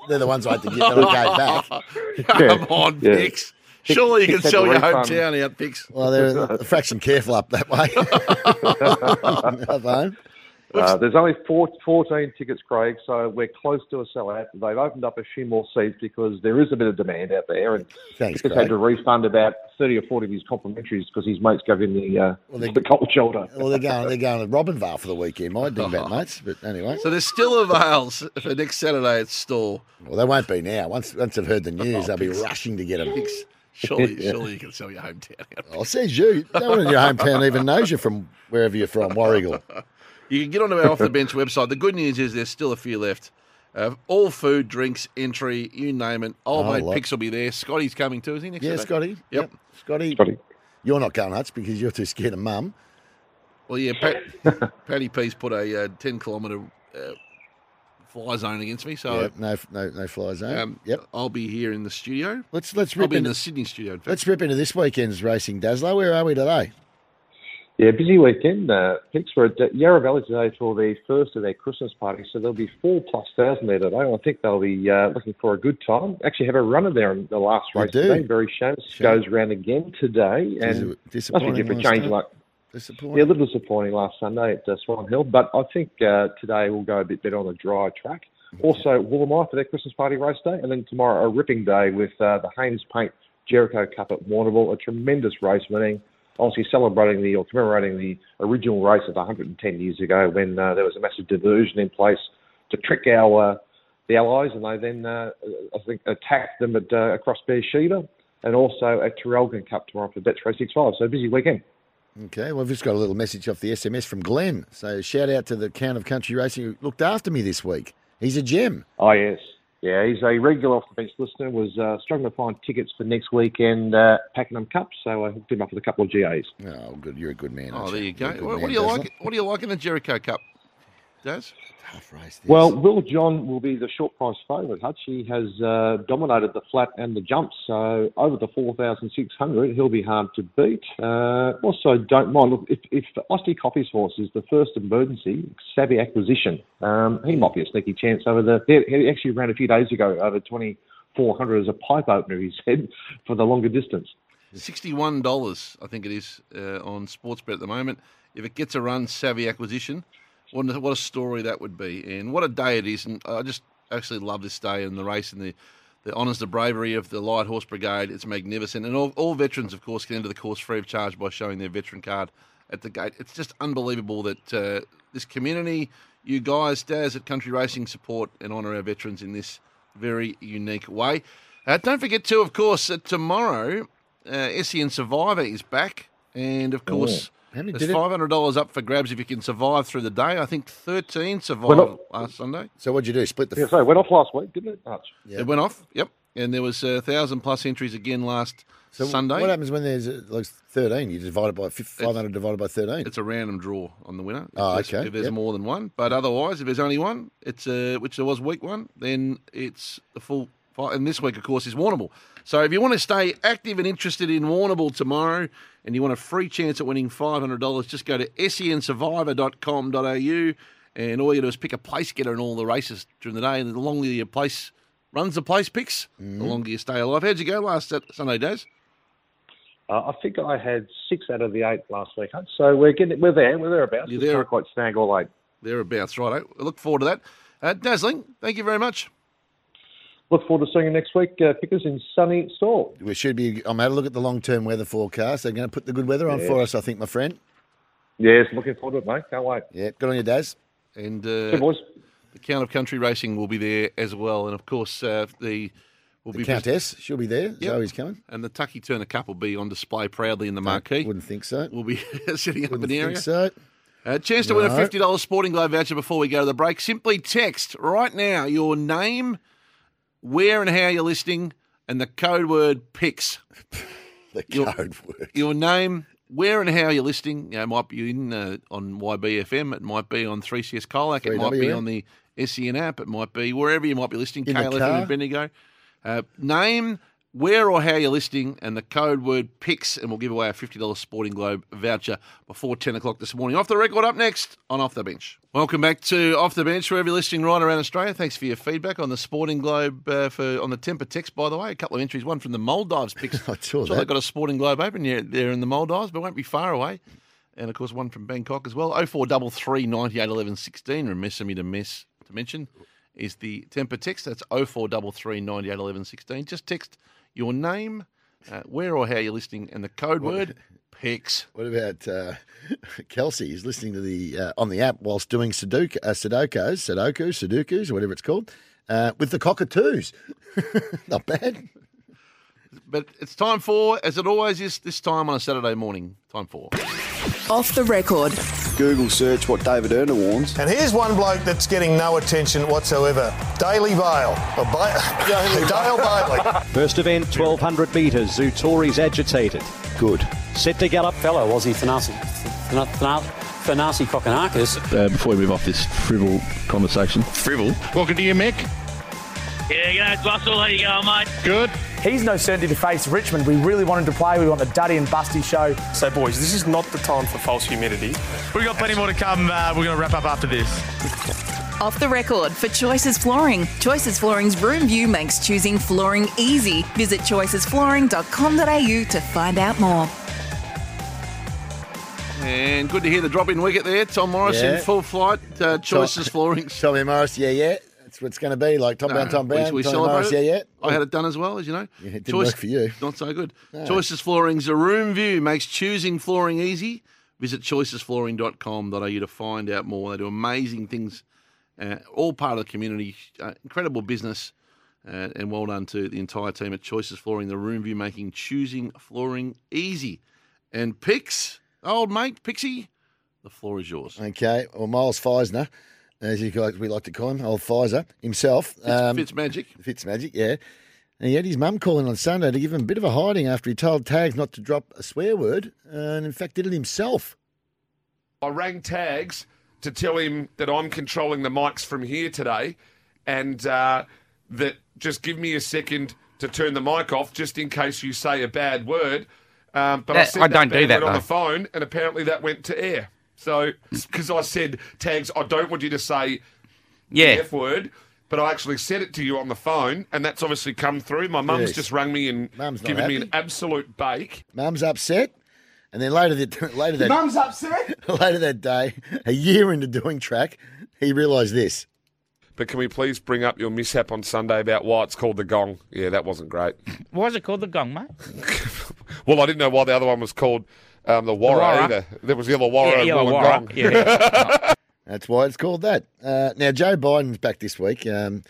S3: They're the ones I had to give that I gave back.
S2: Come on,
S11: Yeah.
S2: Pix. Surely you can
S3: Pix had
S2: sell
S3: the
S2: your
S3: refund.
S2: hometown out, Pix.
S3: Well, they're a fraction careful up that way. Have fun.
S11: Uh, there's only four, 14 tickets, Craig, so we're close to a sellout. They've opened up a few more seats because there is a bit of demand out there, and
S3: Thanks,
S11: Chris
S3: Craig.
S11: had to refund about 30 or 40 of his complimentaries because his mates gave him the uh,
S3: Well, they-
S11: the cold shoulder.
S3: well, they're going. They're going to Robinvale for the weekend. My dingbat mates. But anyway,
S2: So there's still avails for next Saturday at store.
S3: well, they won't be now. Once once they've heard the news, they'll be
S2: Pix.
S3: rushing to get them.
S2: Oh, Surely, surely you can sell your hometown out.
S3: I'll says you. No one in your hometown even knows you from wherever you're from, Warrigal.
S2: You can get onto our off the bench website. The good news is there's still a few left. Uh, all food, drinks, entry, you name it. Old
S3: Oh,
S2: mate
S3: lot.
S2: Pix will be there. Scotty's coming too, is he next
S3: Yeah,
S2: Saturday?
S3: Scotty.
S2: Yep.
S3: Scotty.
S2: Scotty.
S3: You're not going nuts because you're too scared of mum.
S2: Well, yeah, Pat, Paddy P's put a uh, 10 kilometre uh, fly zone against me, so
S3: Yep, no, no, no eh? fly zone.
S2: um, I'll be here in the studio.
S3: Let's let's
S2: I'll
S3: rip
S2: be in
S3: into
S2: the Sydney studio. in fact.
S3: let's rip into this weekend's racing, Dazzler. Where are we today?
S11: Yeah, busy weekend. Uh, picks were at Yarra Valley today for the first of their Christmas party, so there'll be four plus thousand there today. I think they'll be uh, looking for a good time. Actually, have a runner there in the last
S3: They
S11: race
S3: do.
S11: today. Very shame it goes round again today, and
S3: Dis-
S11: nothing
S3: disappointing
S11: different.
S3: last
S11: Change
S3: night.
S11: like
S3: Disappointing.
S11: yeah, a little disappointing last Sunday at uh, Swan Hill, but I think uh, today will go a bit better on a dry track. Also, Willamai for their Christmas party race day, and then tomorrow a ripping day with uh, the Haynes Paint Jericho Cup at Warrnambool, a tremendous race winning. Obviously, celebrating the or commemorating the original race of 110 years ago when uh, there was a massive diversion in place to trick our uh, the Allies, and they then uh, I think attacked them at uh, across Beersheba and also at Terrelgan Cup tomorrow for Bet 365. So busy weekend.
S3: Okay, well, I've just got a little message off the SMS from Glenn. So shout out to the Count of Country Racing who looked after me this week. He's a gem.
S11: Oh yes, yeah. He's a regular off the bench listener. Was uh, struggling to find tickets for next weekend uh, Pakenham Cup, so I hooked him up with a couple of GAs.
S3: Oh, good. You're a good man.
S2: Oh, there you go.
S11: good
S2: What,
S11: man,
S2: what do you
S11: Daz,
S2: like? What do you like in the Jericho Cup, Daz? Tough race.
S11: Well, Will John will be the short price favourite. Hutch he has uh, dominated the flat and the jumps, so over the four thousand six hundred, he'll be hard to beat. Uh, also, don't mind look if, if Austie Coffee's horse is the first emergency savvy acquisition, um, he might be a sneaky chance over the. He he actually ran a few days ago over twenty four hundred as a pipe opener. He said for the longer distance.
S2: Sixty-one dollars, I think it is, uh, on Sportsbet at the moment. If it gets a run, savvy acquisition. What a, what a story that would be, and what a day it is. And I just actually love this day and the race and the that honours the bravery of the Light Horse Brigade. It's magnificent, and all, all veterans, of course, can enter the course free of charge by showing their veteran card at the gate. It's just unbelievable that uh, this community, you guys, Daz at Country Racing, support and honour our veterans in this very unique way. Uh, don't forget too, of course, that tomorrow uh, SEN Survivor is back, and of course.
S3: How many
S2: There's
S3: Oh. did it?
S2: five hundred dollars up for grabs if you can survive through the day. I think thirteen survived
S11: Well,
S2: last Sunday.
S3: So what'd you do? Split the
S11: Yeah, so it went off last week, didn't it? Hutch?
S2: It went off. Yep, and there was a thousand plus entries again last
S3: So
S2: Sunday.
S3: What happens when there's uh, like 13? You divide it by fif- 500 divided by 13.
S2: It's a random draw on the winner. If
S3: Oh,
S2: there's-
S3: okay,
S2: If there's
S3: yep.
S2: more than one, but otherwise, if there's only one, it's uh, which there was week one, then it's the full. Fight. And this week, of course, is Warnable. So if you want to stay active and interested in Warnable tomorrow, and you want a free chance at winning five hundred dollars, just go to E sensurvivor.com.au, and all you do is pick a place getter in all the races during the day, and the longer your place runs the place picks,
S3: Mm-hmm.
S2: the longer you stay alive. How'd you go last Sat- Sunday, Daz?
S11: Uh, I think I had six out of the eight last week, Hutch. so we're getting we're there, we're thereabouts.
S2: You're
S11: Just
S2: there.
S11: can't quite snag all eight.
S2: Thereabouts, right? I look forward to that. Uh, Dazzling, thank you very much.
S11: Look forward to seeing you next week, uh, Pickers in sunny Stall.
S3: We should be. I'm had a look at the long term weather forecast. They're going to put the good weather on
S11: Yeah.
S3: for us, I think, my friend.
S11: Yes, looking forward to it, mate. Can't wait.
S3: Yeah, good on you, Daz.
S2: And uh,
S11: Hey, boys.
S2: the Count of Country Racing will be there as well, and of course uh, the will
S3: The
S2: be
S3: Countess, she'll be there.
S2: Yep.
S3: Zoe's coming.
S2: and the Tucky Turner Cup will be on display proudly in the marquee.
S3: Wouldn't think so.
S2: We'll be sitting up in
S3: Wouldn't
S2: the
S3: think
S2: area.
S3: so.
S2: A chance to win a
S3: No.
S2: fifty dollars sporting globe voucher before we go to the break. Simply text right now your name, where and how you're listening, and the code word PIX.
S3: the
S2: code
S3: word.
S2: Your name, where and how you're listening. You know, it might be in uh, on YBFM. It might be on 3CS Colac. It might be
S3: 3WM.
S2: on the SEN app. It might be wherever you might be listening.
S3: In the
S2: KLF
S3: car.
S2: and Bendigo. Uh, name, where or how you're listening, and the code word PIX, and we'll give away a $50 Sporting Globe voucher before 10 o'clock this morning. Off the record, up next on Off the Bench. Welcome back to Off the Bench, wherever you're listening right around Australia. Thanks for your feedback on the Sporting Globe uh, for on the temper text, by the way. A couple of entries, one from the Maldives picks. I
S3: saw
S2: so
S3: that.
S2: they've got a Sporting Globe open yeah, there in the Maldives, but won't be far away. And of course, one from Bangkok as well. 0433 98 11 16. Remiss of me to miss to mention is the temper text. That's 0433 98 11 16. Just text your name, uh, where or how you're listening, and the code word E PEX.
S3: What about uh, Kelsey? Is listening to the uh, on the app whilst doing Sudoku, uh, Sudokus, Sudoku, Sudokus, or whatever it's called, uh, with the cockatoos. Not bad.
S2: But it's time for, as it always is, this time on a Saturday morning. Time for.
S16: Off the record.
S12: Google search what David Erner warns.
S13: And here's one bloke that's getting no attention whatsoever. Daily Bale. Or Ba- Dale Bailey.
S14: First event, 1200 metres. Zutori's agitated. Good. Set to gallop. Fellow Aussie Thanasi. Thanasi Kokonakis.
S15: Uh, before we move off this frivol conversation,
S1: Frivol. Welcome to you, Mick.
S17: Yeah, g'day, Russell. How you going, mate?
S1: Good.
S18: He's no certainty to face Richmond. We really want him to play. We want the Duddy and Busty show.
S19: So, boys, this is not the time for false humidity.
S21: We've got plenty more to come. Uh, we're going to wrap up after this.
S16: Off the record for Choices Flooring. Choices Flooring's room view makes choosing flooring easy. Visit choicesflooring.com.au to find out more.
S2: And good to hear the drop in wicket there. Tom Morris in
S3: Yeah.
S2: full flight. Uh, choices flooring.
S3: Tommy Morris, yeah, yeah. That's what it's going to be like. Tom
S2: No,
S3: Brown, Tom
S2: we-
S3: Brown.
S2: we
S3: Tommy
S2: celebrate
S3: Morris,
S2: it.
S3: yeah, yeah.
S2: I had it done as well, as you know.
S3: Yeah, it didn't work for you.
S2: Not so good.
S3: No.
S2: Choices Flooring's a room view, makes choosing flooring easy. Visit choicesflooring.com.au to find out more. They do amazing things, uh, all part of the community. Uh, incredible business. Uh, and well done to the entire team at Choices Flooring, the room view making choosing flooring easy. And Pix, old mate, Pixie, the floor is yours.
S3: Okay. Well, Miles Feisner, as you guys, we like to call him, old Pfizer himself. Um,
S2: Fitz Magic.
S3: Fitz Magic, yeah. And he had his mum calling on Sunday to give him a bit of a hiding after he told Tags not to drop a swear word, and in fact did it himself.
S1: I rang Tags to tell him that I'm controlling the mics from here today and uh, that just give me a second to turn the mic off just in case you say a bad word. Um, but I
S22: Yeah,
S1: said
S22: I
S1: that
S22: don't
S1: bad
S22: do that,
S1: word on the
S22: though. Mm.
S1: phone and apparently that went to air. So, because I said, Tags, I don't want you to say
S22: Yeah.
S1: the F word. But I actually said it to you on the phone, and that's obviously come through. My mum's
S3: Yes.
S1: just rung me and
S3: Mum's not
S1: given me
S3: happy.
S1: an absolute bake.
S3: Mum's upset, and then later that later that
S1: upset.
S3: later that day, a year into doing track, he realised this.
S1: But can we please bring up your mishap on Sunday about why it's called the gong? Yeah, that wasn't great.
S25: Why is it called the gong, mate?
S1: Well, I didn't know why the other one was called um, the Warra
S25: Warra.
S1: either. There was Yellow Warra
S25: Yeah,
S1: and
S25: Yellow
S1: Will
S25: Warra.
S1: and Gong.
S25: Yeah, yeah.
S3: That's why it's called that. Uh, now Joe Biden's back this week. Um,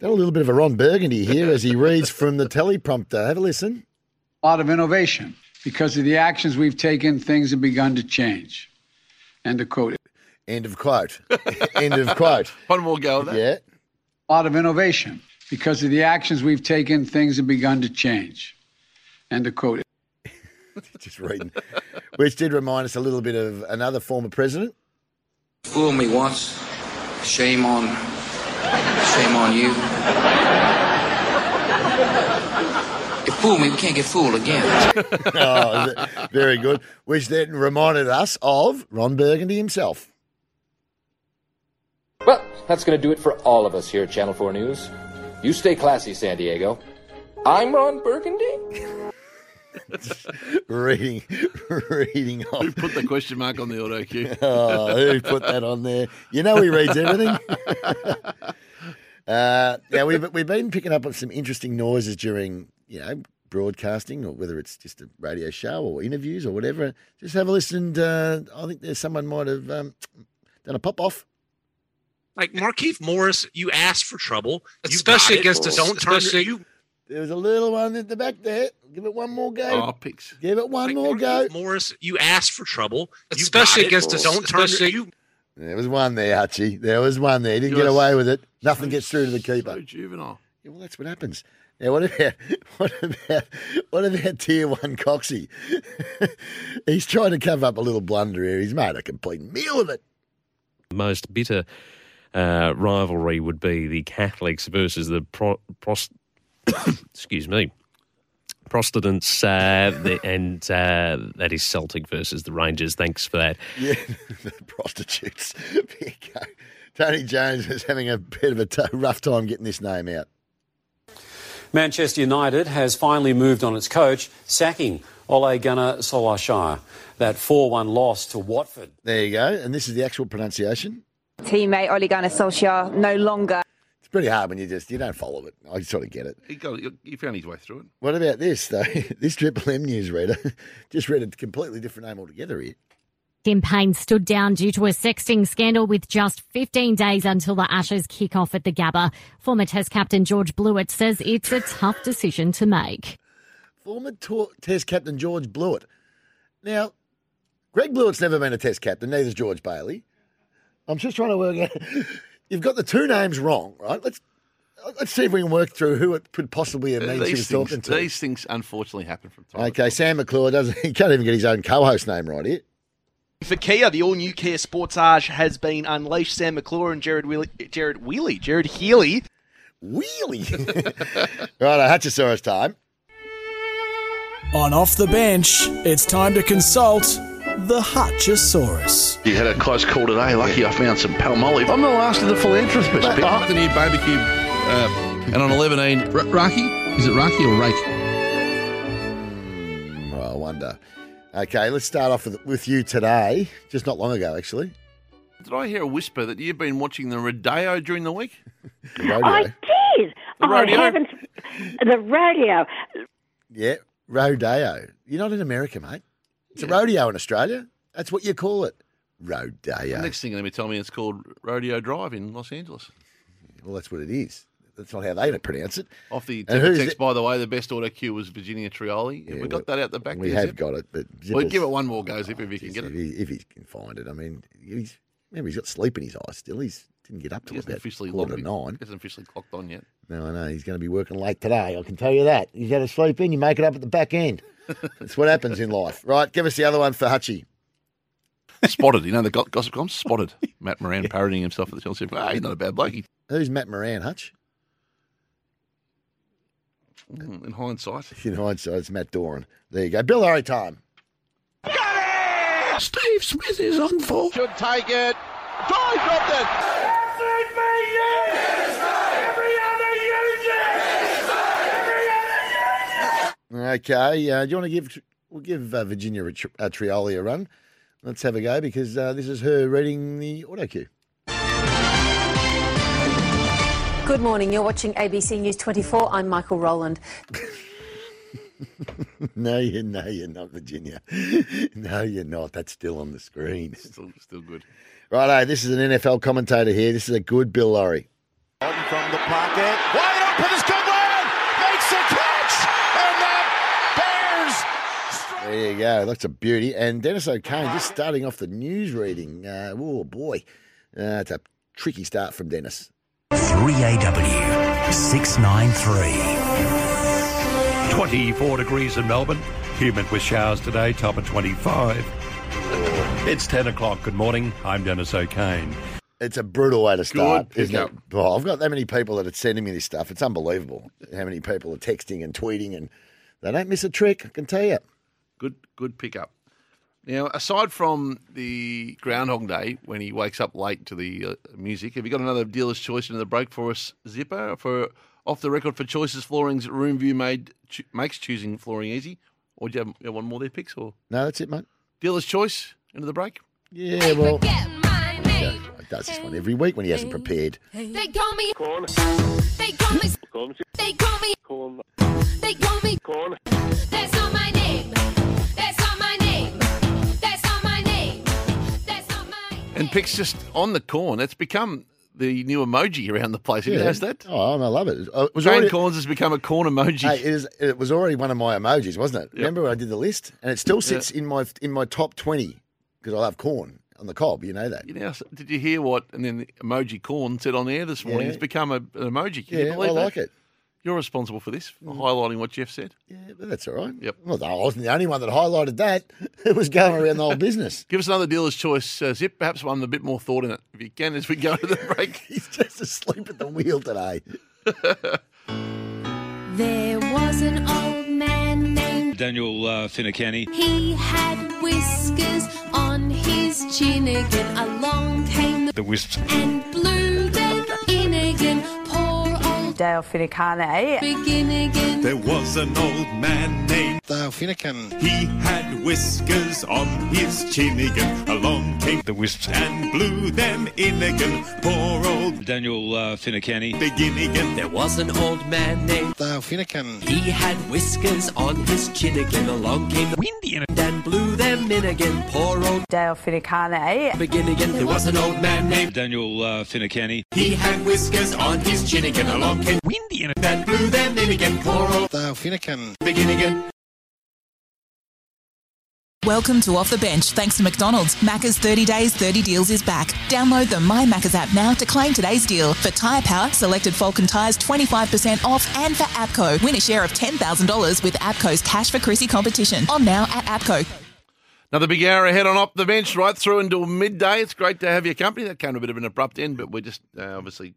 S3: done a little bit of a Ron Burgundy here as he reads from the teleprompter. Have a listen.
S17: a lot of innovation. Because of the actions we've taken, things have begun to change. End of quote.
S3: End of quote. End of quote.
S2: One more go of that.
S3: Yeah.
S17: A lot of innovation. Because of the actions we've taken, things have begun to change. End of quote.
S3: Just reading. Which did remind us a little bit of another former president.
S23: Fool me once, shame on, shame on you. If fool me, we can't get fooled again.
S3: oh, th- very good. Which then reminded us of Ron Burgundy himself.
S31: Well, that's going to do it for all of us here at Channel 4 News. You stay classy, San Diego. I'm Ron Burgundy.
S3: reading, reading off. Who
S2: put the question mark on the auto cue?
S3: oh, who put that on there? You know he reads everything. uh, now we've we've been picking up on some interesting noises during you know broadcasting, or whether it's just a radio show or interviews or whatever. Just have a listen. Uh, I think there's someone might have um, done a pop off.
S31: Like Markeith Morris, you asked for trouble, you
S3: Especially
S31: got it.
S3: against us.
S31: Don't turn
S3: Especially-
S31: you.
S3: There was a little one at the back there. Give it one more go.
S31: Oh,
S2: picks.
S3: Give it one more go.
S31: Morris, you asked for trouble, you
S3: Especially
S31: got it.
S3: against us.
S31: Don't turn
S3: Especially-
S31: you.
S3: There was one there, Hutchie. There was one there. He didn't
S2: You
S3: get
S2: are
S3: away with it. Nothing gets through to the keeper.
S2: Juvenile.
S3: Yeah, well, that's what happens. Now, what about what about what about Tier One Coxie? He's trying to cover up a little blunder here. He's made a complete meal of it.
S32: most bitter uh, rivalry would be the Catholics versus the pro- pros- excuse me Protestants, uh, the, and uh, that is Celtic versus the Rangers. Thanks for that.
S3: Yeah, the prostitutes. There you go. Tony Jones is having a bit of a t- rough time getting this name out.
S23: Manchester United has finally moved on its coach, sacking Ole Gunnar Solskjaer. That 4 1 loss to Watford.
S3: There you go. And this is the actual pronunciation.
S33: Teammate Ole Gunnar Solskjaer no longer.
S3: It's pretty hard when you just you don't follow it. I sort of get it.
S2: He got it. He found his way through it.
S3: What about this though? this Triple M newsreader just read a completely different name altogether here.
S34: Tim Payne stood down due to a sexting scandal with just 15 days until the Ashes kick off at the Gabba. Former Test captain George Blewett says it's a tough decision to make.
S3: Former Tor- Test captain George Blewett. Now, Greg Blewett's never been a test captain, neither's George Bailey. I'm just trying to work out. You've got the two names wrong, right? Let's let's see if we can work through who it could possibly have been she was
S2: These
S3: talking
S2: things,
S3: to.
S2: these things unfortunately happen from time.
S3: Okay, Sam McClure doesn't. He can't even get his own co-host name right here.
S35: For Kia, the all-new Kia Sportage has been unleashed. Sam McClure and Jared Wheelie, Jared Wheelie, Jared Healy.
S3: Wheelie. Right, Hatchosaurus time.
S36: On Off the Bench, it's time to consult the Hutchosaurus.
S37: You had a close call today. Lucky I found some palmolive. I'm the last of the philanthropists.
S2: But after the new barbecue, uh, and on 11, R- Rocky? Is it Rocky or Rake?
S3: Hmm, Well, I wonder. Okay, let's start off with, with you today. Just not long ago, actually.
S2: Did I hear a whisper that you've been watching the rodeo during the week?
S3: rodeo.
S9: I did.
S2: The rodeo.
S9: I haven't. The rodeo.
S3: Yeah, rodeo. You're not in America, mate. It's a rodeo in Australia. That's what you call it. Rodeo.
S2: The next thing you're going to be telling me it's called Rodeo Drive in Los Angeles.
S3: Well, that's what it is. That's not how they pronounce it.
S2: Off the
S3: And who's
S2: text,
S3: it-
S2: by the way, the best auto cue was Virginia Trioli. Have we got that out the back.
S3: We
S2: there,
S3: have
S2: Zip?
S3: got it, but
S2: Well,
S3: Zippers-
S2: give it one more go, Zip, if you can get
S3: if
S2: it.
S3: he, if he can find it. I mean, he's maybe he's got sleep in his eyes still. He's didn't get up
S2: He
S3: till
S2: hasn't
S3: about
S2: officially
S3: quarter to
S2: logged-
S3: nine.
S2: Hasn't officially clocked on yet.
S3: No, I know he's going to be working late today. I can tell you that. He's had to sleep in. You make it up at the back end. That's what happens in life, right? Give us the other one for Hutchie.
S2: spotted, you know, the go- gossip column spotted. Matt Moran parodying himself at the Chelsea. Ah, he's not a bad bloke. He,
S3: Who's Matt Moran, Hutch?
S2: mm, in hindsight,
S3: In hindsight, it's Matt Doran. There you go. Bill Murray time.
S2: Steve Smith is on for.
S38: Should take it. Dive dropped it.
S3: Okay. Uh, do you want to give we'll give uh, Virginia Ritri- uh, Trioli a run? Let's have a go because uh, this is her reading the auto cue.
S38: Good morning. You're watching ABC News 24. I'm Michael Rowland.
S3: no, you no, you're not, Virginia. no, you're not. That's still on the screen.
S2: Still, still good.
S3: Righto, this is an NFL commentator here. This is a good Bill Laurie.
S38: From the pocket. Wide open is Goodwin. Makes a catch. And the Bears.
S3: There you go. That's a beauty. And Dennis O'Kane just starting off the news reading. Uh, oh boy, uh, it's a tricky start from Dennis.
S39: 3AW 693. 24 degrees in Melbourne. Humid with showers today, top of 25. It's 10 o'clock. Good morning. I'm Dennis O'Kane.
S3: It's a brutal way to start,
S39: Good
S3: isn't it? Oh, I've got that many people that are sending me this stuff. It's unbelievable how many people are texting and tweeting, and they don't miss a trick. I can tell you.
S2: Good, good pickup. Now, aside from the Groundhog Day, when he wakes up late to the uh, music, have you got another dealer's choice into the break for us, Zipper? For off the record for choices, floorings, room view made cho- makes choosing flooring easy. Or do you have, you have one more there, picks or
S3: No, that's it, mate.
S2: dealer's choice into the break?
S3: Yeah, well, he does this one every week when he hasn't prepared.
S7: They call me corn. They call me corn. They call me corn. They call me corn. That's not my name. That's not my name. That's not my name. That's not my.
S2: And picks just on the corn. That's become the new emoji around the place. Have you
S3: Yeah.
S2: noticed that?
S3: Oh, and I love it. Uh, It
S2: Jane
S3: already-
S2: Corns has become a corn emoji.
S3: Hey, it, is, it was already one of my emojis, wasn't it? Remember when I did the list, and it still
S2: Yeah.
S3: sits in my in my top twenty because I love corn on the cob. You know that.
S2: You know, did you hear what? And then the emoji corn said on air this morning.
S3: Yeah.
S2: It's become a, an emoji. Can you
S3: yeah, I
S2: believe that?
S3: like it. Mm.
S2: You're responsible for this, for highlighting what Jeff said.
S3: Yeah, but that's all right.
S2: Yep.
S3: Well, I wasn't the only one that highlighted that. It was going around the whole business.
S2: Give us another dealer's choice, uh, Zip. Perhaps one with a bit more thought in it, if you can, as we go to the break. He's
S3: just asleep at the wheel today.
S7: There was an old man named. Daniel uh, Finnacani. He had whiskers on his chin again. Along came the The Wisps. and blew them in again. Poor old
S32: Dale Finicane. eh?
S7: begin again.
S32: There was an old man named Dale Finnegan. He had whiskers on his chin again. Along came the wisps and blew them in again. Poor old
S7: Daniel uh, Finnacani.
S32: begin again. There was an old man named Dale Finnegan. He had whiskers on his chin again. Along came the windy and then blew them in again. Poor old Dale Finicane. eh? begin again. There was an old man named
S7: Daniel uh, Finnacani.
S32: He had whiskers on his chin again. Along came windy and then blew them in again. Poor old Dale Finnegan. Begin again.
S10: Welcome to Off the Bench, thanks to McDonald's. Macca's 30 Days, 30 Deals is back. Download the My Macca's app now to claim today's deal. For Tyre Power, selected Falcon tyres 25% off, and for APCO, win a share of $10,000 with APCO's Cash for Chrissy competition. On now at APCO.
S2: Another big hour ahead on Up the Bench, right through until midday. It's great to have your company. That came to a bit of an abrupt end, but we're just uh, obviously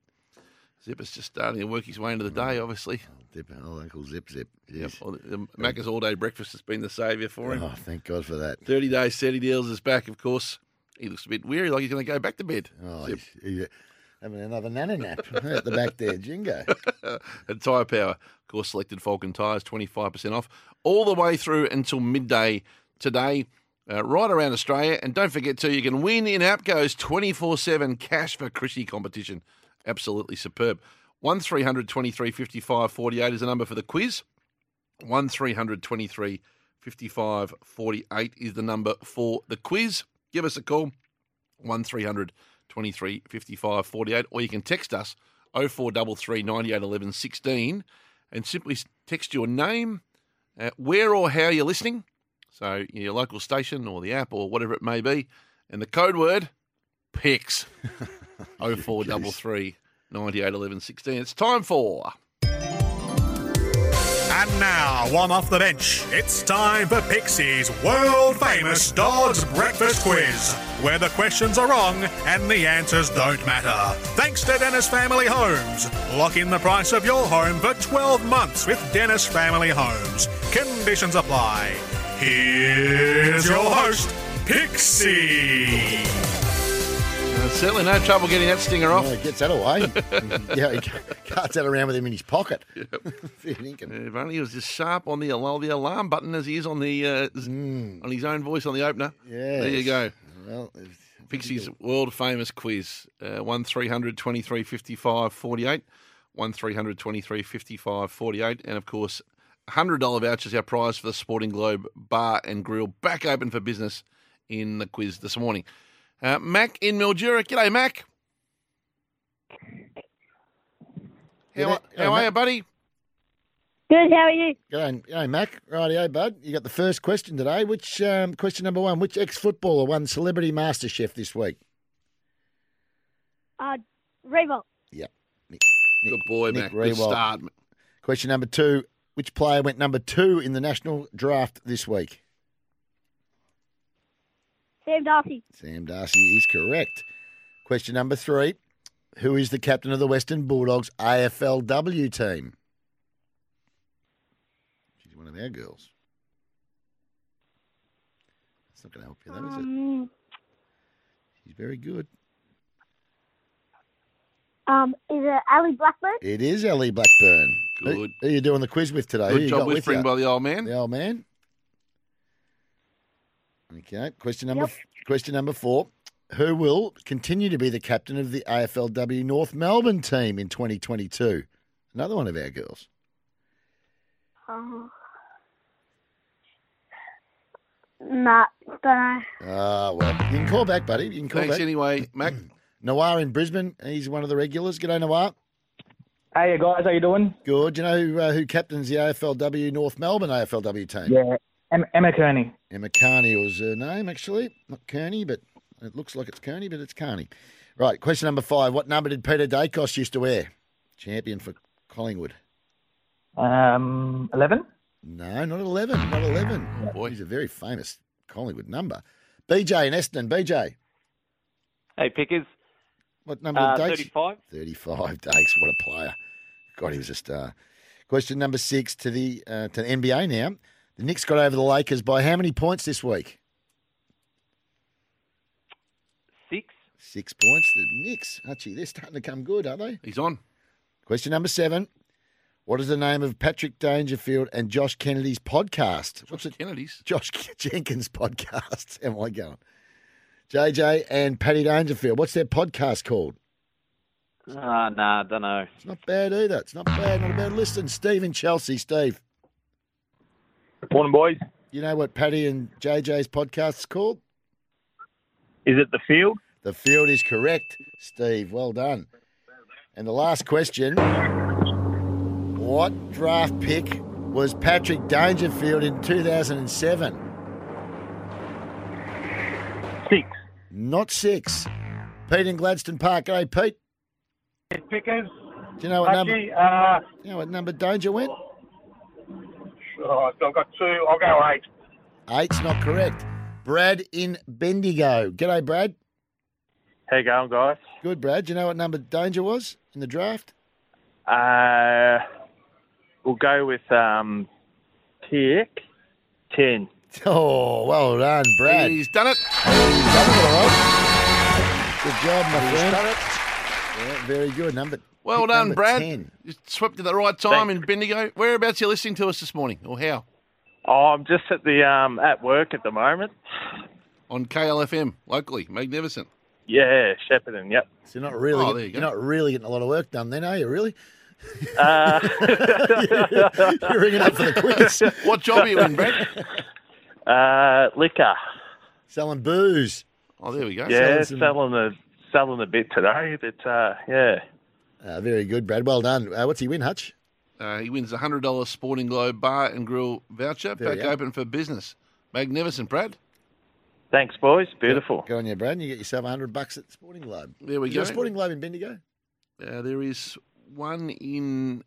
S2: Zipper's just starting to work his way into the day. Obviously,
S3: Mm. Zip, oh, Uncle Zip Zip.
S2: Yep. Well, the- the Macca's all day breakfast has been the saviour for him.
S3: Oh, thank God for that.
S2: Thirty days, thirty deals is back. Of course, he looks a bit weary, like he's going to go back to bed.
S3: Oh, he's, he's having another nana nap at the back there, Jingo.
S2: at Tyre Power. Of course, selected Falcon tyres, 25% off, all the way through until midday today, uh, right around Australia. And don't forget, too, you can win in APCO's 24 7 Cash for Chrissy competition. Absolutely superb. 1300 23 55 48 is the number for the quiz. 1300 23 55 48 is the number for the quiz. Give us a call. 1300 23 55 48, or you can text us 0433 98 11 16 and simply s- text your name, uh, where or how you're listening, so your local station or the app or whatever it may be, and the code word PIX 0433 98 11 16. It's time for.
S10: And now, one off the bench, it's time for Pixie's world famous Dodd's Breakfast Quiz, where the questions are wrong and the answers don't matter. Thanks to Dennis Family Homes. Lock in the price of your home for 12 months with Dennis Family Homes. Conditions apply. Here's your host, Pixie.
S2: Uh, certainly no trouble getting that stinger off.
S3: No, he gets that away. yeah, he carts that around with him in his pocket.
S2: If only he was as sharp on the, al- the alarm button as he is on the uh, z- on his own voice on the opener. There you
S3: Hmm. Yes.
S2: go.
S3: Well,
S2: Pixie's world famous quiz. Uh, 1 300 23 55 48. 1 300 23 55 48. And of course, $100 vouchers, our prize for the Sporting Globe Bar and Grill back open for business in the quiz this morning. Uh, Mac in Mildura. G'day, Mac. How,
S3: G'day. Oh,
S2: how are
S3: Mac.
S2: you, buddy?
S3: Good, how are you? G'day, g'day Mac. Rightio, bud. You got the first question today. Which um, question number one? Which ex-footballer won Celebrity MasterChef this week?
S11: Uh, Revolt.
S3: Yep.
S2: Good boy,
S3: Nick
S2: Mac. Good
S3: Riewoldt.
S2: start.
S3: Question number two. Which player went number two in the national draft this week?
S11: Sam Darcy.
S3: Sam Darcy is correct. Question number three. Who is the captain of the Western Bulldogs AFLW team? She's one of our girls. That's not going to help you, though, is it?
S11: Um,
S3: She's very good.
S11: um, is it Ali Blackburn?
S3: It is Ellie Blackburn. Who-
S2: Good.
S3: Who, you doing the quiz with today? Who
S2: Good
S3: you
S2: job
S3: got with
S2: whispering
S3: you?
S2: by the old man.
S3: The old man. Okay. Question number f- question number four. Who will continue to be the captain of the AFLW North Melbourne team in 2022? Another one of our girls.
S11: Oh. Nah, don't know.
S3: Ah, well, you can call back, buddy. You can call
S2: Thanks
S3: back.
S2: anyway, Mac.
S3: Noir in Brisbane. He's one of the regulars. G'day, Noir. Hey, guys. How you doing? Good. You know who, uh, who captains the AFLW North Melbourne AFLW team?
S12: Yeah, Em- Emma Kearney.
S3: Emma Carney was her name, actually. Not Kearney, but it looks like it's Kearney, but it's Carney. Right, question number five. What number did Peter Dacos used to wear? Champion for Collingwood.
S12: Um, eleven.
S3: No, not 11. Not 11. Oh, boy. He's a very famous Collingwood number. BJ in Eston. BJ.
S13: Hey, Pickers.
S3: What number
S13: uh,
S3: of dates?
S13: 35.
S3: 35 days. What a player. God, he was a star. Question number six to the uh, to the NBA now. The Knicks got over the Lakers by how many points this week?
S13: Six.
S3: Six points. The Knicks, Hutchie, they're starting to come good, aren't they?
S2: He's on.
S3: Question number seven. What is the name of Patrick Dangerfield and Josh Kennedy's podcast? What's it?
S2: Kennedy's?
S3: Josh Jenkins' podcast. Am I going? JJ and Patty Dangerfield. What's their podcast called?
S13: Ah, nah, don't know.
S3: It's not bad either. It's not bad. Not a bad listen. Steve in Chelsea. Steve.
S14: Morning, boys.
S3: You know what Patty and JJ's podcast's called?
S14: Is it the field?
S3: The field is correct, Steve. Well done. And the last question What draft pick was Patrick Dangerfield in 2007? not six. Pete in Gladstone Park. G'day, Pete.
S25: Pickers.
S3: Do you know what number?
S25: Lucky, uh,
S3: do you know what number Danger went?
S25: Oh, so I've got two. I'll go eight.
S3: Eight's not correct. Brad in Bendigo. G'day, Brad.
S1: How you going, guys?
S3: Good, Brad. Do you know what number Danger was in the draft?
S1: Uh, we'll go with um, tick ten.
S3: Oh, well done, Brad.
S1: He's
S3: done it. done it, all right. Good job, my
S2: He's
S3: friend.
S2: done it.
S3: Yeah, very good. Number.
S2: Well
S3: pick
S2: done,
S3: number
S2: Brad.
S3: 10.
S2: You swept at the right time in Bendigo. Whereabouts are you listening to us this morning, or how?
S1: Oh, I'm just at the um, at work at the moment.
S2: On KLFM locally, magnificent.
S1: Yeah, Shepparton. Yep.
S3: So you're not really.
S2: Oh, there
S3: getting,
S2: you
S3: you are not really getting a lot of work done, then, are you? Really?
S1: Uh,
S3: You're ringing up for the quiz.
S1: What job are you in, Brad? Uh, liquor.
S3: Selling booze.
S2: Oh, there we go.
S1: Yeah,
S3: Selling some-
S1: selling a selling a bit today, but uh, yeah.
S3: Uh, very good, Brad. Well done. Uh, what's he win, Hutch?
S2: Uh, he wins a hundred dollar Sporting Globe bar and grill voucher
S3: There we
S2: back
S3: go.
S2: open for business. Magnificent, Brad.
S1: Thanks, boys. Beautiful.
S3: Go on, you, Brad. And you get yourself hundred bucks at Sporting Globe.
S2: There we
S3: Is
S2: go.
S3: there a Sporting Globe in Bendigo.
S2: Uh, there is one in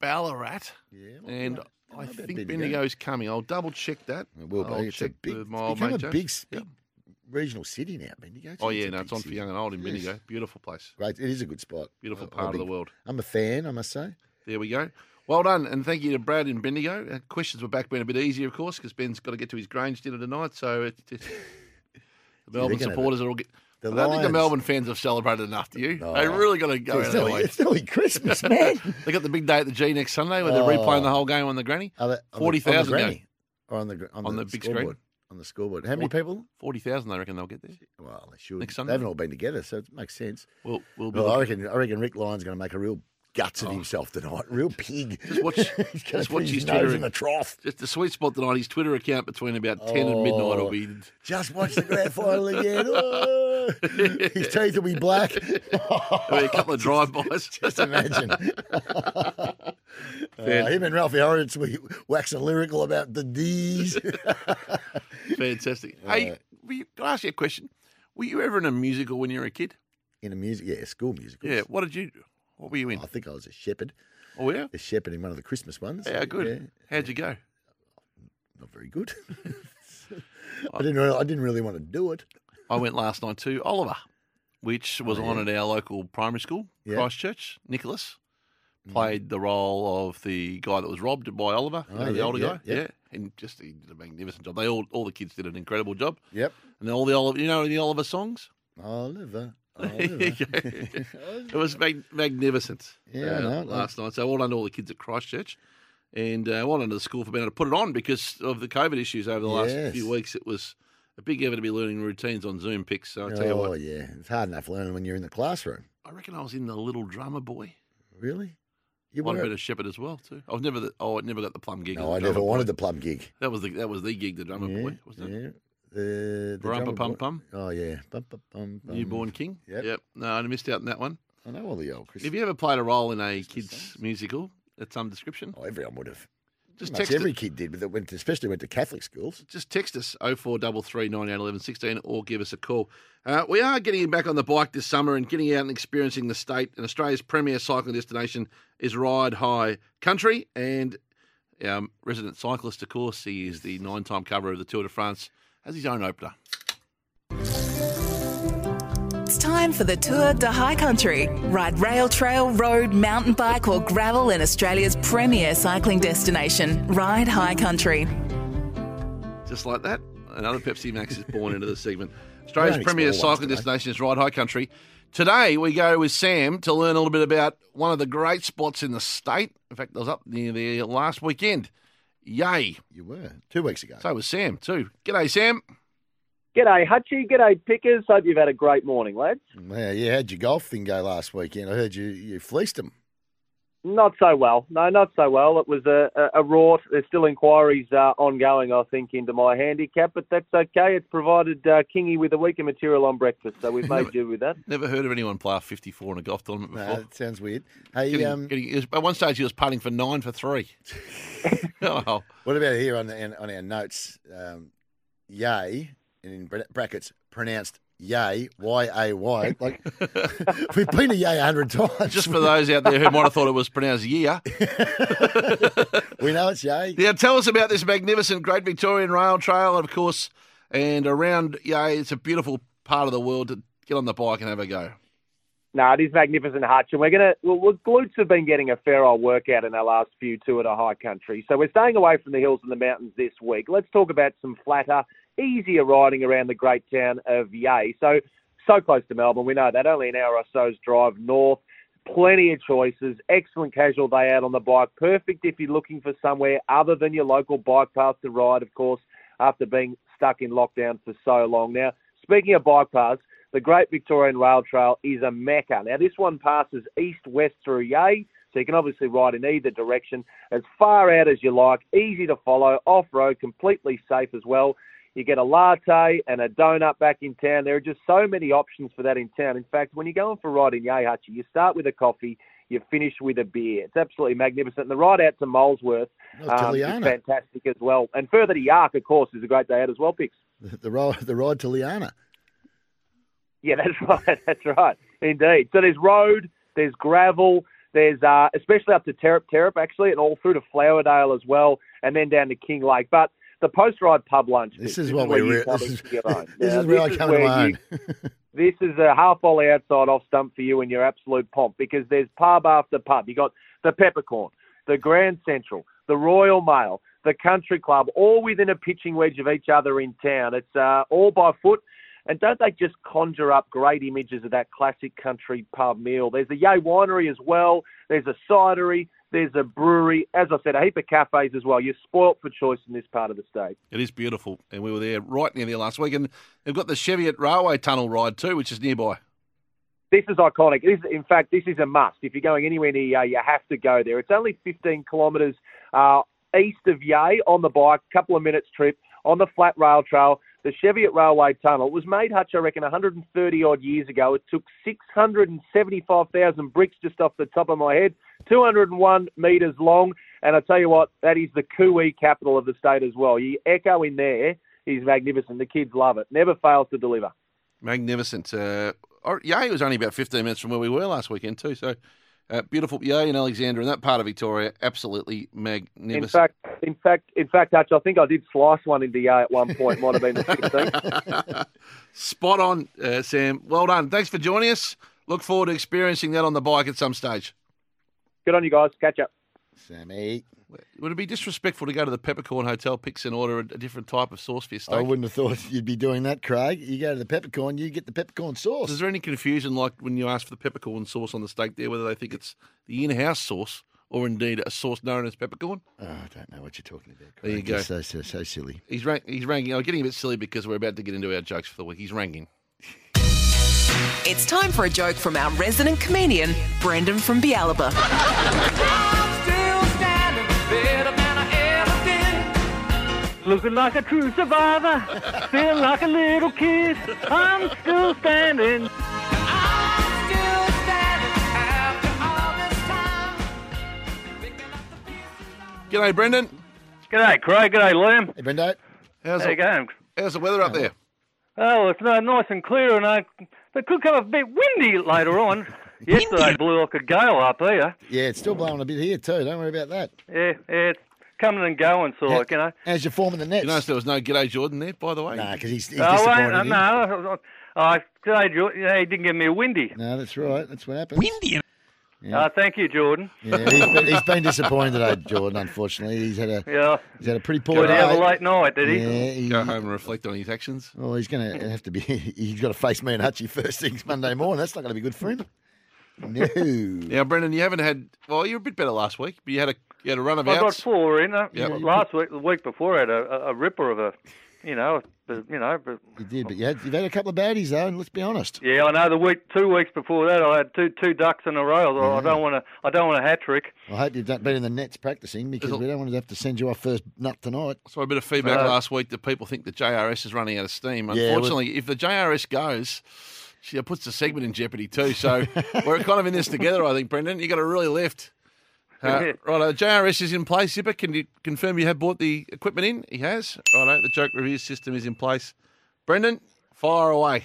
S2: Ballarat, yeah, and I think
S3: Bendigo?
S2: Bendigo's coming. I'll double check that.
S3: It will be.
S2: I'll
S3: It's a
S2: check
S3: big-
S2: with my
S3: it's
S2: old
S3: become
S2: mate
S3: a
S2: James.
S3: big s- Regional city now, Bendigo.
S2: Oh yeah, no,
S3: a
S2: it's
S3: big
S2: on for
S3: city.
S2: young and old in
S3: Yes.
S2: Bendigo. Beautiful place.
S3: Great. It is a good spot.
S2: Beautiful
S3: I'll- I'll
S2: part of
S3: be-
S2: the world.
S3: I'm a fan, I must say.
S2: There we go. Well done, and thank you to Brad in Bendigo. Uh, questions were back being a bit easier, of course, because Ben's got to get to his Grange dinner tonight. So it, it, the
S3: they're
S2: Melbourne
S3: gonna-
S2: supporters are all. Get,
S3: the
S2: I don't think the
S3: Lions- Oh.
S2: Melbourne fans have celebrated enough. Do you? They really got to go.
S3: It's
S2: their
S3: nearly-
S2: way.
S3: it's nearly Christmas, man.
S2: they got the big day at the G next Sunday where they're
S3: Oh.
S2: replaying the whole game on the granny.
S3: Are they- on the- on the
S2: Forty thousand
S3: granny? Or on the gr- on,
S2: On
S3: the,
S2: the big screen?
S3: scoreboard. On the scoreboard. How many
S2: Four-
S3: people?
S2: Forty thousand, I reckon they'll get there.
S3: Well, they should.
S2: Next
S3: they
S2: Sunday.
S3: haven't all been together, so it makes sense.
S2: We'll, we'll be
S3: Well, I
S2: looking-
S3: reckon. I reckon Rick Lyon's going to make a real guts of himself tonight. Real pig. Just
S2: watch.
S3: Just
S2: Just watch his
S3: nose
S2: Twitter
S3: in the trough.
S2: Just the sweet spot tonight. His Twitter account between about ten and midnight will be.
S3: Just watch the grand final again. Oh, his teeth will be black.
S2: there'll be a couple of drive bys.
S3: Oh. Just imagine. Uh, him and Ralphie Horowitz we waxing lyrical about the D's.
S2: Fantastic. Hey, were you, can I ask you a question? Were you ever in a musical when you were a kid?
S3: in a music, yeah, school musical.
S2: Yeah. What did you? What were you in?
S3: I think I was a shepherd.
S2: Oh yeah.
S3: A shepherd in one of the Christmas ones.
S2: Yeah, good.
S3: Yeah,
S2: How'd you go?
S3: not very good. I
S2: Oh.
S3: didn't. Really, I didn't really want to do it.
S2: I went last night to Oliver, which was
S3: Oh,
S2: on
S3: yeah.
S2: at our local primary school,
S3: Yeah. Mm-hmm.
S2: Christchurch. Nicholas played the role of the guy that was robbed by Oliver, you
S3: Oh,
S2: know, the
S3: yeah,
S2: older
S3: yeah,
S2: guy.
S3: yeah.
S2: Yeah, and just he did a magnificent job. They all, all the kids did an incredible job.
S3: Yep.
S2: And all the Oliver, you know, the Oliver songs.
S3: Oliver. Oliver.
S2: it was mag- magnificent.
S3: Yeah, I
S2: uh,
S3: know, I know.
S2: last night. So well done to all the kids at Christchurch, and uh, well done to the school for being able to put it on because of the COVID issues over the last
S3: Yes.
S2: few weeks. It was a big effort to be learning routines on Zoom pics. So I tell you
S3: oh
S2: what,
S3: yeah, it's hard enough learning when you're in the classroom.
S2: I reckon I was in the Little Drummer Boy.
S3: Really? You
S2: Might
S3: were-
S2: have been a shepherd as well too. I was never the, oh, I never got the plum gig. as
S3: No,
S2: the
S3: I
S2: drummer
S3: never
S2: boy.
S3: wanted the plum gig.
S2: That was the that was the gig, the drummer
S3: Yeah,
S2: boy, wasn't it?
S3: yeah. The, the
S2: Rumpa
S3: drummer
S2: pum
S3: boy-
S2: pum.
S3: Oh yeah, bum, bum, bum, bum.
S2: Newborn King.
S3: Yep.
S2: No, I missed out on that one.
S3: I know all the old Christmas.
S2: Have you ever played a role in a kids musical at some description?
S3: Oh, everyone would have.
S2: Just
S3: Pretty much
S2: text
S3: every
S2: it.
S3: kid did, but that went to, especially went to Catholic schools.
S2: Just text us 0433 98 11 16 or give us a call. Uh, we are getting back on the bike this summer and getting out and experiencing the state. And Australia's premier cycling destination is Ride High Country. And um, resident cyclist, of course, he is the nine time cover of the Tour de France, has his own opener.
S16: It's time for the Tour de High Country. Ride rail, trail, road, mountain bike, or gravel in Australia's premier cycling destination. Ride High Country.
S2: Just like that, another Pepsi Max is born into the segment.
S3: Don't
S2: Australia's premier
S3: explore ones
S2: cycling
S3: today.
S2: destination is Ride High Country. Today we go with Sam to learn a little bit about one of the great spots in the state. In fact, I was up near there last weekend. Yay!
S3: You were two weeks ago.
S2: So was Sam too. G'day, Sam.
S17: G'day, Hutchie. G'day, Pickers. Hope you've had a great morning, lads.
S3: Yeah, you had your golf thing go last weekend. I heard you you fleeced them.
S17: Not so well. No, not so well. It was a, a, a rort. There's still inquiries uh, ongoing, I think, into my handicap, but that's okay. It's provided uh, Kingy with a week of material on breakfast, so we've made do with that.
S2: Never heard of anyone play a 54 in a golf tournament before.
S3: Nah, that sounds weird. Hey,
S2: Getting-
S3: um,
S2: getting- it was- at one stage he was putting for nine for three. oh,
S3: What about here on the, on our notes? Um, yay, and in bra- brackets pronounced yay, Y A Y. Like we've been to yay a hundred times.
S2: Just for those out there who might have thought it was pronounced year.
S3: we know it's yay.
S2: Yeah, tell us about this magnificent Great Victorian Rail Trail, of course, and around Yay. It's a beautiful part of the world to get on the bike and have a go.
S17: No, it is magnificent, Hutch, and we're gonna. Well, well, glutes have been getting a fair old workout in our last few two at a high country, so we're staying away from the hills and the mountains this week. Let's talk about some flatter, easier riding around the great town of Yay. So, so close to Melbourne, we know that only an hour or so's drive north. Plenty of choices, excellent casual day out on the bike, perfect if you're looking for somewhere other than your local bike path to ride, of course, after being stuck in lockdown for so long. Now, speaking of bike paths, the Great Victorian Rail Trail is a mecca. Now, this one passes east west through Yay, so you can obviously ride in either direction, as far out as you like, easy to follow, off road, completely safe as well. You get a latte and a donut back in town. There are just so many options for that in town. In fact, when you're going for a ride in Yay Hutchie, you start with a coffee, you finish with a beer. It's absolutely magnificent. And the ride out to Molesworth um,
S3: Oh,
S17: is
S3: Taliana.
S17: fantastic as well. And further to Yark, of course, is a great day out as well, Pix.
S3: The ride, the ride to Liana.
S17: Yeah, that's right. That's right. Indeed. So there's road, there's gravel, there's uh, especially up to Terrap Terrap actually, and all through to Flowerdale as well, and then down to King Lake. But the post ride pub lunch.
S3: This is what we
S17: you
S3: re-
S17: come
S3: this is-
S17: into your own.
S3: this
S17: Now,
S3: is where I come to
S17: where
S3: my
S17: you- this is a half volley outside off stump for you and your absolute pomp because there's pub after pub. You got the Peppercorn, the Grand Central, the Royal Mail, the Country Club, all within a pitching wedge of each other in town. It's uh, all by foot. And don't they just conjure up great images of that classic country pub meal? There's a Yay Winery as well. There's a cidery. There's a brewery. As I said, a heap of cafes as well. You're spoilt for choice in this part of the state.
S2: It is beautiful, and we were there right near there last week. And they've got the Cheviot Railway Tunnel ride too, which is nearby.
S17: This is iconic. This, in fact, this is a must. If you're going anywhere near Yay, you have to go there. It's only 15 kilometres uh, east of Yay on the bike, couple of minutes trip on the flat rail trail. The Cheviot Railway Tunnel It was made, Hutch, I reckon, 130 odd years ago. It took 675,000 bricks just off the top of my head, 201 metres long. And I tell you what, that is the Kooi capital of the state as well. You echo in there is magnificent. The kids love it. Never fails to deliver.
S2: Magnificent. Uh, or- Yay was only about 15 minutes from where we were last weekend too. So uh, beautiful Yay and Alexandra and that part of Victoria, absolutely magnificent.
S17: In fact, in fact, in fact, Hutch, I think I did slice one into Yay at one point. Might have been the 15th.
S2: Spot on, uh, Sam. Well done. Thanks for joining us. Look forward to experiencing that on the bike at some stage.
S17: Good on you guys. Catch up.
S3: Sammy.
S2: Would it be disrespectful to go to the Peppercorn Hotel, picks and order a, a different type of sauce for your steak?
S3: I wouldn't have thought you'd be doing that, Craig. You go to the peppercorn, you get the peppercorn sauce.
S2: Is there any confusion, like when you ask for the peppercorn sauce on the steak there, whether they think it's the in-house sauce or indeed a sauce known as peppercorn?
S3: Oh, I don't know what you're talking about.
S2: There you
S3: Craig.
S2: go.
S3: You're So, so, so silly.
S2: He's rank, he's ranking. I'm getting a bit silly because we're about to get into our jokes for the week. He's ranking.
S16: It's time for a joke from our resident comedian, Brendan from Bialaba.
S18: Looking like a true survivor, feel like a little kid. I'm still standing.
S2: G'day, Brendan.
S18: G'day, Craig. G'day, Liam.
S3: Hey, Brendo.
S2: How's
S18: How
S2: it
S18: you going?
S2: How's the weather up there?
S18: Oh, it's uh, nice and clear, and uh, it could come a bit windy later on. Yesterday blew like a gale up here.
S3: Yeah, it's still blowing a bit here too. Don't worry about that.
S18: Yeah, yeah, it's coming and going, so uh, like you know.
S3: How's your form in the nets?
S2: You notice there was no G'day Jordan there, by the way. Nah,
S3: because he's, he's
S18: Oh, wait,
S3: disappointed.
S18: uh,
S3: in you.
S18: no, I, I, today, Ju- yeah, he didn't give me a windy.
S3: No, that's right. That's what happens. Windy. Yeah.
S18: Uh, thank you, Jordan.
S3: Yeah, he's been, he's been disappointed today, Jordan. Unfortunately, he's had a
S18: Yeah.
S3: he's had a pretty poor
S18: Did he
S3: day.
S18: have a late night? Did he?
S3: Yeah, he,
S2: Go home and reflect on his actions.
S3: well, he's going to have to be. He's got to face me and Hutchie first things Monday morning. That's not going to be good for him. No.
S2: Now, Brendan, you haven't had. Well, you were a bit better last week, but you had a you had a run of
S18: I got
S2: outs.
S18: four in. Uh,
S2: Yeah.
S18: Last week, the week before, I had a, a, a ripper of a, you know, a- you know. But,
S3: You did, but you had, you've had a couple of baddies though, and let's be honest.
S18: yeah, I know. The week, two weeks before that, I had two two ducks in a row. I- I don't want to. I don't want a hat trick.
S3: I hope you've done, been in the nets practicing because we don't want to have to send you off first nut tonight.
S2: So a bit of feedback
S3: Uh,
S2: last week that people think the JRS is running out of steam.
S3: Yeah, well-
S2: Unfortunately, if the JRS goes, she puts the segment in jeopardy too. So we're kind of in this together, I think, Brendan. You got a really left. Uh, right, uh, JRS is in place. Zipper, can you confirm you have bought the equipment in? He has. Righto, the joke review system is in place. Brendan, fire away.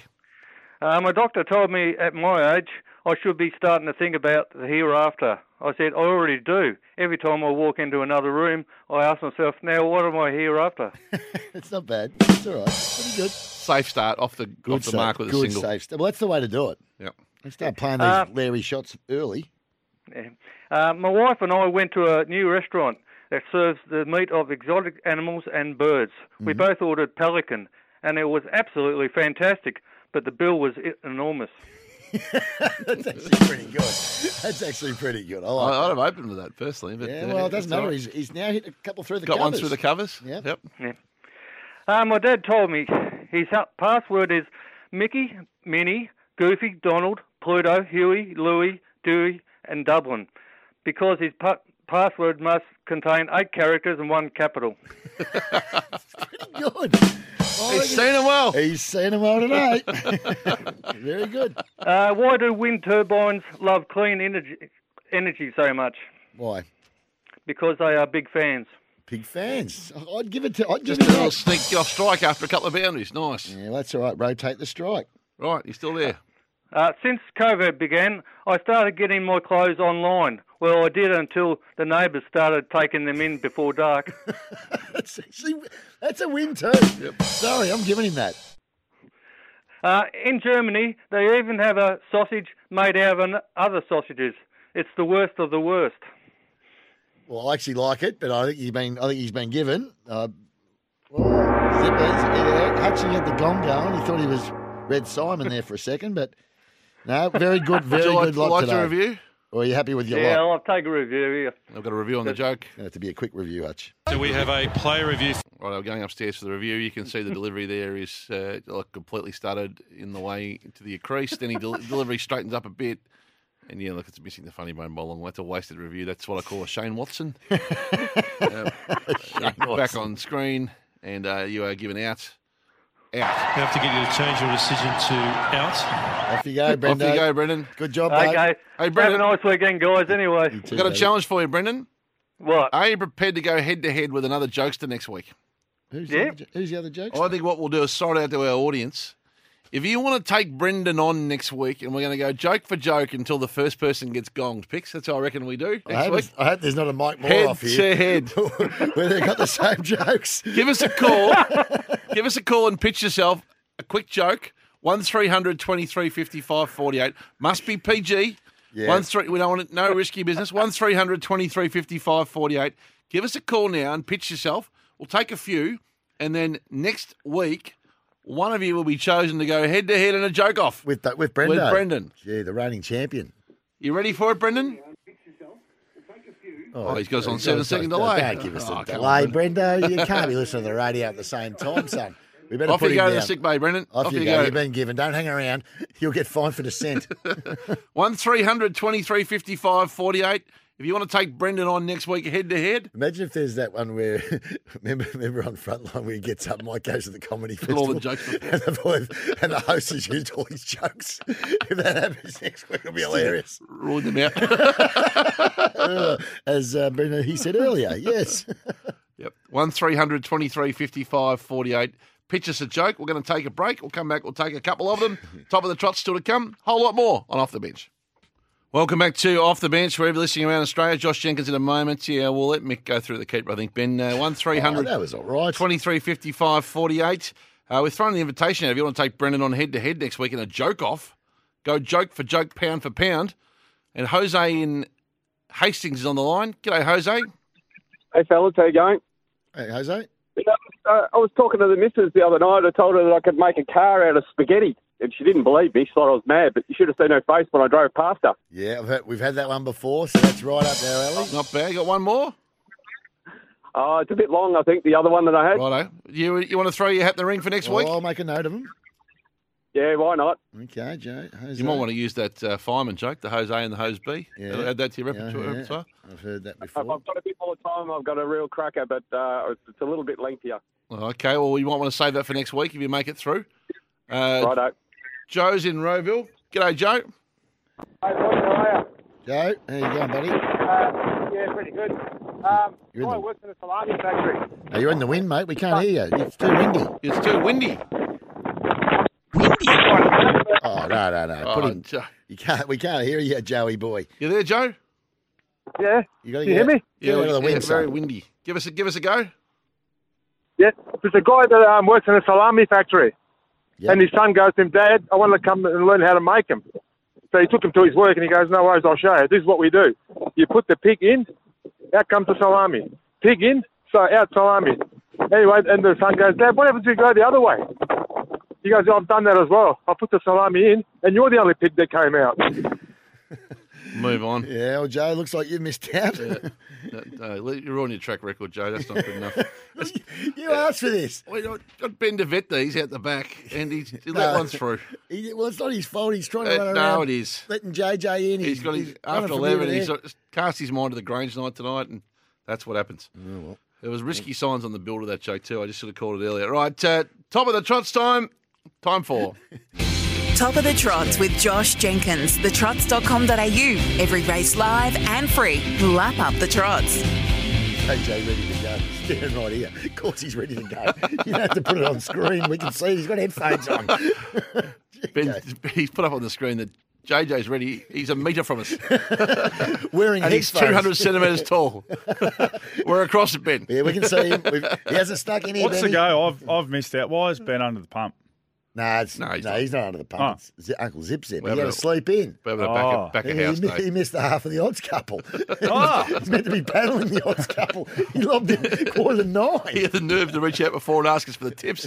S18: Uh, my doctor told me at my age I should be starting to think about the hereafter. I said, I already do. Every time I walk into another room, I ask myself, now what am I hereafter?
S3: It's not bad. It's all right. Pretty good.
S2: Safe start off the
S3: Good
S2: off the
S3: save.
S2: mark with a
S3: Good
S2: single.
S3: save. Well, that's the way to do it.
S2: Yep.
S3: They start playing these
S18: Uh,
S3: Larry shots early.
S18: Yeah. Uh, my wife and I went to a new restaurant that serves the meat of exotic animals and birds. We
S3: Mhm.
S18: both ordered pelican, and it was absolutely fantastic, but the bill was i- enormous.
S3: that's actually pretty good. That's actually pretty good. I
S2: I,
S3: like
S2: I'd
S3: that.
S2: have opened with that personally, but
S3: Yeah,
S2: uh,
S3: well, it
S2: it's
S3: doesn't
S2: all
S3: matter.
S2: right.
S3: He's, he's now hit a couple through the
S2: got
S3: covers.
S2: one through the covers.
S3: Yep.
S18: Yeah. Uh, my dad told me his ha- password is Mickey, Minnie, Goofy, Donald, Pluto, Huey, Louie, Dewey, and Dublin, because his pa- password must contain eight characters and one capital.
S3: Good.
S18: He's seen
S2: him well.
S3: Oh, He's seen him well tonight. Very good.
S18: Uh, why do wind turbines love clean energy, energy so much?
S3: Why?
S18: Because they are big fans.
S3: Big fans. I'd give it to. I'd give
S2: Just a
S3: it to.
S2: little sneak off strike after a couple of boundaries. Nice.
S3: Yeah, well, that's all right. Rotate the strike.
S2: Right, he's still there.
S18: Uh, since COVID began, I started getting my clothes online. Well, I did until the neighbours started taking them in before dark.
S3: That's actually that's a win too. Sorry, I'm giving him that.
S18: Uh, in Germany, they even have a sausage made out of an- other sausages. It's the worst of the worst.
S3: Well, I actually like it, but I think he's been. I think he's been given. Uh, well, zipper, yeah, Hutchie had the gong going. He thought he was Red Simon there for a second, but no, very good, very
S2: Would you like,
S3: good lot
S2: like
S3: today.
S2: to review?
S3: Or are you happy with your
S18: yeah,
S3: lot?
S18: I'll take a review here.
S2: I've got a review on the joke.
S3: It'll have to be a quick review, Hutch.
S2: So we have a player review. Right, I'm going upstairs for the review. You can see the delivery there is uh, like completely stuttered in the way to the crease. Then he del- delivery straightens up a bit. And yeah, look, it's missing the funny bone by a long way. It's a wasted review. That's what I call a Shane Watson. Uh, back on screen, and uh, you are given out. Out. We have to get you to change your decision to out.
S3: Off you go, Brendo.
S2: Off you go, Brendan.
S3: Good job,
S18: Okay.
S2: Hey,
S18: Have a
S2: Brendan.
S18: nice weekend, guys, anyway.
S2: I've got a challenge for you, Brendan.
S18: What?
S2: Are you prepared to go head to head with another jokester next week?
S3: Who's,
S2: Yeah.
S3: the other, jo- who's the other joke?
S2: I think what we'll do is sort out to our audience. If you want to take Brendan on next week, and we're going to go joke for joke until the first person gets gonged, picks. That's how I reckon we do
S3: I
S2: next
S3: hope,
S2: week.
S3: it's- I hope there's not a Mike Moore
S2: Head
S3: off here.
S2: to head.
S3: where they got the same jokes.
S2: Give us a call. Give us a call and pitch yourself a quick joke. One 23 55 48 must be PG.
S3: Yeah.
S2: One three. We don't want it, no risky business. One 23 55 48. Give us a call now and pitch yourself. We'll take a few, and then next week, one of you will be chosen to go head to head in a joke off
S3: with that with Brendan.
S2: With Brendan.
S3: Yeah, the reigning champion.
S2: You ready for it, Brendan? Oh, he's got us on seven second delay.
S3: Don't give us a
S2: Oh, come
S3: delay,
S2: on,
S3: Brendo. You can't be listening to the radio at the same time, son. We better
S2: Off
S3: put
S2: you go
S3: him
S2: to the
S3: down.
S2: sick bay, Brendan.
S3: Off,
S2: Off
S3: you
S2: you
S3: go.
S2: go.
S3: You've been given. Don't hang around. You'll get fined for dissent.
S2: One 53 48. If you want to take Brendan on next week head to head,
S3: Imagine if there's that one where remember remember on Frontline where he gets up, Mike goes to the comedy
S2: Put
S3: festival,
S2: all the jokes before.
S3: and, the boy, and the host has used all his jokes. If that happens next week, it'll be hilarious.
S2: ruin them out.
S3: As uh, Brendan he said earlier, yes.
S2: Yep. 1323 55 48. Pitch us a joke. We're going to take a break. We'll come back. We'll take a couple of them. Top of the trot still to come. Whole lot more on Off the Bench. Welcome back to Off the Bench, wherever you're listening around Australia. Josh Jenkins in a moment. Yeah, we'll let Mick go through the keeper, I think. Ben, uh, 1300
S3: Oh, that was all right.
S2: 23 55 48. Uh, we're throwing the invitation out. If you want to take Brendan on head to head next week in a joke off, go joke for joke, pound for pound. And Jose in Hastings is on the line. G'day, Jose.
S19: Hey, fellas, how you going?
S3: Hey, Jose.
S19: Uh, I was talking to the missus the other night. I told her that I could make a car out of spaghetti, and she didn't believe me. She thought I was mad, but you should have seen her face when I drove past her.
S3: Yeah, I've had, we've had that one before, so that's right up there, alley.
S2: Not bad. You got one more?
S19: Uh, it's a bit long, I think, the other one that I had.
S2: Righto. You you want to throw your hat in the ring for next
S3: Well,
S2: week?
S3: I'll make a note of them.
S19: Yeah, why not?
S3: Okay, Joe. Jose.
S2: You might want to use that uh, fireman joke, the Jose and the Hose B.
S3: Yeah.
S2: Add that to your
S3: Yeah,
S2: repertoire.
S3: yeah.
S2: repertoire. Uh,
S3: I've heard that
S19: I've
S3: before.
S19: I've got a bit more time. I've got a real cracker, but uh, it's- it's a little bit lengthier.
S2: Okay, well, you might want to save that for next week if you make it through. Uh,
S19: Righto.
S2: Joe's in Roeville. G'day, Joe.
S3: Joe, how you going, buddy?
S20: Uh, yeah, pretty good. Um,
S3: You're in
S20: I
S3: the-
S20: worked in a salami factory.
S3: Are you in the wind, mate? We can't hear you. It's too windy.
S2: It's too windy.
S3: Oh, Oh, no, no, no.
S2: Oh,
S3: Put him. You can't, we can't hear you, Joey boy.
S2: You there, Joe?
S3: Yeah. You, gotta
S2: You
S3: get-
S2: hear me?
S3: Get
S2: Yeah,
S3: out of the
S2: yeah,
S3: wind,
S2: it's very windy. Give us a give us a go.
S20: Yeah, there's a guy that um, works in a salami factory, and his son goes to him, Dad, I want to come and learn how to make them. So he took him to his work, and he goes, No worries, I'll show you. This is what we do: you put the pig in, out comes the salami. Pig in, so out salami. Anyway, and the son goes, Dad, what happens if you go the other way? He goes, "Oh, I've done that as well. I put the salami in, and you're the only pig that came out.
S2: Move on.
S3: Yeah, well, Joe, looks like you missed out.
S2: No, no, you're on your track record, Joe. That's not good enough.
S3: you asked for this.
S2: Well, you know, got Ben De Vet there. He's out the back, and he's he
S3: No.
S2: let one through.
S3: He, well, it's not his fault. He's trying to
S2: Uh,
S3: run
S2: no,
S3: around.
S2: it is.
S3: Letting JJ in.
S2: He's got his
S3: running
S2: after
S3: from here
S2: eleven.
S3: to
S2: He's
S3: there.
S2: got- cast his mind to the Grange night tonight, and that's what happens.
S3: Oh,
S2: There was risky signs on the build of that joke too. I just should have called it earlier. Right, uh, top of the trots time. Time for
S16: Top of the Trots with Josh Jenkins, thetrots.com.au. Every race live and free. Lap up the trots.
S3: JJ ready to go. He's Standing right here. Of course, he's ready to go. You don't have to put it on screen. We can see it. he's got headphones on.
S2: Ben. He's put up on the screen that JJ's ready. He's a meter from us,
S3: Wearing
S2: and he's
S3: headphones.
S2: two hundred centimeters tall. We're across it, Ben.
S3: Yeah, we can see him. We've, he hasn't stuck in here.
S24: What's the
S3: Benny.
S24: go? I've I've missed out. Why is Ben under the pump?
S3: Nah, it's, no, he's, not. under the pump.
S24: Oh.
S3: It's Z- Uncle Zip Zip.
S24: We're
S3: He
S24: having
S3: had to
S24: a-
S3: sleep in.
S24: we're having a back- Oh. back of
S3: He-
S24: house
S3: he, mi-
S24: day.
S3: he missed the half of the odds couple.
S2: Ah!
S3: He's meant to be paddling the odds couple. He lobbed it quarter to nine.
S2: He had the nerve to reach out before and ask us for the tips.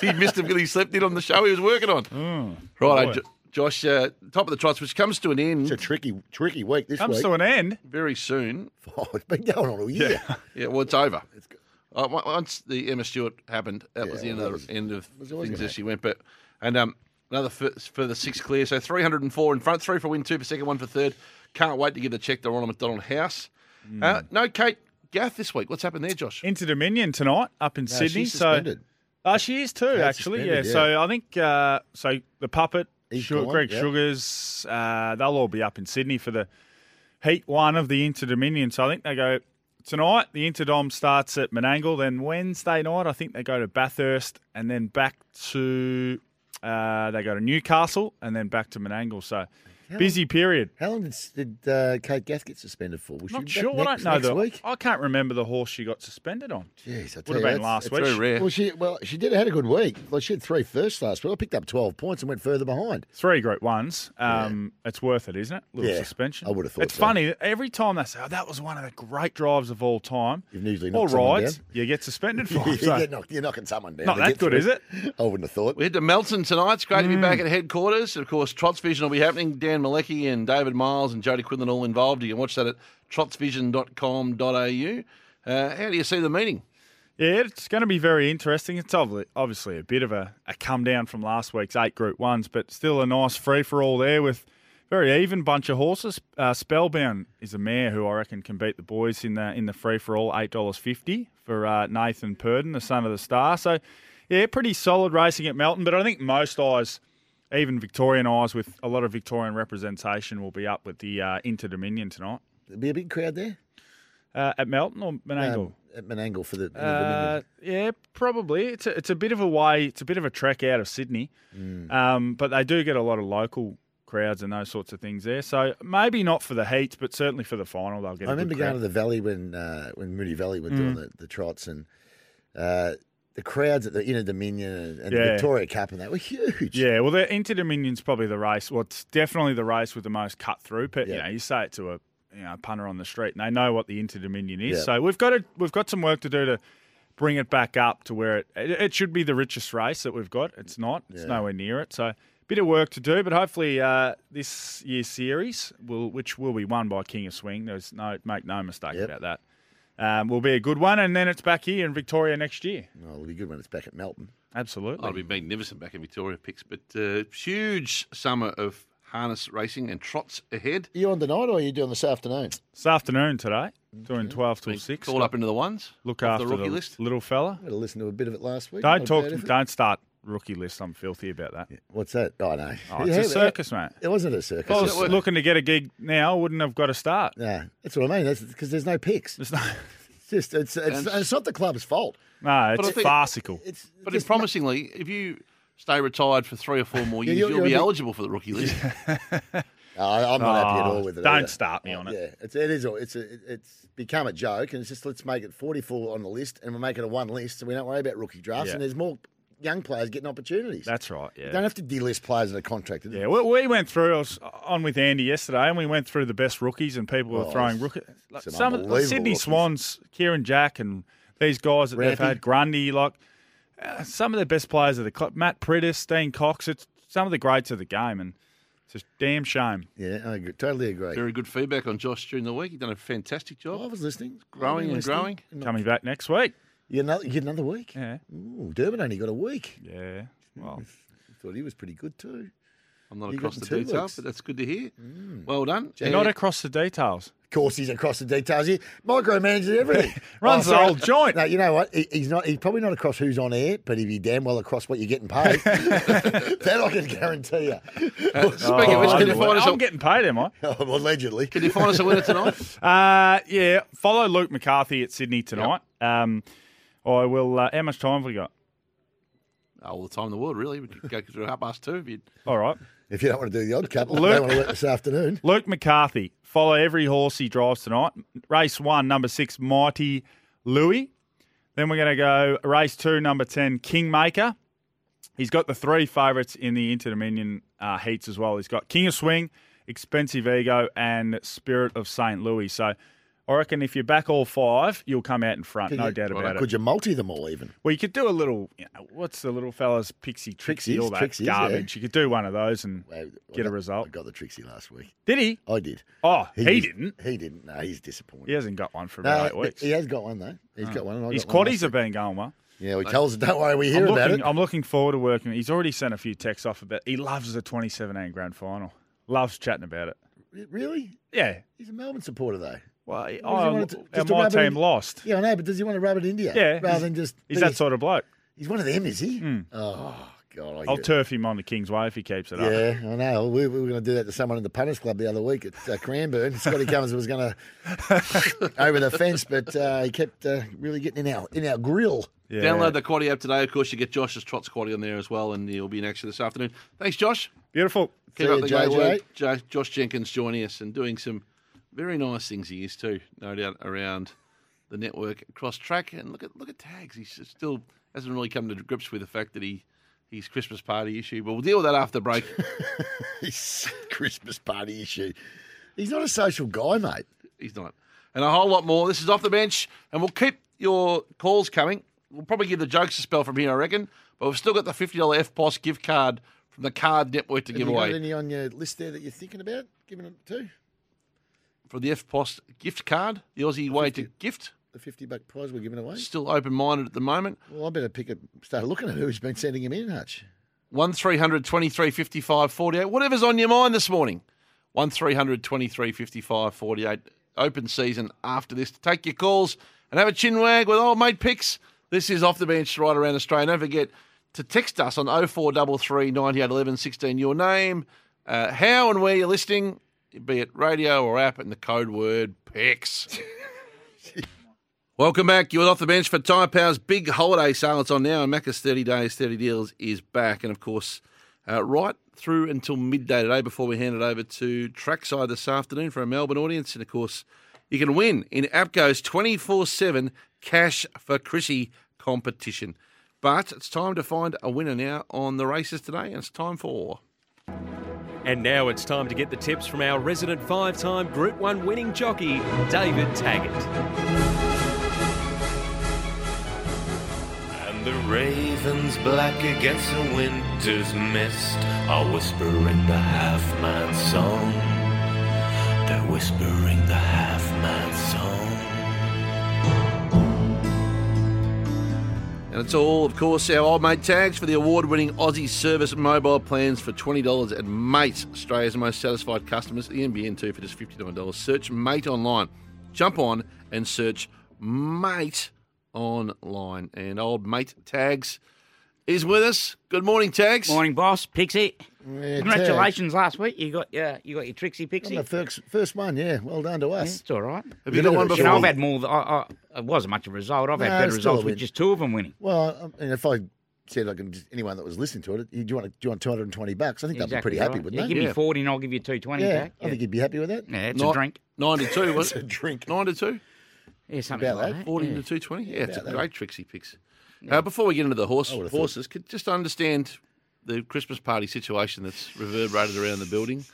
S2: he missed them because he slept in on the show he was working on.
S3: Hmm.
S24: boy.
S2: right, jo- Josh, uh, top of the trots, which comes to an end. It's a
S3: tricky, tricky week this
S24: Comes to an end.
S2: Very soon.
S3: Oh, it's been going on all year.
S2: Yeah, well, it's over. Uh, on- once the Emma Stewart happened, that was the
S3: Yeah,
S2: end
S3: well,
S2: of, the end of
S3: was always
S2: things
S3: gonna
S2: as she went. But and um, another fur- further six clear, so three hundred and four in front, three for win, two for second, one for third. Can't wait to give the check to Ronald McDonald House. Uh, no, Kate Gath this week. What's happened there, Josh?
S24: Into Dominion tonight up in
S2: No,
S24: Sydney.
S2: she's
S24: so
S2: suspended.
S24: uh, she is too, actually. Yeah.
S2: suspended, yeah.
S24: So I think uh, so. The puppet, Su-
S3: gone,
S24: Greg
S3: yeah.
S24: Sugars, uh, they'll all be up in Sydney for the heat one of the Inter Dominion. So I think they go tonight. The Interdom starts at Menangle. Then Wednesday night, I think they go to Bathurst and then back to uh, they go to Newcastle and then back to Menangle. So
S3: How
S24: busy period.
S3: How long did, did uh, Kate Gaff get suspended for? Was
S24: Not
S3: she
S24: sure.
S3: Back
S24: I
S3: next,
S24: don't know.
S3: next
S24: The,
S3: week?
S24: I can't remember the horse she got suspended on.
S3: Jeez, I tell
S24: would have
S3: you,
S24: been
S3: that's-
S24: last
S3: that's
S24: week.
S3: very rare. Well, she well she did had a good week. Well, she had three firsts last week. I picked up twelve points and went further behind.
S24: Three great ones. Um, It's worth it, isn't it? Little
S3: Yeah,
S24: suspension.
S3: I would have thought
S24: It's
S3: so.
S24: funny that every time they say, "Oh, that was one of the great drives of all time,"
S3: You've usually
S24: or
S3: knocked someone
S24: rides,
S3: down.
S24: you get suspended for.
S3: you
S24: it, so-
S3: get knocked, you're knocking someone down.
S24: Not
S3: to
S24: that
S3: get
S24: good,
S3: through.
S24: is it?
S3: I wouldn't have thought.
S2: We head to Melton tonight. It's great to be back at headquarters. Of course, Trots Vision will be happening. Dan Malecki and David Miles and Jody Quinlan all involved. You can watch that at trotsvision.com.au. Uh, how do you see the meeting?
S24: Yeah, it's going to be very interesting. It's obvi- obviously a bit of a, a come down from last week's eight Group Ones, but still a nice free for all there with very even bunch of horses. Uh, Spellbound is a mare who I reckon can beat the boys in the in the free for all eight dollars fifty for uh, Nathan Purden, the son of the star. So, yeah, pretty solid racing at Melton. But I think most eyes, even Victorian eyes, with a lot of Victorian representation, will be up with the uh, Inter Dominion tonight
S3: There'd be a big crowd there.
S24: uh, at Melton or Menangle.
S3: Um, at Menangle for the. for the
S24: Uh, yeah, probably. It's a, it's a bit of a way. It's a bit of a trek out of Sydney,
S3: women. Mm.
S24: um, but they do get a lot of local crowds and those sorts of things there. So maybe not for the heats, but certainly for the final, they'll get.
S3: I
S24: a good
S3: remember
S24: crowd.
S3: going to the Valley when uh, when Moody Valley were doing
S24: Mm.
S3: the, the trots and uh, the crowds at the Inner Dominion and, and the
S24: Yeah.
S3: Victoria Cup and that were huge.
S24: Yeah, well, the Inter Dominion's probably the race. Well, it's definitely the race with the most cut through. But you know, you say it to a you know punter on the street, and they know what the Inter Dominion is.
S3: Yeah.
S24: So we've got to, we've got some work to do to bring it back up to where it it, it should be the richest race that we've got. It's not. It's
S3: Yeah.
S24: nowhere near it. So. Bit of work to do, but hopefully uh, this year's series, will, which will be won by King of Swing, there's no make no mistake about that, um, will be a good one. And then it's back here in Victoria next year.
S3: Oh, it'll be good when it's back at Melton.
S24: Absolutely.
S2: I'll be magnificent back in Victoria picks, but uh, huge summer of harness racing and trots ahead.
S3: Are you on tonight or are you doing this afternoon? Mm-hmm.
S24: This afternoon today, doing 12 till 6.
S2: Call up into the ones.
S24: Look
S2: off
S24: after
S2: the rookie list.
S24: little fella.
S3: I had to listen to a bit of it last week. Not
S24: Don't
S3: a
S24: talk.
S3: bad effort.
S24: Don't start rookie list. I'm filthy about that.
S3: What's that? Oh, no.
S24: Oh, it's a circus, mate. Oh,
S3: It wasn't a
S24: If
S3: circus.
S24: I was looking to get a gig now, I wouldn't have got a start.
S3: Yeah, that's what I mean. That's because there's no picks.
S24: There's no.
S3: It's just it's it's,
S2: And-
S3: it's not the club's fault.
S24: No,
S2: But I
S24: it's
S2: think-
S24: farcical.
S3: It's
S2: But it's promisingly, if you stay retired for three or four more
S3: Yeah,
S2: years,
S3: you're-
S2: you'll
S3: you're a
S2: be
S3: bit-
S2: eligible for the rookie Ah, list.
S3: No, I- I'm not happy at
S24: Oh,
S3: all with it.
S24: don't
S3: either. Uh,
S24: start me on it.
S3: Yeah, it's it is all- it's a, it's become a joke, and it's just let's make it 44 on the list, and we'll make it a one list, so we don't worry about rookie drafts,
S24: Yeah.
S3: and there's more young players getting opportunities.
S24: That's right.
S3: You
S24: Yeah.
S3: don't have to delist players that are contracted.
S24: Yeah, well, we went through. I was on with Andy yesterday, and we went through the best rookies, and people were
S3: Oh,
S24: throwing rookies. Like
S3: some
S24: some of the
S3: unbelievable
S24: Sydney
S3: rookies.
S24: Swans, Kieran Jack, and these guys that they've
S3: Rampy.
S24: had, Grundy, like uh, some of the best players of the club, Matt Prittis, Dean Cox. It's some of the greats of the game, and it's a damn shame.
S3: Yeah, I agree, totally agree.
S2: Very good feedback on Josh during the week. He done a fantastic job.
S3: Oh, I was listening.
S2: Growing and
S3: Listening.
S2: growing.
S24: Coming back next week.
S3: You another, you get another week.
S24: Yeah.
S3: Ooh, Durban only got a week.
S24: Yeah. Well,
S3: thought he was pretty good too.
S2: I'm not
S3: You
S2: across the
S3: got two
S2: detail,
S3: weeks. Mm.
S2: but that's good to hear. Well done.
S3: Yeah.
S24: not across the details.
S3: Of course, he's across the details. He micromanages everything.
S24: Runs the
S3: sorry.
S24: whole joint.
S3: No, you know what? He, he's not. He's probably not across who's on air, but he'd be damn well across what you're getting paid. that I can guarantee you.
S2: Uh, speaking of which, can you find us
S24: Oh, I'm
S2: a-
S24: getting paid, am I?
S3: Allegedly.
S2: Can you find us a winner tonight?
S24: Oh, Uh, yeah, follow Luke McCarthy at Sydney tonight. Um, I will. Uh, how much time have we got?
S2: oh, All the time in the world, really. We could go through half past two if you'd
S24: All right.
S3: If you don't want to do the odd couple,
S24: Luke-
S3: I don't want to work this afternoon.
S24: Luke McCarthy, follow every horse he drives tonight. Race one, number six, Mighty Louis. Then we're going to go race two, number 10, Kingmaker. He's got the three favourites in the Inter Dominion uh, heats as well. He's got King of Swing, Expensive Ego, and Spirit of St. Louis. So I reckon if you back all five, you'll come out in front,
S3: Can
S24: no
S3: you-
S24: doubt about it.
S3: Could you multi them all even?
S24: Well, you could do a little. You know, what's the little fella's pixie tricksy?
S3: Trixies,
S24: all that
S3: trixies, yeah.
S24: garbage. You could do one of those and get a result.
S3: I got the Trixie last week.
S24: Did he?
S3: I did.
S24: Oh, he,
S3: was-
S24: didn't.
S3: He didn't. No, he's disappointed.
S24: He hasn't got one for
S3: No,
S24: about eight
S3: but
S24: weeks.
S3: he has got one though. He's
S24: Oh.
S3: got one. And I
S24: His
S3: got one
S24: quaddies
S3: last
S24: have been going well.
S3: week. Yeah, we tells. Don't worry, we hear
S24: I'm
S3: about
S24: looking,
S3: it.
S24: I'm looking forward to working. He's already sent a few texts off about. He loves the 2017 Grand Final. Loves chatting about it.
S3: Re- Really?
S24: Yeah.
S3: He's a Melbourne supporter though.
S24: Well, I,
S3: What does he
S24: I,
S3: want to-
S24: and
S3: just to
S24: Oh, my
S3: rub it in-
S24: team lost.
S3: Yeah, I know, but does he want to rub it into you?
S24: Yeah,
S3: Rather
S24: he's-
S3: than just.
S24: He's
S3: be-
S24: that sort Hmm. of bloke.
S3: He's one of them, is he? Oh God, I
S24: I'll
S3: get it.
S24: turf him on the King's Way if he keeps it up.
S3: Yeah, I know. We, we were going to do that to someone in the punters club the other week at uh, Cranbourne. Scotty Cummins was going to over the fence, but uh, he kept uh, really getting in our in our grill.
S2: download the Quaddy app today. Of course, you get Josh's Trots Quaddy on there as well, and he'll be in action this afternoon. Thanks, Josh.
S24: Beautiful.
S2: Keep
S3: See
S2: up
S3: you,
S2: the great
S3: JJ.
S2: work. Jo- Josh Jenkins joining us and doing some very nice things he is too, no doubt, around the network cross track. And look at look at tags. He still hasn't really come to grips with the fact that he his Christmas party issue. But we'll deal with that after break.
S3: Christmas party issue. He's not a social guy, mate.
S2: He's not. And a whole lot more. This is off the bench, and we'll keep your calls coming. We'll probably give the jokes a spell from here, I reckon. But we've still got the fifty dollar FPOS gift card from the Card Network to
S3: Have
S2: give
S3: you
S2: away
S3: got any on your list there that you're thinking about giving it to?
S2: for the FPOS gift card, the Aussie way to gift.
S3: The fifty buck prize we're giving away.
S2: Still open minded at the moment.
S3: Well, I better pick a, start looking at who's been sending him in, Hutch.
S2: One 55 48. Whatever's on your mind this morning. One 55 48. Open season after this to take your calls and have a chin wag with old mate picks. This is off the bench right around Australia. Don't forget to text us on 0433 98 11 16 your name, uh, how and where you're listening, be it radio or app, and the code word picks. Welcome back. You're off the bench for Tyre Power's big holiday sale. It's on now, and Macca's 30 Days, 30 Deals is back. And of course, uh, right through until midday today before we hand it over to Trackside this afternoon for our Melbourne audience. And of course, you can win in APCO's 24 7 Cash for Chrissy competition. But it's time to find a winner now on the races today, and it's time for.
S4: And now it's time to get the tips from our resident five time Group 1 winning jockey, David Taggart.
S15: And the raven's black against the winter's mist are whispering the half man's song. They're whispering the half man's song.
S2: And it's all, of course, our old mate tags for the award winning Aussie Service mobile plans for $20 at Mate, Australia's most satisfied customers, E the NBN too, for just $59. Search Mate online. Jump on and search Mate online. And old mate tags is with us. Good morning, tags.
S21: Morning, boss. Pixie. Congratulations last week. You got
S25: uh,
S21: your, you got your Trixie Pixie.
S3: I'm the first, first one, yeah. Well done to us.
S21: it's all right.
S3: Have you got one
S21: You know,
S3: before?
S21: I've had more. th- I, I, it wasn't much of a result. I've
S3: No,
S21: had better
S3: it's still a
S21: results with
S3: win.
S21: just two of them winning.
S3: Well, I mean, if I said, like, just anyone that was listening to it, do you want, do you want 220 bucks? I think they'd be
S21: Exactly
S3: pretty happy,
S21: right.
S3: wouldn't
S21: Yeah,
S3: they?
S21: give me 40 and I'll give you 220
S3: Yeah,
S21: back.
S3: I think you'd be happy with that.
S21: Yeah, it's
S2: Ni-
S21: a drink.
S2: 92, was it?
S3: It's a drink.
S2: 92?
S21: Yeah, something
S2: About
S21: like
S2: that.
S21: that.
S2: 40
S21: yeah.
S2: to 220? Yeah, it's a
S21: About that.
S2: great Trixie picks. Uh, before we get into the horse
S21: I would've thought-
S2: horses, could just understand the Christmas party situation that's reverberated around the building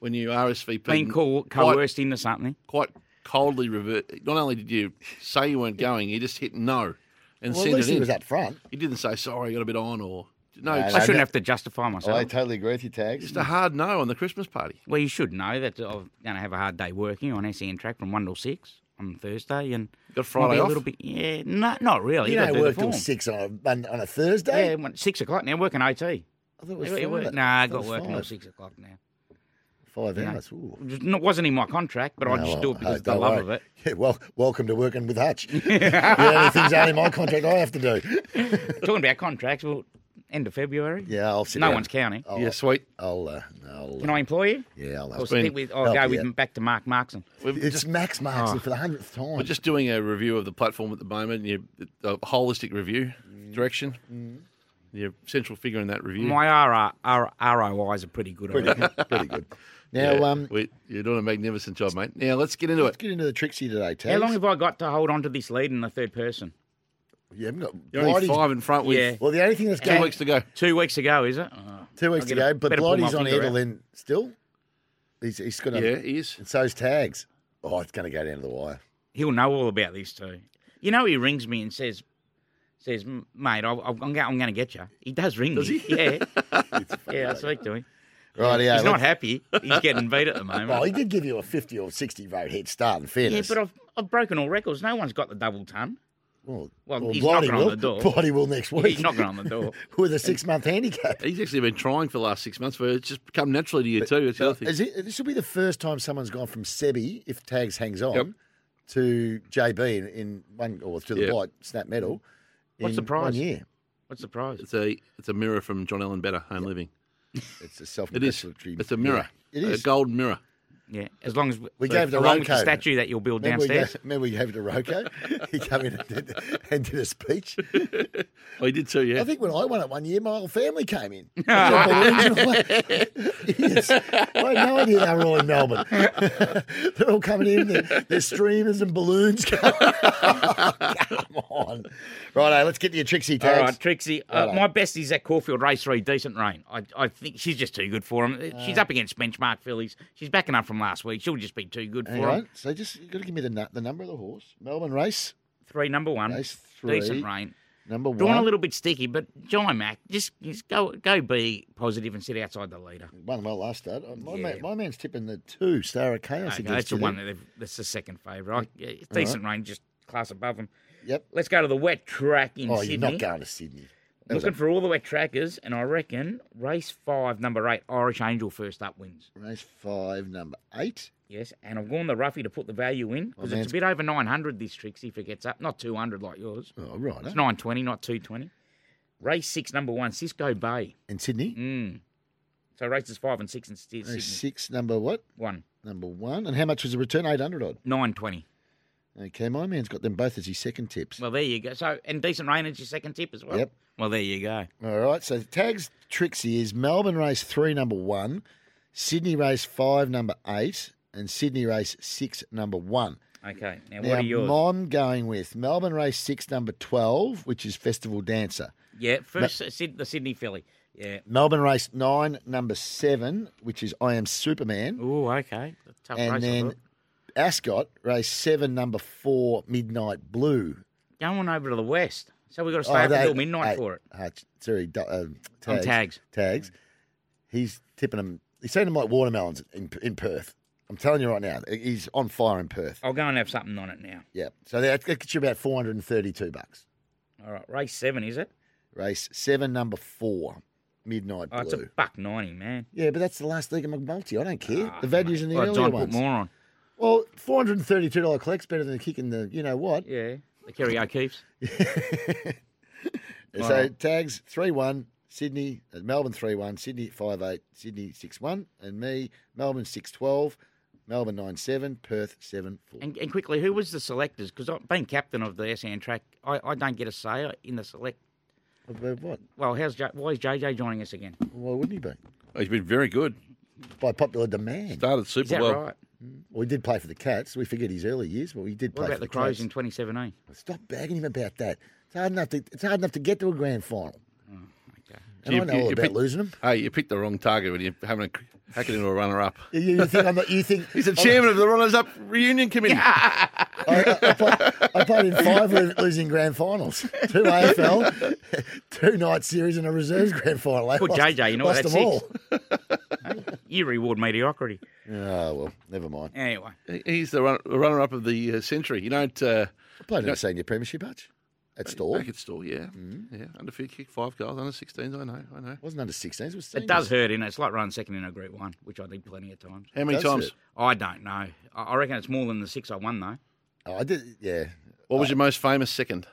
S2: when you RSVP.
S21: Being co- coerced into something.
S2: Quite coldly revert. Not only did you say you weren't going, you just hit no and
S3: Well, at
S2: send
S3: least
S2: it in.
S3: he was up front.
S2: You didn't say sorry, I got a bit on or no.
S21: I shouldn't have to justify myself.
S3: Oh, I totally agree with you, Tags.
S2: Just a hard no on the Christmas party.
S21: Well, you should know that I'm going to have a hard day working on SEN track from 1 till 6 on Thursday. and
S2: Got
S3: Friday
S21: might be
S3: off?
S21: A little bit, yeah, no, not really.
S3: You
S21: You've got
S3: don't
S21: to do the
S3: work till
S21: form.
S3: six on a, Mon- on a Thursday?
S21: Yeah, when- 6 o'clock now, working OT.
S3: I thought it was
S21: Yeah, yeah,
S3: Friday.
S21: Nah,
S3: I
S21: I
S3: thought
S21: got
S3: it was
S21: working till
S3: five.
S21: 6 o'clock now.
S3: Five
S21: You know,
S3: hours. Ooh.
S21: just- no, It wasn't in my contract, but I
S3: No,
S21: just
S3: well,
S21: do it because
S3: hey,
S21: of the
S3: don't
S21: love
S3: worry.
S21: of it.
S3: Yeah, well, welcome to working with Hutch. yeah, things only my contract I have to do.
S21: Talking about contracts, well, end of February.
S3: Yeah, I'll sit
S21: No
S3: down.
S21: one's counting.
S3: I'll,
S21: Yeah,
S2: sweet.
S3: I'll, uh, I'll,
S21: Can I employ you?
S3: Yeah, I'll
S21: I'll,
S3: have
S21: stick with, I'll
S3: help
S21: go
S3: you
S21: with
S3: out.
S21: back to Mark Markson.
S3: It's Max Marks
S21: Oh.
S3: for the hundredth time.
S2: We're just doing a review of the platform at the moment. You, a holistic review
S3: Mm.
S2: direction. Your central figure in that review.
S21: My R- R- ROIs are pretty good. I
S2: Pretty-
S21: reckon.
S3: pretty good. Now, um,
S2: we, you're doing a magnificent job, mate. Now let's get into it. Let's
S3: get into the Trixie today,
S21: How long have I got to hold on to this lead in the third person?
S3: You haven't got
S2: You're only five in front with
S21: Yeah.
S3: Well, the only thing that's
S2: two
S3: going
S2: weeks to go.
S21: Two weeks ago, is it? Oh,
S3: Two weeks
S21: I'll
S3: to
S21: get
S3: go,
S21: a-
S3: but
S21: better pull my
S3: Blotty's on
S21: finger out.
S3: Evelyn still. He's, he's got a,
S21: Yeah,
S2: he is.
S3: And so's Tags. Oh, it's going to go down to the wire.
S21: He'll know all about this too. You know, he rings me and says, "says "M- Mate, I'll, I'll- I'm, go- I'm going to get you." He does ring me. Yeah, yeah, I speak to him.
S3: Right, yeah.
S21: He's not happy. He's getting beat at the moment.
S3: Well, Oh, he did give you a 50 or 60 vote head start in fairness.
S21: Yeah, but I've, I've broken all records. No one's got the double ton.
S3: Well,
S21: well,
S3: well,
S21: he's
S3: Blighty
S21: knocking
S3: will.
S21: on the door.
S3: Blighty will next week.
S21: He's knocking on the door.
S3: With a six month handicap.
S2: He's actually been trying for the last six months, but it's just come naturally to you too. It's the other thing.
S3: Is it, this will be the first time someone's gone from Sebi, if Tags hangs on,
S2: Yep.
S3: to JB in, in one or to the
S2: Yep.
S3: white snap medal.
S21: What's the
S3: in
S21: prize?
S3: One year.
S21: What's the prize?
S2: It's a it's a mirror from John Allen Better Home Living.
S3: It's a self
S2: It is. It's a mirror.
S3: It is.
S2: a gold mirror.
S21: Yeah, as long as
S3: We gave the
S21: along
S3: Roko
S21: with the statue that you'll build
S3: remember
S21: downstairs.
S3: We gave, remember we gave it to Roko. he came in and did, and did a speech.
S2: Oh, he did too. Yeah.
S3: I think when I won it one year, my whole family came in. Yes. I had no idea they were all in Melbourne. They're all coming in. Their, their streamers and balloons. Come on. Righto, let's get to your Trixie
S21: All
S3: tags.
S21: right, Trixie. Uh,
S3: Righto.
S21: my best is at Caulfield Race 3, decent rain. I, I think she's just too good for him. She's
S3: Uh.
S21: up against benchmark fillies. She's backing up from last week. She'll just be too good
S3: Hang
S21: for
S3: on.
S21: him.
S3: So just you've got to give me the, nu- the number of the horse. Melbourne race.
S21: Three, number one.
S3: Race three.
S21: Decent rain.
S3: Number one.
S21: Drawn a little bit sticky, but Jai Mac, just, just go go be positive and sit outside the leader.
S3: Won well last start. Uh, My, man, my man's tipping the two Star of Chaos
S21: Okay,
S3: against Uh,
S21: that's the
S3: you
S21: one that
S3: there.
S21: they've, that's the second favourite. I- yeah, it's
S3: All right.
S21: decent rain, just class above them.
S3: Yep.
S21: Let's go to the wet track in
S3: Oh,
S21: Sydney.
S3: you're not going to Sydney. That was
S21: Looking
S3: a-
S21: for all the wet trackers, and I reckon race five, number eight, Irish Angel first up wins.
S3: Race five, number eight. Oh,
S21: Yes, and I've gone the roughy to put the value in because it's
S3: man's-
S21: a bit over 900 this Trixie if it gets up, not 200 like yours.
S3: Oh, right.
S21: It's 920, not 220. Race six, number one, Cisco Bay.
S3: In Sydney?
S21: Mm. So races five and six in Sy- Sydney.
S3: Race six, number what?
S21: One.
S3: Number one. And how much was the return? 800 odd.
S21: 920.
S3: Okay, my man's got them both as his second tips.
S21: Well, there you go. So, and decent rain is your second tip as well.
S3: Yep.
S21: Well, there you go.
S3: All right, so tags Trixie is Melbourne race three, number one, Sydney race five, number eight, and Sydney race six, number one.
S21: Okay. Now,
S3: Now,
S21: what are yours?
S3: I'm going with Melbourne race six, number 12, which is Festival Dancer.
S21: yeah, first uh, Syd- the Sydney filly. Yeah.
S3: Melbourne race nine, number seven, which is I Am Superman.
S21: Oh, okay. Tough
S3: and
S21: race, I
S3: then
S21: thought.
S3: Ascot, race seven, number four, Midnight Blue.
S21: Going over to the west. So we've got to stay
S3: Oh,
S21: up
S3: that-
S21: until midnight
S3: hey,
S21: for it.
S3: uh, sorry, du- um,
S21: On
S3: tags,
S21: tags.
S3: Tags. He's tipping them. He's saying them like watermelons in, in Perth. I'm telling you right now, he's on fire in Perth.
S21: I'll go and have something on it now.
S3: Yeah. So that that gets you about 432 bucks.
S21: All right. Race seven, is it?
S3: Race seven, number four, Midnight
S21: Oh, it's a
S3: Blue.
S21: buck 90, man. Ah,
S3: Yeah, but that's the last league of McMulti. I don't care. the values in the
S21: All right,
S3: earlier
S21: John, put
S3: ones.
S21: more on.
S3: Well, four hundred and thirty-two dollar collect's better than kicking the you know what.
S21: Yeah. The Kerry O'Keefe's.
S3: So
S21: Alright.
S3: tags three one Sydney uh, Melbourne three one Sydney five eight Sydney six one and me Melbourne six twelve Melbourne nine seven Perth seven four.
S21: And, and quickly, who was the selectors? Because I've been captain of the SN track. I, I don't get a say in the select.
S3: About what?
S21: Well, how's J- why is JJ joining us again?
S3: Why wouldn't he be?
S2: He's been very good.
S3: By popular demand.
S2: Started super well.
S3: Well, he did play for the Cats. We forget his early years, but he did
S21: What
S3: play
S21: about
S3: for
S21: the
S3: the,
S21: Crows
S3: Cats.
S21: in 2017?
S3: Stop bagging him about that. It's hard enough to, it's hard enough to get to a grand final.
S21: Oh,
S3: And I know all about losing them.
S2: Hey, you picked the wrong target when you're having a hack it into a runner up.
S3: You, you think I'm not, you think
S2: He's the chairman of the Runners Up Reunion Committee.
S3: I played in five lo- losing grand finals, two AFL, two night series, and a reserves grand final. I
S21: Well,
S3: lost-
S21: JJ, you know what?
S3: lost
S21: That's
S3: them
S21: six. You reward mediocrity.
S3: Oh well, never mind.
S21: Anyway,
S2: He- He's the run- the runner up of the uh, century. You don't. Uh,
S3: played in the senior premiership, Hutch. At Stall.
S2: Back at Stall, yeah.
S3: Hmm?
S2: Yeah, under 50 kick, five goals, under 16s. I know, I know.
S3: Wasn't under 16s, was
S21: it does hurt, innit? It's like running second in a Group 1, which I did plenty of times.
S2: How many Does times? it?
S21: I don't know. I- I reckon it's more than the six I won, though.
S3: Oh, I did, yeah. Uh,
S2: What was your most famous second?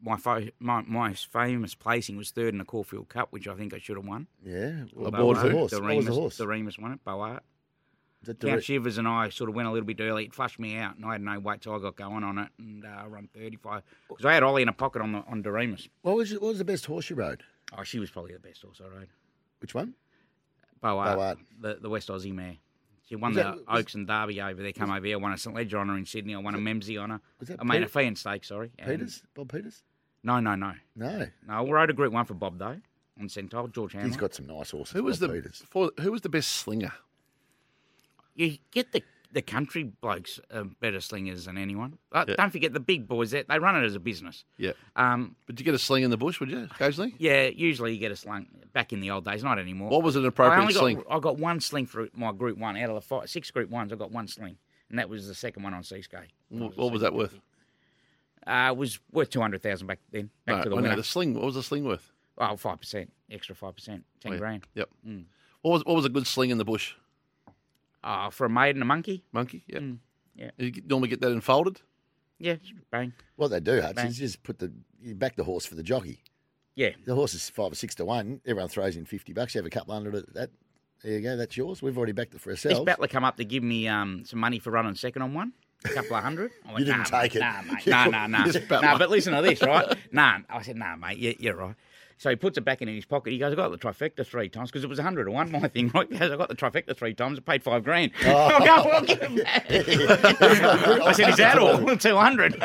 S21: My, fo- my my famous placing was third in the Caulfield Cup, which I think I should have won.
S3: Yeah, well,
S21: Although
S3: Aboard
S21: Bo-
S3: who? Horse.
S21: The
S3: What was
S21: Remus,
S3: the horse?
S21: the Remus won it, Boart.
S3: Is it the
S21: Count
S3: Re-
S21: Shivers and I sort of went a little bit early. It flushed me out, and I had no weight, so I got going on it and uh, run 35. Because I had Ollie in a pocket on the on Doremus.
S3: What was your, what was the best horse you rode?
S21: Oh, she was probably the best horse I rode.
S3: Which one?
S21: Boart,
S3: Boart.
S21: The, the West Aussie mare. She won
S3: Was
S21: the
S3: that- was-
S21: Oaks and Derby over there, come over here. I won a St Ledger on her in Sydney. I won a Memsey on her.
S3: was that
S21: I made a
S3: Pe-
S21: fee and stake, sorry. and-
S3: Peters? Bob Peters?
S21: No, no, no.
S3: No.
S21: No, I rode a Group 1 for Bob, though, on Centaur, George Hamlin.
S3: He's got some nice horses.
S2: Who was
S3: Bob
S2: the
S3: Peters.
S2: for, Who was the best slinger?
S21: You get the the country blokes are better slingers than anyone. Uh,
S2: Yeah.
S21: Don't forget the big boys. They, they run it as a business.
S2: Yeah.
S21: Um,
S2: but you get a sling in the bush, would you, occasionally?
S21: Yeah, usually you get a sling back in the old days, not anymore.
S2: What was an
S21: I
S2: appropriate
S21: only got,
S2: sling?
S21: I got one sling for my group one out of the five, six group ones. I got one sling, and that was the second one on Seascape.
S2: Wh- What was that worth?
S21: Uh, it was worth two hundred thousand back then. Back
S2: No,
S21: to the
S2: I know,
S21: winner.
S2: the sling. What was the sling worth?
S21: Oh, five percent extra, five percent, ten
S2: Oh, yeah.
S21: grand.
S2: Yep.
S21: Mm.
S2: What was what was a good sling in the bush?
S21: Ah, for a maid and a monkey. Mm,
S2: Monkey. Yeah.
S21: yeah.
S2: You g- normally get that enfolded.
S21: Yeah, bang.
S3: What they do, Hutch,
S21: Bang.
S3: is just put the you back the horse for the jockey.
S21: Yeah.
S3: The horse is five or six to one. Everyone throws in fifty bucks. You have a couple hundred at that. There you go. That's yours. We've already backed it for
S21: This
S3: ourselves.
S21: battler come up to give me um, some money for running second on one, a couple of hundred. I
S3: You didn't
S21: nah,
S3: take it.
S21: mate, Nah, mate, nah, nah,
S3: This
S21: nah.
S3: battler.
S21: Nah, but listen to this, right? Nah, I said, nah, mate, yeah, you're right. So he puts it back in his pocket. He goes, I got the trifecta three times because it was 100 to 1, my thing, right? He goes, I got the trifecta three times. I paid five grand.
S3: Oh.
S21: I go, well, give him that. I said, is that all? 200.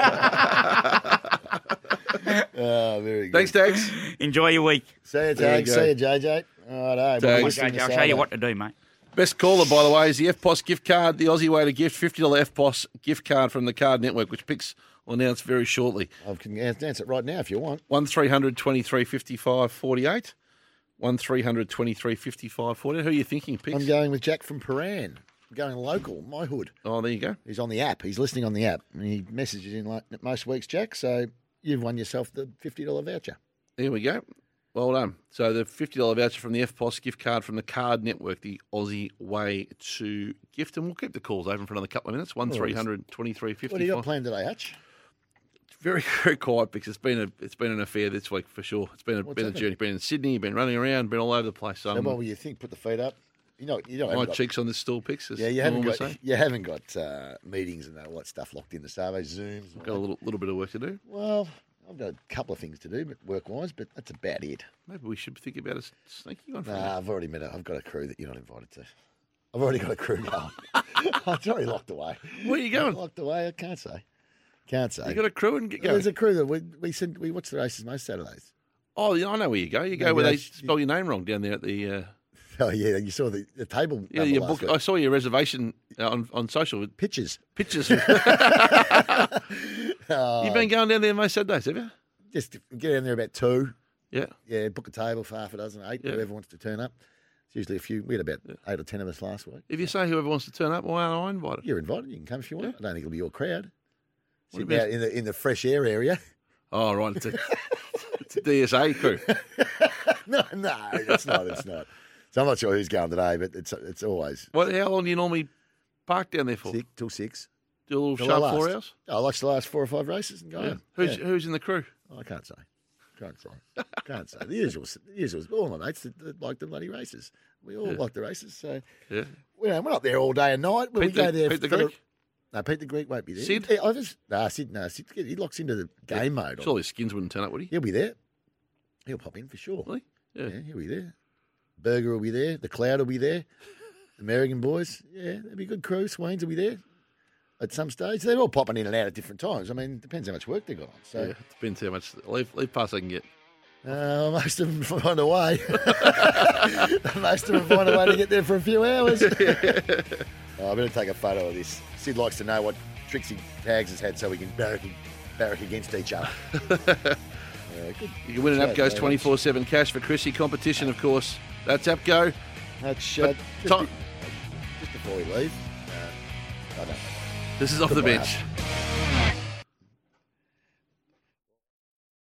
S3: Oh, very good.
S21: Thanks,
S2: Dags.
S21: Enjoy your week.
S3: See you,
S21: There you
S3: Dags.
S21: go.
S3: See you, JJ. All right,
S2: Dags.
S21: I'll show you what to do, mate.
S2: Best caller, by the way, is the FPOS gift card, the Aussie way to gift, $50 FPOS gift card from the Card Network, which picks will announce very shortly.
S3: I can announce it right now if you want.
S2: 1300 23 55 48. 1300 23 55 48. Who are you thinking, Picks?
S3: I'm going with Jack from Paran. I'm going local, my hood.
S2: Oh, there you go.
S3: He's on the app. He's listening on the app. And he messages in like most weeks, Jack. So you've won yourself the $50 voucher.
S2: There we go. Well done. So the $50 voucher from the FPOS gift card from the Card Network, the Aussie way to gift. And we'll keep the calls open for another couple of minutes.
S3: nice.
S2: 1300 23 55.
S3: What do you got planned today, Hutch?
S2: very very quiet because it's been a it's been an affair this week for sure. It's been a
S3: What's
S2: been
S3: happened?
S2: a journey. Been in Sydney, been running around, been all over the place.
S3: so
S2: Um,
S3: what will you think? Put the feet up. You know, you know,
S2: my cheeks on this stool picks.
S3: Yeah, you haven't got
S2: Say.
S3: you haven't got uh, meetings and all that stuff locked in the Savo Zooms. and all
S2: Got a
S3: that.
S2: little little bit of work to do.
S3: Well, I've got a couple of things to do, but work wise, but that's about it.
S2: Maybe we should think about a s- sneaky one. for
S3: Nah,
S2: that.
S3: I've already met. A, I've got a crew that you're not invited to. I've already got a crew going. it's already locked away.
S2: Where are you going?
S3: Locked away. I can't say. Can't say.
S2: You got a crew and get going.
S3: There's a crew that we we send. We watch the races most Saturdays.
S2: Oh, yeah, I know where you go. You go
S3: Maybe
S2: where they
S3: that's-
S2: spell your name wrong down there at the. Uh,
S3: Oh yeah, you saw the, the table.
S2: yeah,
S3: number
S2: your
S3: last
S2: book.
S3: week.
S2: I saw your reservation uh, on on social with
S3: pictures.
S2: Pictures.
S3: Oh,
S2: You've been going down there most Saturdays, have you?
S3: just get down there about two.
S2: Yeah.
S3: Yeah, book a table for half a dozen, eight,
S2: Yeah.
S3: whoever wants to turn up. It's usually a few. We had about eight or ten of us last week.
S2: If you say whoever wants to turn up, why aren't I invited?
S3: You're invited. You can come if you want. I don't think it'll be your crowd.
S2: What
S3: Sitting
S2: about-
S3: out in the in the fresh air area.
S2: Oh right, it's a, it's a DSA crew.
S3: no, no, it's not. It's not. So I'm not sure who's going today, but it's it's always
S2: What? How long do you normally park down there for?
S3: six till six.
S2: Do a little
S3: Till I
S2: sharp
S3: last. Oh,
S2: four hours.
S3: I watch the last four or five races and go.
S2: Yeah.
S3: home.
S2: Who's
S3: Yeah.
S2: who's in the crew?
S3: I can't say. Can't say. Can't say. The usual. The usual. All my mates that, that like the bloody races. We all
S2: Yeah.
S3: like the races. So
S2: Yeah.
S3: we don't, we're not there all day and night. but we
S2: Pete
S3: go
S2: the-
S3: there.
S2: Pete the
S3: for
S2: Greek?
S3: No, Pete the Greek won't be there.
S2: Sid?
S3: Yeah, I just, nah, Sid, no, Sid, he locks into the game mode.
S2: Surely Skins wouldn't turn up, would he?
S3: He'll be there. He'll pop in for sure. Yeah. he'll be there. Burger will be there. The Cloud will be there. American boys, yeah, they'll be a good crew. Swains will be there at some stage. They're all popping in and out at different times. I mean, depends how much work they've got. So
S2: yeah, depends how much leave leave pass I can get.
S3: Uh, most of them find a way. most of them find a way to get there for a few hours. oh, I'm going to take a photo of this. Sid likes to know what tricks he tags has had so we can barrack, barrack against each other. Yeah, good.
S2: You can win an
S3: shout,
S2: Upgo's
S3: mate.
S2: twenty four seven cash for Chrissy competition, of course. That's Upgo.
S3: That's
S2: uh, Tom,
S3: Just before we leave, uh, I don't know.
S2: this is off the
S3: Goodbye,
S2: bench.